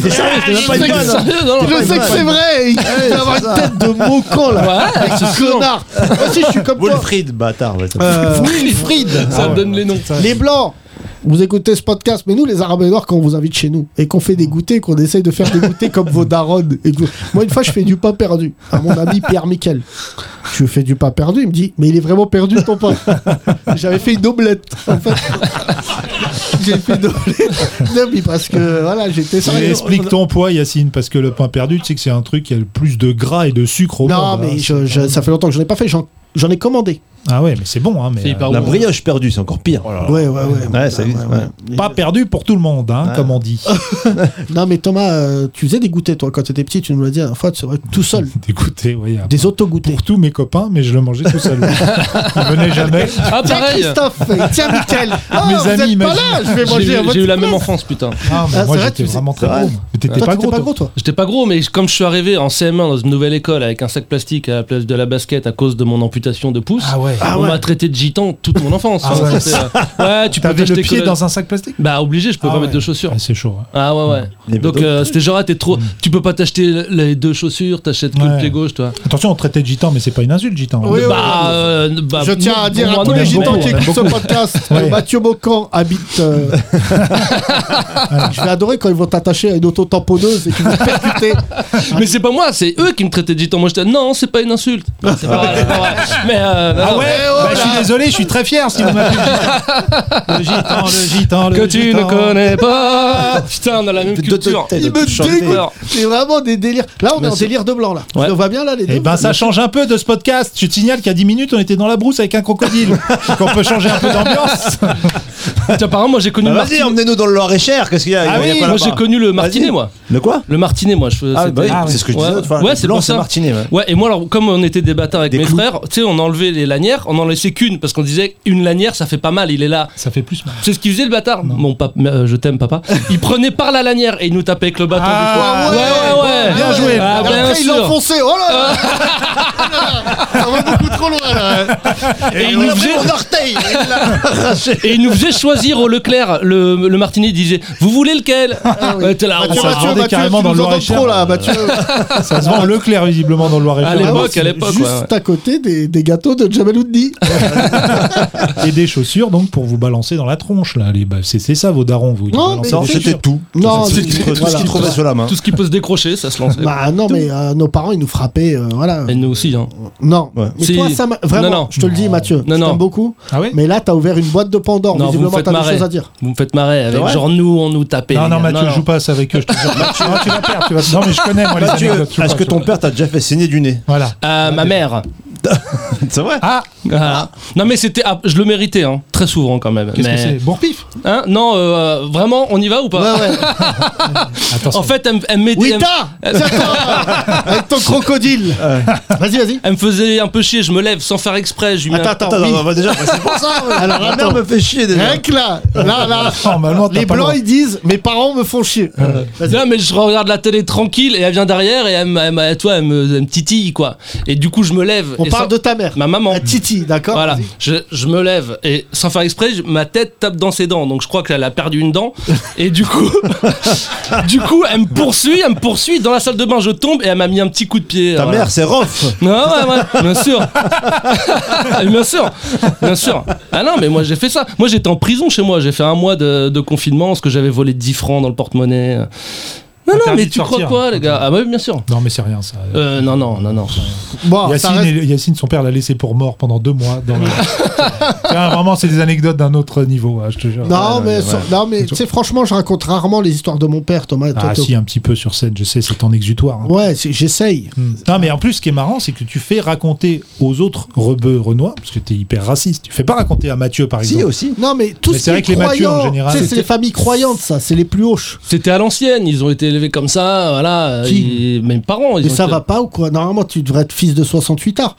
Speaker 7: t'es sérieux C'était même pas une
Speaker 6: Sérieux,
Speaker 7: vanne.
Speaker 6: non, non,
Speaker 4: Je sais que c'est vrai, il va avoir une tête de moquant là.
Speaker 6: Ouais, avec ce son.
Speaker 4: Connard. Moi aussi, je suis comme toi.
Speaker 7: Wolfried, bâtard. ouais, ça-
Speaker 4: Euh, Wilfried.
Speaker 6: Ça me donne les noms.
Speaker 4: Les blancs, vous écoutez ce podcast, mais nous, les Arabes Noirs, quand on vous invite chez nous et qu'on
Speaker 5: Mm.
Speaker 4: fait des goûters, qu'on essaye de faire des goûters comme vos darons. et que- Moi, une fois, je fais du pain perdu à mon ami Pierre Miquel. Je lui fais du pain perdu, il me dit, mais il est vraiment perdu ton pain. J'avais fait une omelette, en fait. J'ai fait une omelette. Non, mais parce que, voilà, j'étais
Speaker 5: Mais
Speaker 4: sérieux.
Speaker 5: explique ton poids, Yacine, parce que le pain perdu, tu sais que c'est un truc qui a le plus de gras et de sucre au
Speaker 4: Non,
Speaker 5: monde, hein.
Speaker 4: mais je- je- ça fait longtemps que je n'ai pas fait, j'en j'en ai commandé.
Speaker 5: Ah ouais, mais c'est bon, hein, mais
Speaker 6: C'est hyper
Speaker 5: euh,
Speaker 7: La
Speaker 6: bon.
Speaker 7: brioche perdue, c'est encore pire.
Speaker 5: Ah.
Speaker 4: Ouais, ouais, ouais.
Speaker 7: Ouais, ça existe, ouais.
Speaker 5: pas perdu pour tout le monde, hein, comme on dit. Ah.
Speaker 4: Non, mais Thomas, euh, tu faisais des goûters, toi, quand t'étais petit, tu nous l'as dit la dernière fois, c'est vrai, tout seul.
Speaker 5: Écoutez, oui, à-
Speaker 4: Des autogoûters.
Speaker 5: pour tous mes copains, mais je le mangeais tout seul. Il venait jamais.
Speaker 6: Ah,
Speaker 4: Tiens,
Speaker 6: pareil
Speaker 4: Christophe Tiens, Michael Ah,
Speaker 5: Mes
Speaker 4: vous
Speaker 5: amis,
Speaker 4: êtes pas
Speaker 5: imagine.
Speaker 4: là Je vais
Speaker 6: J'ai
Speaker 4: manger à
Speaker 6: eu-
Speaker 4: votre
Speaker 6: j'ai eu la même
Speaker 4: place.
Speaker 6: enfance, putain.
Speaker 5: Ah, mais
Speaker 4: Ah,
Speaker 5: moi,
Speaker 4: c'est vrai,
Speaker 5: j'étais
Speaker 4: tu faisais-
Speaker 5: vraiment très
Speaker 7: c'est vrai.
Speaker 5: gros. Mais t'étais
Speaker 4: Toi,
Speaker 5: pas,
Speaker 4: t'étais
Speaker 5: gros,
Speaker 4: pas
Speaker 5: toi.
Speaker 4: gros, toi
Speaker 6: J'étais pas gros, mais comme je suis arrivé en CM1 dans une nouvelle école avec un sac plastique à la place de la basket à cause de mon amputation de pouce,
Speaker 5: Ah ouais.
Speaker 6: on m'a traité de gitan toute mon enfance.
Speaker 5: Ah
Speaker 6: Enfin,
Speaker 5: ouais.
Speaker 6: c'était, euh, ouais, tu peux
Speaker 5: T'avais le
Speaker 6: t'acheter
Speaker 5: pied
Speaker 6: que-
Speaker 5: dans un sac plastique
Speaker 6: Bah obligé, je peux
Speaker 5: Ah
Speaker 6: pas
Speaker 5: ouais.
Speaker 6: mettre de chaussures.
Speaker 5: Ah, C'est chaud. hein.
Speaker 6: Ah ouais ouais.
Speaker 7: Il y avait
Speaker 6: Donc
Speaker 7: d'autres
Speaker 6: euh, c'était genre ah, t'es trop, tu peux pas t'acheter les deux chaussures, t'achètes que
Speaker 5: Ouais.
Speaker 6: le pied gauche toi.
Speaker 5: Attention, on traitait de gitan, mais c'est pas une insulte, gitan.
Speaker 4: Oui, oui.
Speaker 6: bah, euh, bah,
Speaker 4: Je tiens
Speaker 6: non,
Speaker 4: à dire
Speaker 6: moi,
Speaker 4: à tous
Speaker 6: non,
Speaker 4: les
Speaker 5: aime
Speaker 4: gitans
Speaker 5: beaucoup,
Speaker 4: qui
Speaker 5: on aime
Speaker 4: écoutent ce podcast que
Speaker 5: Ouais.
Speaker 4: Mathieu Bocan habite. euh, Je vais adorer quand ils vont t'attacher à une auto-tamponneuse et qu'ils vont te percuter.
Speaker 6: Mais c'est pas moi, c'est eux qui me traitaient de gitan. Moi j'étais non, c'est pas une insulte. Non, C'est pas vrai, c'est pas vrai. Mais euh, non,
Speaker 5: Ah
Speaker 6: non.
Speaker 5: ouais, Bah, Je suis désolé, je suis très fier si vous m'appelez le gitan. Le gitan, le gitan, le
Speaker 6: que tu
Speaker 5: gitan.
Speaker 6: ne connais pas. bah, Putain, on a la même culture.
Speaker 7: têtes,
Speaker 4: Il me
Speaker 7: chanter.
Speaker 4: dégoûte.
Speaker 6: Alors,
Speaker 4: C'est vraiment des délires. Là, on est en délire de blanc, là.
Speaker 6: Ouais.
Speaker 4: On voit bien, là, les deux.
Speaker 5: Eh ben ça change un peu de ce podcast. Je te signale qu'il y a 10 minutes on était dans la brousse avec un crocodile. Qu'on peut changer un peu d'ambiance.
Speaker 6: tiens, par exemple, moi j'ai connu
Speaker 7: Bah,
Speaker 6: le
Speaker 7: Vas-y,
Speaker 6: Martinet.
Speaker 7: emmenez-nous dans le Loir-et-Cher. Qu'est-ce qu'il y a
Speaker 5: Ah
Speaker 7: Il y a
Speaker 5: oui,
Speaker 7: quoi
Speaker 6: Moi
Speaker 7: là-bas
Speaker 6: j'ai connu le Martinet,
Speaker 7: Vas-y.
Speaker 6: moi.
Speaker 7: Le quoi
Speaker 6: Le Martinet, moi je faisais.
Speaker 7: Ah, bah oui,
Speaker 5: Ah, oui.
Speaker 7: c'est ce que je
Speaker 6: Ouais.
Speaker 7: disais l'autre fois.
Speaker 6: Ouais,
Speaker 7: Le
Speaker 6: c'est
Speaker 7: blanc,
Speaker 6: pour ça.
Speaker 7: c'est Martinet. ouais.
Speaker 6: Ouais, et moi, alors, comme on était des bâtards avec
Speaker 7: Des
Speaker 6: mes
Speaker 7: clous.
Speaker 6: frères, tu sais, on enlevait les lanières, on en laissait qu'une, parce qu'on disait une lanière, ça fait pas mal, il est là.
Speaker 5: Ça fait plus mal.
Speaker 6: C'est ce qu'il faisait le bâtard. Mon papa, euh, je t'aime, papa. Il prenait par la lanière et il nous tapait avec le bâton
Speaker 5: Ah,
Speaker 6: du poing. Ouais, ouais, ouais.
Speaker 5: Bien joué.
Speaker 6: Ah,
Speaker 4: Et
Speaker 6: bien
Speaker 4: après, il l'a
Speaker 6: sûr.
Speaker 4: enfoncé. Oh là là
Speaker 9: Ça va beaucoup trop loin là.
Speaker 6: Et il nous faisait-
Speaker 9: orteil.
Speaker 6: Ah, Et il nous faisait choisir au Leclerc. Le, le martini disait Vous voulez lequel Ouais, t'es là, on
Speaker 4: Mathieu,
Speaker 5: ça
Speaker 6: s'en-
Speaker 4: Mathieu,
Speaker 5: rendait
Speaker 4: Mathieu,
Speaker 5: carrément
Speaker 4: tu
Speaker 5: dans
Speaker 4: nous
Speaker 5: le
Speaker 4: entends
Speaker 5: Loir-et-Cher.
Speaker 4: trop, là, Mathieu.
Speaker 6: euh,
Speaker 5: Ça se vend Leclerc visiblement dans le
Speaker 6: À
Speaker 5: Loir-et-Cher.
Speaker 6: l'époque, à l'époque. ouais,
Speaker 4: Juste
Speaker 6: ouais.
Speaker 4: à côté des, des gâteaux de Jamalouddin.
Speaker 5: Et des chaussures donc pour vous balancer dans la tronche là. Les- bah, c'est c'est ça vos darons vous. ils
Speaker 4: Non,
Speaker 5: vous balancent
Speaker 4: mais-
Speaker 5: des
Speaker 7: Non, c'était
Speaker 5: chaussures.
Speaker 7: tout.
Speaker 4: Non,
Speaker 7: C'était
Speaker 4: c'était-
Speaker 7: tout ce
Speaker 4: voilà.
Speaker 7: qu'il trouvait sur la main.
Speaker 6: Tout ce qui peut se décrocher, ça se lançait.
Speaker 4: Bah non, mais euh, nos parents, ils nous frappaient. euh, voilà.
Speaker 6: Et nous aussi, hein.
Speaker 4: Non.
Speaker 7: Ouais.
Speaker 4: Mais
Speaker 6: Si.
Speaker 4: toi, ça m'a- vraiment,
Speaker 6: Non, non.
Speaker 4: je te le dis, Mathieu, je
Speaker 6: Non, non.
Speaker 4: t'aime beaucoup.
Speaker 5: Ah ouais.
Speaker 4: Mais là, t'as ouvert une boîte de Pandore.
Speaker 6: Non, vous me
Speaker 4: Visiblement,
Speaker 6: faites
Speaker 4: t'as des
Speaker 6: marrer.
Speaker 4: choses à dire.
Speaker 6: Vous me faites marrer avec
Speaker 7: vrai
Speaker 6: genre nous, on nous tapait.
Speaker 5: Non,
Speaker 6: les
Speaker 5: non,
Speaker 6: gars.
Speaker 5: Mathieu, joue pas ça avec eux, je te jure. Non, tu vas perdre, tu vas- Non, mais je connais, moi, les
Speaker 7: Mathieu,
Speaker 5: anecdotes. joue
Speaker 7: est-ce
Speaker 5: pas,
Speaker 7: que
Speaker 5: joue
Speaker 7: ton
Speaker 5: pas.
Speaker 7: père t'a déjà fait saigner du nez
Speaker 5: Voilà.
Speaker 6: Euh, ma mère.
Speaker 7: C'est vrai
Speaker 5: Ah,
Speaker 6: Ah. Non mais c'était, ah, je le méritais, hein. très souvent quand même.
Speaker 5: qu'est-ce
Speaker 6: Mais-
Speaker 5: que c'est Bourpif
Speaker 6: Hein non, euh, euh, vraiment, on y va ou pas
Speaker 5: Attention.
Speaker 6: En fait, elle, me- elle me mettait-
Speaker 4: Oui,
Speaker 6: elle me-
Speaker 4: t'as Tiens, toi, Avec ton crocodile Vas-y, vas-y
Speaker 6: elle me faisait un peu chier. Je me lève sans faire exprès. Je lui mets un-
Speaker 4: Attends, attends,
Speaker 7: Attends,
Speaker 4: oui.
Speaker 7: non, non, bah, déjà, bah, c'est pour ça. ouais.
Speaker 4: Alors,
Speaker 7: Ma
Speaker 4: attends.
Speaker 7: mère me fait Ah, chier déjà.
Speaker 4: Rien que là, là, là
Speaker 5: Normalement, t'as
Speaker 4: Les
Speaker 5: pas le
Speaker 4: blancs,
Speaker 5: droit.
Speaker 4: ils disent « Mes parents me font chier
Speaker 6: Non, mais je regarde la télé tranquille et elle vient derrière et elle, me- elle, me- elle- toi, elle me, elle me titille quoi. Et du coup, je me lève. ».
Speaker 4: On
Speaker 6: et
Speaker 4: parle
Speaker 6: sans-
Speaker 4: de ta mère,
Speaker 6: ma maman.
Speaker 4: la Titi, d'accord
Speaker 6: Voilà,
Speaker 4: Vas-y.
Speaker 6: je, je me lève et sans faire exprès, je- ma tête tape dans ses dents. Donc je crois qu'elle a perdu une dent. Et du coup, du coup, elle me poursuit, elle me poursuit. Dans la salle de bain, je tombe et elle m'a mis un petit coup de pied.
Speaker 7: Ta
Speaker 6: Voilà.
Speaker 7: mère, c'est Rof.
Speaker 6: Non, Ah ouais, ouais, bien sûr. bien sûr, bien sûr. Ah non, mais moi j'ai fait ça. Moi j'étais en prison chez moi, j'ai fait un mois de, de confinement parce que j'avais volé 10 francs dans le porte-monnaie. Non, non,
Speaker 5: Interdit
Speaker 6: mais
Speaker 5: de
Speaker 6: tu crois
Speaker 5: sortir.
Speaker 6: quoi, les gars Ah, bah oui, bien sûr.
Speaker 5: Non, mais c'est rien, ça.
Speaker 6: Euh, non, non, non, non.
Speaker 4: Bon, ça
Speaker 5: Yacine,
Speaker 4: reste-
Speaker 5: et- Yacine, son père l'a laissé pour mort pendant deux mois. Dans la- Tiens, vraiment, c'est des anecdotes d'un autre niveau, hein, je te jure.
Speaker 4: Non, mais, sur- non, mais tu sais, franchement, je raconte rarement les histoires de mon père, Thomas. Toi,
Speaker 5: Ah,
Speaker 4: t'es-
Speaker 5: si, un petit peu sur scène, je sais, c'est ton exutoire. hein.
Speaker 4: Ouais, c'est- j'essaye.
Speaker 5: Mm. Non, mais en plus, ce qui est marrant, c'est que tu fais raconter aux autres rebeux renois, parce que t'es hyper raciste. Tu fais pas raconter à Mathieu, par exemple.
Speaker 7: Si, aussi.
Speaker 4: Non, mais tout
Speaker 5: Mais
Speaker 4: ce qui
Speaker 5: c'est vrai
Speaker 4: est
Speaker 5: que les Mathieu, en
Speaker 4: croyant,
Speaker 5: général,
Speaker 4: tu sais, c'est
Speaker 5: c'était-
Speaker 4: les familles croyantes, ça, c'est les plus hauches.
Speaker 6: C'était à l'ancienne, ils ont été élevés comme ça, voilà.
Speaker 4: Qui
Speaker 6: ils- mes parents, ils
Speaker 4: Mais
Speaker 6: ont
Speaker 4: ça
Speaker 6: été-
Speaker 4: va pas ou quoi Normalement, tu devrais être fils de 68 ans.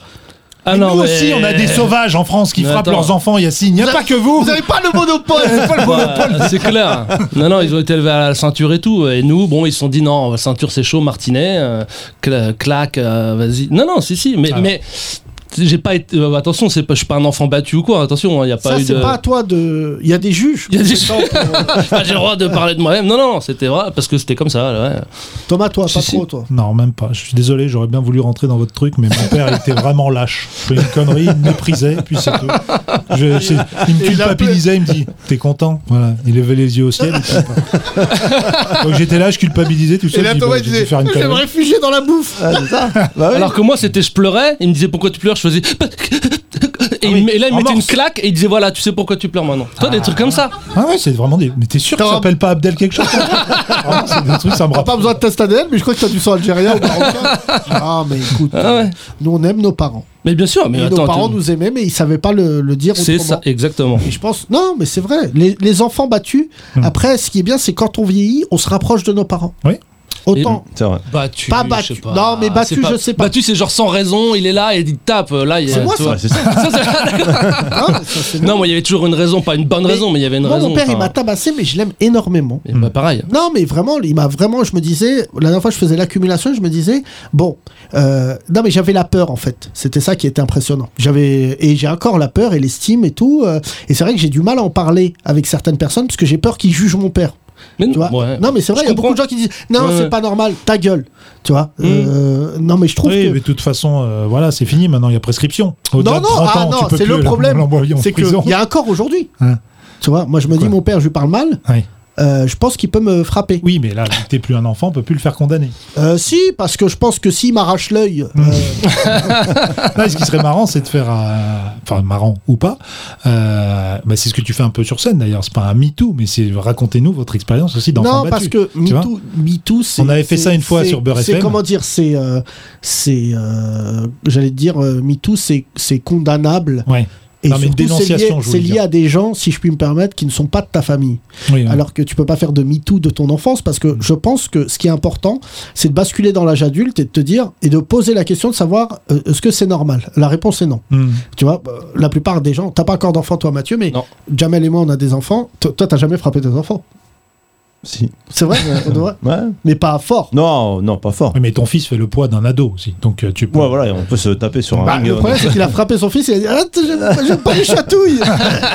Speaker 6: Ah
Speaker 5: Mais
Speaker 6: non,
Speaker 5: nous
Speaker 6: mais-
Speaker 5: aussi, on a des sauvages en France qui
Speaker 6: Mais
Speaker 5: frappent
Speaker 6: attends.
Speaker 5: leurs enfants, Yacine. Il n'y a pas que vous.
Speaker 4: Vous avez pas le monopole
Speaker 6: Ouais, c'est clair. Non, non, ils ont été élevés à la ceinture et tout. Et nous, bon, ils se sont dit non,
Speaker 4: Ah.
Speaker 6: ceinture c'est chaud, martinet, euh, cla- claque, euh, vas-y. Non, non, si, si, mais,
Speaker 5: Alors.
Speaker 6: mais j'ai pas été. euh, attention, c'est pas, je suis pas un enfant battu ou quoi. Attention, il n'y a pas
Speaker 4: Ça,
Speaker 6: eu
Speaker 4: c'est
Speaker 6: de.
Speaker 4: pas à toi de. Il y a des juges.
Speaker 6: Il y a des-
Speaker 4: euh,
Speaker 6: Ah, j'ai le droit de parler de moi-même. Non, non, c'était vrai parce que c'était comme ça. ouais.
Speaker 4: Thomas, toi, pas
Speaker 6: Si,
Speaker 4: trop,
Speaker 6: si.
Speaker 4: toi.
Speaker 5: Non, même pas. Je suis désolé, j'aurais bien voulu rentrer dans votre truc, mais mon père il était vraiment lâche. Je fais une connerie, il me méprisait, puis c'est tout. Je- c'est- il me culpabilisait, il me dit T'es content Voilà. Il levait les yeux au ciel. et puis, pas. Donc j'étais là, je culpabilisais tout
Speaker 9: Et
Speaker 5: seul. je
Speaker 9: là,
Speaker 5: dis,
Speaker 9: Thomas,
Speaker 5: bah,
Speaker 9: il
Speaker 5: j'ai dû
Speaker 9: disait Je
Speaker 5: faire une
Speaker 9: vais me
Speaker 5: connerie.
Speaker 9: réfugier dans la bouffe
Speaker 6: Alors que moi, c'était je pleurais. Il me disait pourquoi tu pleures. Je faisais.
Speaker 4: Ah
Speaker 6: Et, il me- et là, il
Speaker 5: En
Speaker 6: mettait une
Speaker 5: morse.
Speaker 6: claque et il disait voilà, tu sais pourquoi tu pleures maintenant. Toi, des trucs comme ça.
Speaker 5: Ah ouais, c'est vraiment des. Mais t'es sûr que ça
Speaker 9: T'as-
Speaker 5: s'appelle pas Abdel quelque chose Vraiment, C'est des trucs, ça me
Speaker 9: T'as pas
Speaker 5: rappelle.
Speaker 9: besoin de test ADN, mais je crois que t'as du sang algérien ou marocain. Ah, mais écoute,
Speaker 6: Ah ouais.
Speaker 4: Nous, on aime nos parents.
Speaker 6: Mais bien sûr, mais
Speaker 4: Et
Speaker 6: attends.
Speaker 4: nos parents
Speaker 6: t'es-
Speaker 4: nous aimaient, mais ils savaient pas le, le dire autrement.
Speaker 6: C'est ça, exactement.
Speaker 4: Et je pense, non, mais c'est vrai. Les, les enfants battus, après, ce qui est bien, c'est quand on vieillit, on se rapproche de nos parents.
Speaker 5: Hum. Oui.
Speaker 4: Autant.
Speaker 7: C'est vrai.
Speaker 6: Battu.
Speaker 4: Pas
Speaker 6: je
Speaker 4: battu.
Speaker 6: sais pas.
Speaker 4: Non, mais battu,
Speaker 6: C'est
Speaker 4: je sais pas.
Speaker 6: Battu, c'est genre sans raison, il est là et il tape. euh, Là, il y a-
Speaker 4: C'est moi,
Speaker 6: tu
Speaker 4: ça.
Speaker 6: vois.
Speaker 7: Ouais, c'est ça.
Speaker 6: Ça, c'est-
Speaker 4: Hein, mais ça, c'est
Speaker 6: non, moi, il y avait toujours une raison, pas une bonne
Speaker 4: Mais
Speaker 6: raison, mais il y avait une
Speaker 4: Moi,
Speaker 6: raison.
Speaker 4: mon père, il
Speaker 6: enfin.
Speaker 4: m'a Hmm. tabassé, mais je l'aime énormément.
Speaker 6: Et bah, pareil.
Speaker 4: Non, mais vraiment, il m'a vraiment, je me disais, la dernière fois je faisais l'accumulation, je me disais, bon, euh, non, mais j'avais la peur en fait. C'était ça qui était impressionnant. J'avais, et j'ai encore la peur et l'estime et tout. euh, et c'est vrai que j'ai du mal à en parler avec certaines personnes parce que j'ai peur qu'ils jugent mon père.
Speaker 6: Mais
Speaker 4: Tu vois
Speaker 6: ouais.
Speaker 4: Non, mais c'est vrai,
Speaker 6: Je
Speaker 4: il y a beaucoup de
Speaker 6: comprends.
Speaker 4: gens qui disent, non,
Speaker 6: Ouais,
Speaker 4: c'est
Speaker 6: ouais. Mm.
Speaker 4: pas normal, ta gueule. Tu vois Euh, Non, mais je trouve
Speaker 5: Oui,
Speaker 4: que.
Speaker 5: mais de toute façon, euh, voilà, c'est fini. Maintenant, il y a prescription. Au-delà
Speaker 4: Non,
Speaker 5: de
Speaker 4: non,
Speaker 5: 30
Speaker 4: ah
Speaker 5: ans, tu
Speaker 4: non,
Speaker 5: peux
Speaker 4: c'est
Speaker 5: plus
Speaker 4: le problème.
Speaker 5: l'envoyer en
Speaker 4: C'est qu'il
Speaker 5: prison.
Speaker 4: y a encore aujourd'hui.
Speaker 5: Hein.
Speaker 4: Tu vois, moi je me dis,
Speaker 5: Quoi
Speaker 4: mon père, je lui parle mal,
Speaker 5: Ouais.
Speaker 4: euh, je pense qu'il peut me frapper.
Speaker 5: Oui, mais là, vu que t'es plus un enfant, on peut plus le faire condamner.
Speaker 4: Euh, si, parce que je pense que s'il m'arrache l'œil,
Speaker 5: Mmh.
Speaker 4: euh,
Speaker 5: Là, ce qui serait marrant, c'est de faire, euh, enfin marrant ou pas, euh, bah, c'est ce que tu fais un peu sur scène d'ailleurs. C'est pas un MeToo, mais c'est racontez-nous votre expérience aussi d'enfant
Speaker 4: Non,
Speaker 5: battu.
Speaker 4: parce que
Speaker 5: tu vois.
Speaker 4: MeToo, MeToo c'est.
Speaker 5: On avait fait
Speaker 4: c'est-
Speaker 5: ça une fois
Speaker 4: c'est-
Speaker 5: sur Beurre
Speaker 4: C'est
Speaker 5: FM.
Speaker 4: comment dire C'est. euh, c'est. euh, J'allais te dire, euh, MeToo, c'est c'est condamnable.
Speaker 5: Ouais.
Speaker 4: Et
Speaker 5: Non, mais une
Speaker 4: surtout, c'est lié,
Speaker 5: dénonciation, je
Speaker 4: c'est
Speaker 5: voulais
Speaker 4: lié
Speaker 5: dire.
Speaker 4: à des gens, si je puis me permettre, qui ne sont pas de ta famille.
Speaker 5: Oui, ouais.
Speaker 4: Alors que tu peux pas faire de MeToo de ton enfance, parce que je pense que ce qui est important, c'est de basculer dans l'âge adulte et de te dire, et de poser la question de savoir, euh, est-ce que c'est normal La réponse est non.
Speaker 5: Hmm.
Speaker 4: Tu vois, bah, la plupart des gens, t'as pas encore d'enfants toi Mathieu, mais
Speaker 6: Non.
Speaker 4: Jamel et moi on a des enfants. Toi, toi, t'as jamais frappé tes enfants.
Speaker 7: Si.
Speaker 4: C'est vrai, on devrait-
Speaker 7: Ouais.
Speaker 4: mais pas fort.
Speaker 7: Non, non, pas fort.
Speaker 5: Oui, mais ton fils fait le poids d'un ado aussi, donc euh, tu peux.
Speaker 7: Ouais, voilà, on peut se taper sur un
Speaker 4: Bah,
Speaker 7: ring.
Speaker 4: le
Speaker 7: euh,
Speaker 4: problème, c'est qu'il a frappé son fils et il a dit Ah, Arrête, j'aime j'aime pas les chatouilles
Speaker 7: Ah, euh,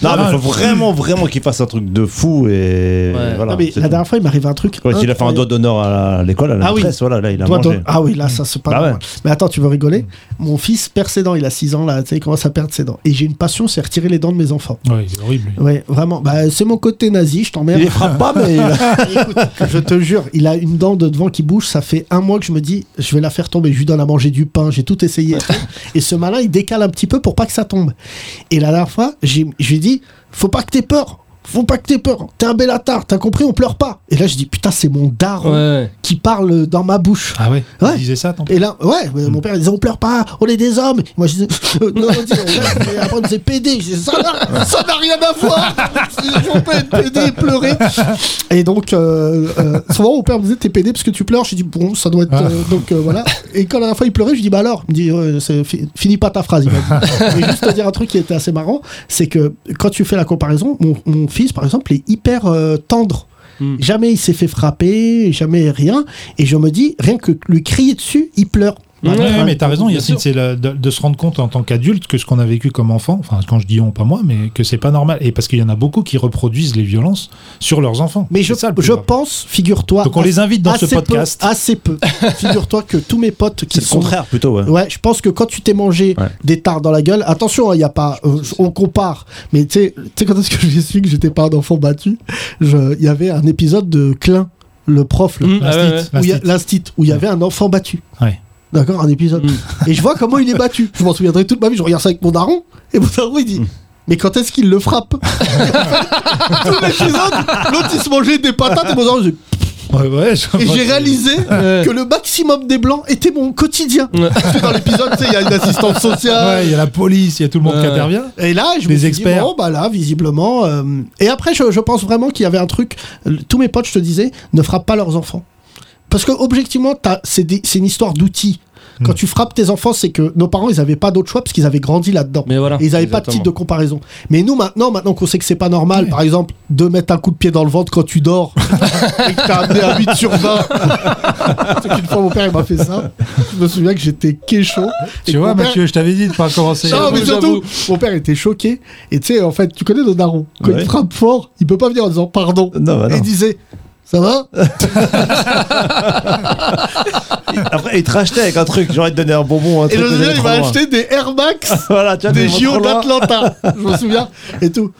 Speaker 7: Non, mais
Speaker 5: Ah,
Speaker 7: faut
Speaker 5: je-
Speaker 7: vraiment, vraiment qu'il fasse un truc de fou et
Speaker 6: Ouais.
Speaker 7: voilà.
Speaker 4: Non, mais
Speaker 7: c'est
Speaker 4: La
Speaker 7: tout.
Speaker 4: dernière fois, il m'arrive un truc.
Speaker 7: Quand il a fait un
Speaker 4: incroyable.
Speaker 7: doigt d'honneur à la- à l'école, à la
Speaker 4: Ah oui.
Speaker 7: maîtresse, voilà, là, il a
Speaker 4: Doigt
Speaker 7: mangé.
Speaker 4: d'honneur. Ah oui, là, ça c'est pas
Speaker 7: Bah
Speaker 4: normal.
Speaker 7: ouais.
Speaker 4: Mais attends, tu veux rigoler Mon fils perd ses dents, il a 6 ans là, tu sais, il commence à perdre ses dents. Et j'ai une passion, c'est retirer les dents de mes enfants.
Speaker 5: Ouais, c'est horrible. lui.
Speaker 4: Ouais, vraiment. Bah, c'est mon côté nazi, je t'emmerde.
Speaker 7: Il les frappe pas, mais.
Speaker 4: Je te jure, il a une dent de devant qui bouge. Ça fait un mois que je me dis, je vais la faire tomber. Je lui donne à manger du pain, j'ai tout essayé. Et ce malin, il décale un petit peu pour pas que ça tombe. Et la dernière fois, j'ai- je lui ai dit, faut pas que t'aies peur. Faut pas que t'aies peur. T'es un belatar, t'as compris, on pleure pas. Et là, je dis, putain, c'est mon
Speaker 6: Ouais,
Speaker 4: daron
Speaker 6: ouais.
Speaker 4: qui parle dans ma bouche.
Speaker 5: Ah ouais.
Speaker 4: Ouais.
Speaker 5: Il disait ça, ton père.
Speaker 4: Et là, ouais, euh, mon père il disait on pleure pas, on est des hommes. Moi je disais, non, non, dis- et après on me disait PD. Je disais, ça n'a- ça n'a rien à voir. On peut être PD et pleurer. Et donc, euh, euh, souvent mon père me disait t'es PD parce que tu pleures. Je dis bon, ça doit être.
Speaker 5: Ah.
Speaker 4: euh, donc euh, voilà. Et quand la dernière fois il pleurait, je dis bah alors, il me dit euh, c'est- fi- finis pas ta phrase. Il m'a dit. Je voulais juste te dire un truc qui était assez marrant c'est que quand tu fais la comparaison, mon, mon fils par exemple est hyper euh, tendre.
Speaker 5: Hmm.
Speaker 4: Jamais il s'est fait frapper, jamais rien. Et je me dis, rien que lui crier dessus, il pleure.
Speaker 5: Ouais,
Speaker 4: Voilà.
Speaker 5: ouais, mais t'as raison,
Speaker 6: bien
Speaker 5: Yacine,
Speaker 6: sûr.
Speaker 5: c'est la- de, de se rendre compte en tant qu'adulte que ce qu'on a vécu comme enfant, enfin quand je dis on, pas moi, mais que c'est pas normal. Et parce qu'il y en a beaucoup qui reproduisent les violences sur leurs enfants.
Speaker 4: Mais
Speaker 5: C'est
Speaker 4: je,
Speaker 5: ça, le plus
Speaker 4: je
Speaker 5: grave.
Speaker 4: pense, figure-toi.
Speaker 5: Donc on les invite dans ce
Speaker 4: assez peu-
Speaker 5: podcast.
Speaker 4: assez peu. Figure-toi que tous mes potes qui
Speaker 7: C'est le
Speaker 4: sont.
Speaker 7: contraire plutôt, ouais.
Speaker 4: Ouais, je pense que quand tu t'es mangé
Speaker 7: Ouais.
Speaker 4: des tartes dans la gueule, attention, il y a pas, euh, on compare. Mais tu sais, tu sais quand est-ce que j'ai su que j'étais pas un enfant battu Je- Il y avait un épisode de Klein, le prof, le
Speaker 6: Mmh, ah ouais,
Speaker 5: L'instit,
Speaker 6: ouais.
Speaker 4: où il y a-
Speaker 5: l'instit.
Speaker 4: l'instit, où il y avait un enfant battu.
Speaker 5: Ouais.
Speaker 4: D'accord, un épisode. Et je vois comment il est battu. Je m'en souviendrai toute ma vie. Je regarde ça avec mon daron. Et mon daron, il dit Mais quand est-ce qu'il le frappe Tout l'épisode, l'autre, il se mangeait des patates. Et mon daron, il dit,
Speaker 5: Ouais, ouais, je-
Speaker 4: et j'ai réalisé
Speaker 6: Ouais.
Speaker 4: que le maximum des blancs était mon quotidien.
Speaker 6: Ouais.
Speaker 4: Parce que dans l'épisode, tu sais, il y a une assistante sociale.
Speaker 5: Ouais, il y a la police, il y a tout le monde qui
Speaker 6: Ouais.
Speaker 5: intervient.
Speaker 4: Et là, je
Speaker 5: Des
Speaker 4: me suis
Speaker 5: experts.
Speaker 4: dit, bon, bah là, visiblement. euh, Et après, je, je pense vraiment qu'il y avait un truc. euh, Tous mes potes, je te disais, ne frappent pas leurs enfants. Parce que, objectivement, t'as- c'est des- c'est une histoire d'outils.
Speaker 5: Hmm.
Speaker 4: Quand tu frappes tes enfants, c'est que nos parents, ils n'avaient pas d'autre choix parce qu'ils avaient grandi là-dedans.
Speaker 6: Mais voilà,
Speaker 4: Et ils n'avaient pas de
Speaker 6: exactement.
Speaker 4: titre de comparaison. Mais nous, maintenant, maintenant qu'on sait que c'est pas normal, par exemple, de mettre un coup de pied dans le ventre quand tu dors et que t'as amené à 8 sur 20. C'est qu'une fois, mon père, il m'a fait ça. Je me souviens que j'étais kéchon. Et
Speaker 5: Tu
Speaker 4: que
Speaker 5: vois,
Speaker 4: mon père-
Speaker 5: Mathieu, je t'avais dit de pas commencer.
Speaker 4: non, mais surtout,
Speaker 6: j'avoue.
Speaker 4: mon père était choqué. Et tu sais, en fait, tu connais nos darons. Quand
Speaker 7: Ouais.
Speaker 4: il frappe fort, il peut pas venir en disant pardon.
Speaker 7: Non, bah non.
Speaker 4: Il disait ça va
Speaker 7: Après, il te rachetait avec un truc, j'aurais te donné un bonbon, un
Speaker 4: Et
Speaker 7: truc.
Speaker 4: le
Speaker 7: mais
Speaker 4: deuxième,
Speaker 7: j'allais
Speaker 4: il
Speaker 7: trop
Speaker 4: m'a
Speaker 7: loin.
Speaker 4: acheté des Air Max
Speaker 7: Voilà, tu vois,
Speaker 4: des
Speaker 7: t'es
Speaker 4: JO
Speaker 7: trop loin.
Speaker 4: d'Atlanta, je me souviens, et tout.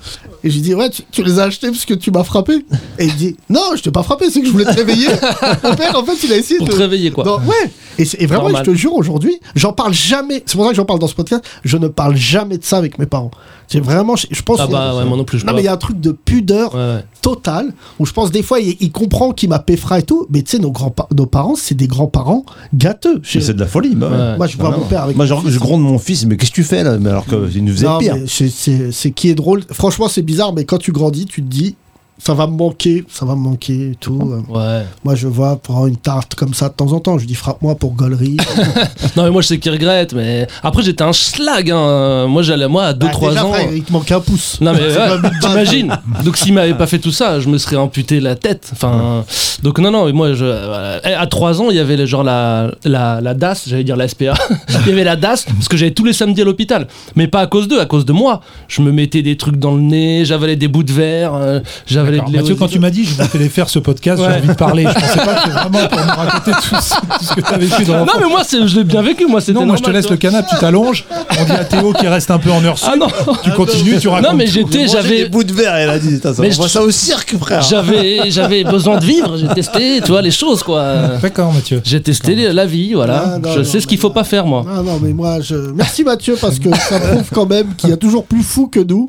Speaker 4: Et je lui dis, ouais, tu, tu les as achetés parce que tu m'as frappé. Et il dit, non, je t'ai pas frappé, c'est que je voulais te réveiller. Mon père, en fait, il a essayé
Speaker 6: Pour
Speaker 4: de.
Speaker 6: te réveiller, quoi.
Speaker 4: Non, ouais. Et, c'est- et vraiment,
Speaker 6: Normal.
Speaker 4: je te jure, aujourd'hui, j'en parle jamais. C'est pour ça que j'en parle dans ce podcast. Je ne parle jamais de ça avec mes parents. C'est vraiment, je, je pense.
Speaker 6: Ah
Speaker 4: qu'il y a-
Speaker 6: bah, ouais, moi non plus, je
Speaker 4: Non,
Speaker 6: peux
Speaker 4: mais il y
Speaker 6: pas.
Speaker 4: a un truc de pudeur
Speaker 6: Ouais, ouais.
Speaker 4: total où je pense des fois il, il comprend qu'il m'a péfra et tout mais tu sais nos grands nos parents c'est des grands-parents gâteux
Speaker 7: Mais C'est de la folie, bah ouais.
Speaker 6: Ouais.
Speaker 4: moi je vois
Speaker 7: Ah,
Speaker 4: mon
Speaker 7: non.
Speaker 4: père avec
Speaker 7: Moi,
Speaker 4: mon
Speaker 7: genre,
Speaker 4: fils.
Speaker 7: je gronde mon fils, mais qu'est-ce que tu fais là Mais alors qu'il nous faisait
Speaker 4: Non,
Speaker 7: pire.
Speaker 4: mais c'est- C'est c'est qui est drôle. Franchement, c'est bizarre, mais quand tu grandis, tu te dis. Ça va me manquer, ça va me manquer et tout. Euh,
Speaker 6: Ouais.
Speaker 4: Moi, je vois prendre une tarte comme ça de temps en temps. Je dis frappe-moi pour gaulerie.
Speaker 6: Non, mais moi, je sais qu'il regrette, mais après, j'étais un schlag. Hein. Moi, j'allais, moi, à 2-3
Speaker 4: Ah, Bah, Déjà,
Speaker 6: ans.
Speaker 7: hein.
Speaker 4: frère, il te manque un pouce.
Speaker 6: Non mais
Speaker 4: C'est
Speaker 6: ouais,
Speaker 4: pas une base.
Speaker 6: t'imagines. Donc s'il m'avait pas fait tout ça, je me serais amputé la tête. Enfin, donc non non, mais moi je euh, à 3 ans, il y avait les- genre la la, la DAS, j'allais dire la SPA. il y avait la DAS parce que j'allais tous les samedis à l'hôpital, mais pas à cause d'eux, à cause de moi. Je me mettais des trucs dans le nez, j'avalais des bouts de verre, euh, j'avalais
Speaker 5: Alors,
Speaker 6: de
Speaker 5: Mathieu, quand tu m'as dit je voulais faire ce podcast,
Speaker 6: Ouais.
Speaker 5: j'ai envie de parler. Je pensais pas que vraiment pour me raconter tout, ce- tout ce que t'as vécu dans
Speaker 6: Non
Speaker 5: l'enfance.
Speaker 6: mais moi c'est- je l'ai bien vécu moi, c'était
Speaker 5: Non, moi je te
Speaker 6: normal,
Speaker 5: laisse
Speaker 6: tu
Speaker 5: le
Speaker 6: vois.
Speaker 5: canapé, tu t'allonges. On dit à Théo qui reste un peu en heure sup.
Speaker 6: Ah non.
Speaker 5: Tu continues, tu racontes.
Speaker 6: Non mais
Speaker 5: tout.
Speaker 6: j'étais
Speaker 7: Manger des
Speaker 6: j'avais
Speaker 7: bouts de verre, elle a dit. putain, Ça,
Speaker 6: Mais
Speaker 7: on
Speaker 6: je-
Speaker 7: voit ça au cirque, frère.
Speaker 6: j'avais j'avais besoin de vivre, j'ai testé, tu vois les choses quoi.
Speaker 5: D'accord, Mathieu.
Speaker 6: J'ai testé la vie, voilà.
Speaker 4: Ah, non,
Speaker 6: je
Speaker 4: non,
Speaker 6: sais ce
Speaker 4: mais
Speaker 6: qu'il faut
Speaker 4: non.
Speaker 6: pas faire moi.
Speaker 4: Ah non, mais moi, je. Merci Mathieu, parce que ça prouve quand même qu'il y a toujours plus fou que nous.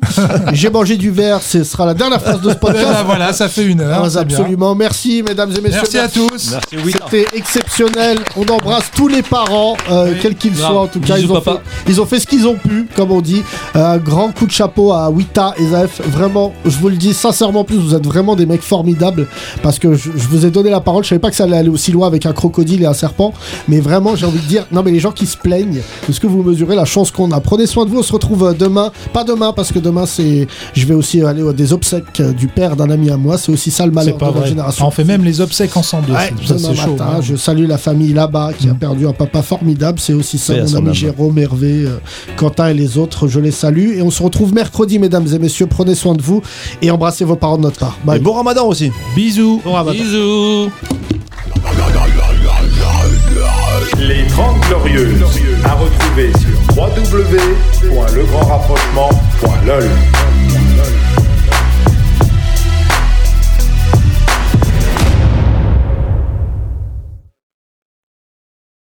Speaker 4: J'ai mangé du verre, ce sera la dernière phrase de ce
Speaker 5: Eh ben
Speaker 4: podcast.
Speaker 5: voilà, ça fait une heure.
Speaker 4: Ah,
Speaker 5: c'est bien.
Speaker 4: absolument. Merci, mesdames et messieurs.
Speaker 5: Merci à tous.
Speaker 4: C'était exceptionnel. On embrasse tous les parents, euh, quels qu'ils
Speaker 6: grave.
Speaker 4: soient en tout cas.
Speaker 6: Bisous,
Speaker 4: ils, ont fait,
Speaker 6: papa.
Speaker 4: ils ont fait ce qu'ils ont pu, comme on dit. Euh, Un grand coup de chapeau à Wita et Zaf. Vraiment, je vous le dis sincèrement en plus, vous êtes vraiment des mecs formidables. Parce que je, je vous ai donné la parole. Je savais pas que ça allait aller aussi loin avec un crocodile et un serpent. Mais vraiment, j'ai envie de dire, non mais les gens qui se plaignent, est-ce que vous mesurez la chance qu'on a Prenez soin de vous. On se retrouve euh, demain. Pas demain, parce que demain, c'est, je vais aussi aller à des obsèques euh, du père d'un ami à moi. C'est aussi ça le malheur
Speaker 5: C'est
Speaker 4: de
Speaker 5: pas
Speaker 4: notre
Speaker 5: vrai.
Speaker 4: génération.
Speaker 5: On fait même les obsèques ensemble.
Speaker 4: Ouais,
Speaker 5: ça, c'est
Speaker 4: demain
Speaker 5: chaud.
Speaker 4: matin, Mm.
Speaker 5: hein.
Speaker 4: je salue la famille là-bas qui a perdu un papa formidable. C'est aussi ça,
Speaker 7: Paix à
Speaker 4: mon
Speaker 7: son
Speaker 4: ami
Speaker 7: âme.
Speaker 4: Jérôme, Hervé, euh, Quentin et les autres. Je les salue. Et on se retrouve mercredi, mesdames et messieurs. Prenez soin de vous et embrassez vos parents de notre part. Bye.
Speaker 7: Et bon ramadan aussi.
Speaker 5: Bisous.
Speaker 6: Bisous.
Speaker 11: Les 30 Glorieuses, à retrouver sur www.legrandrapprochement.lol.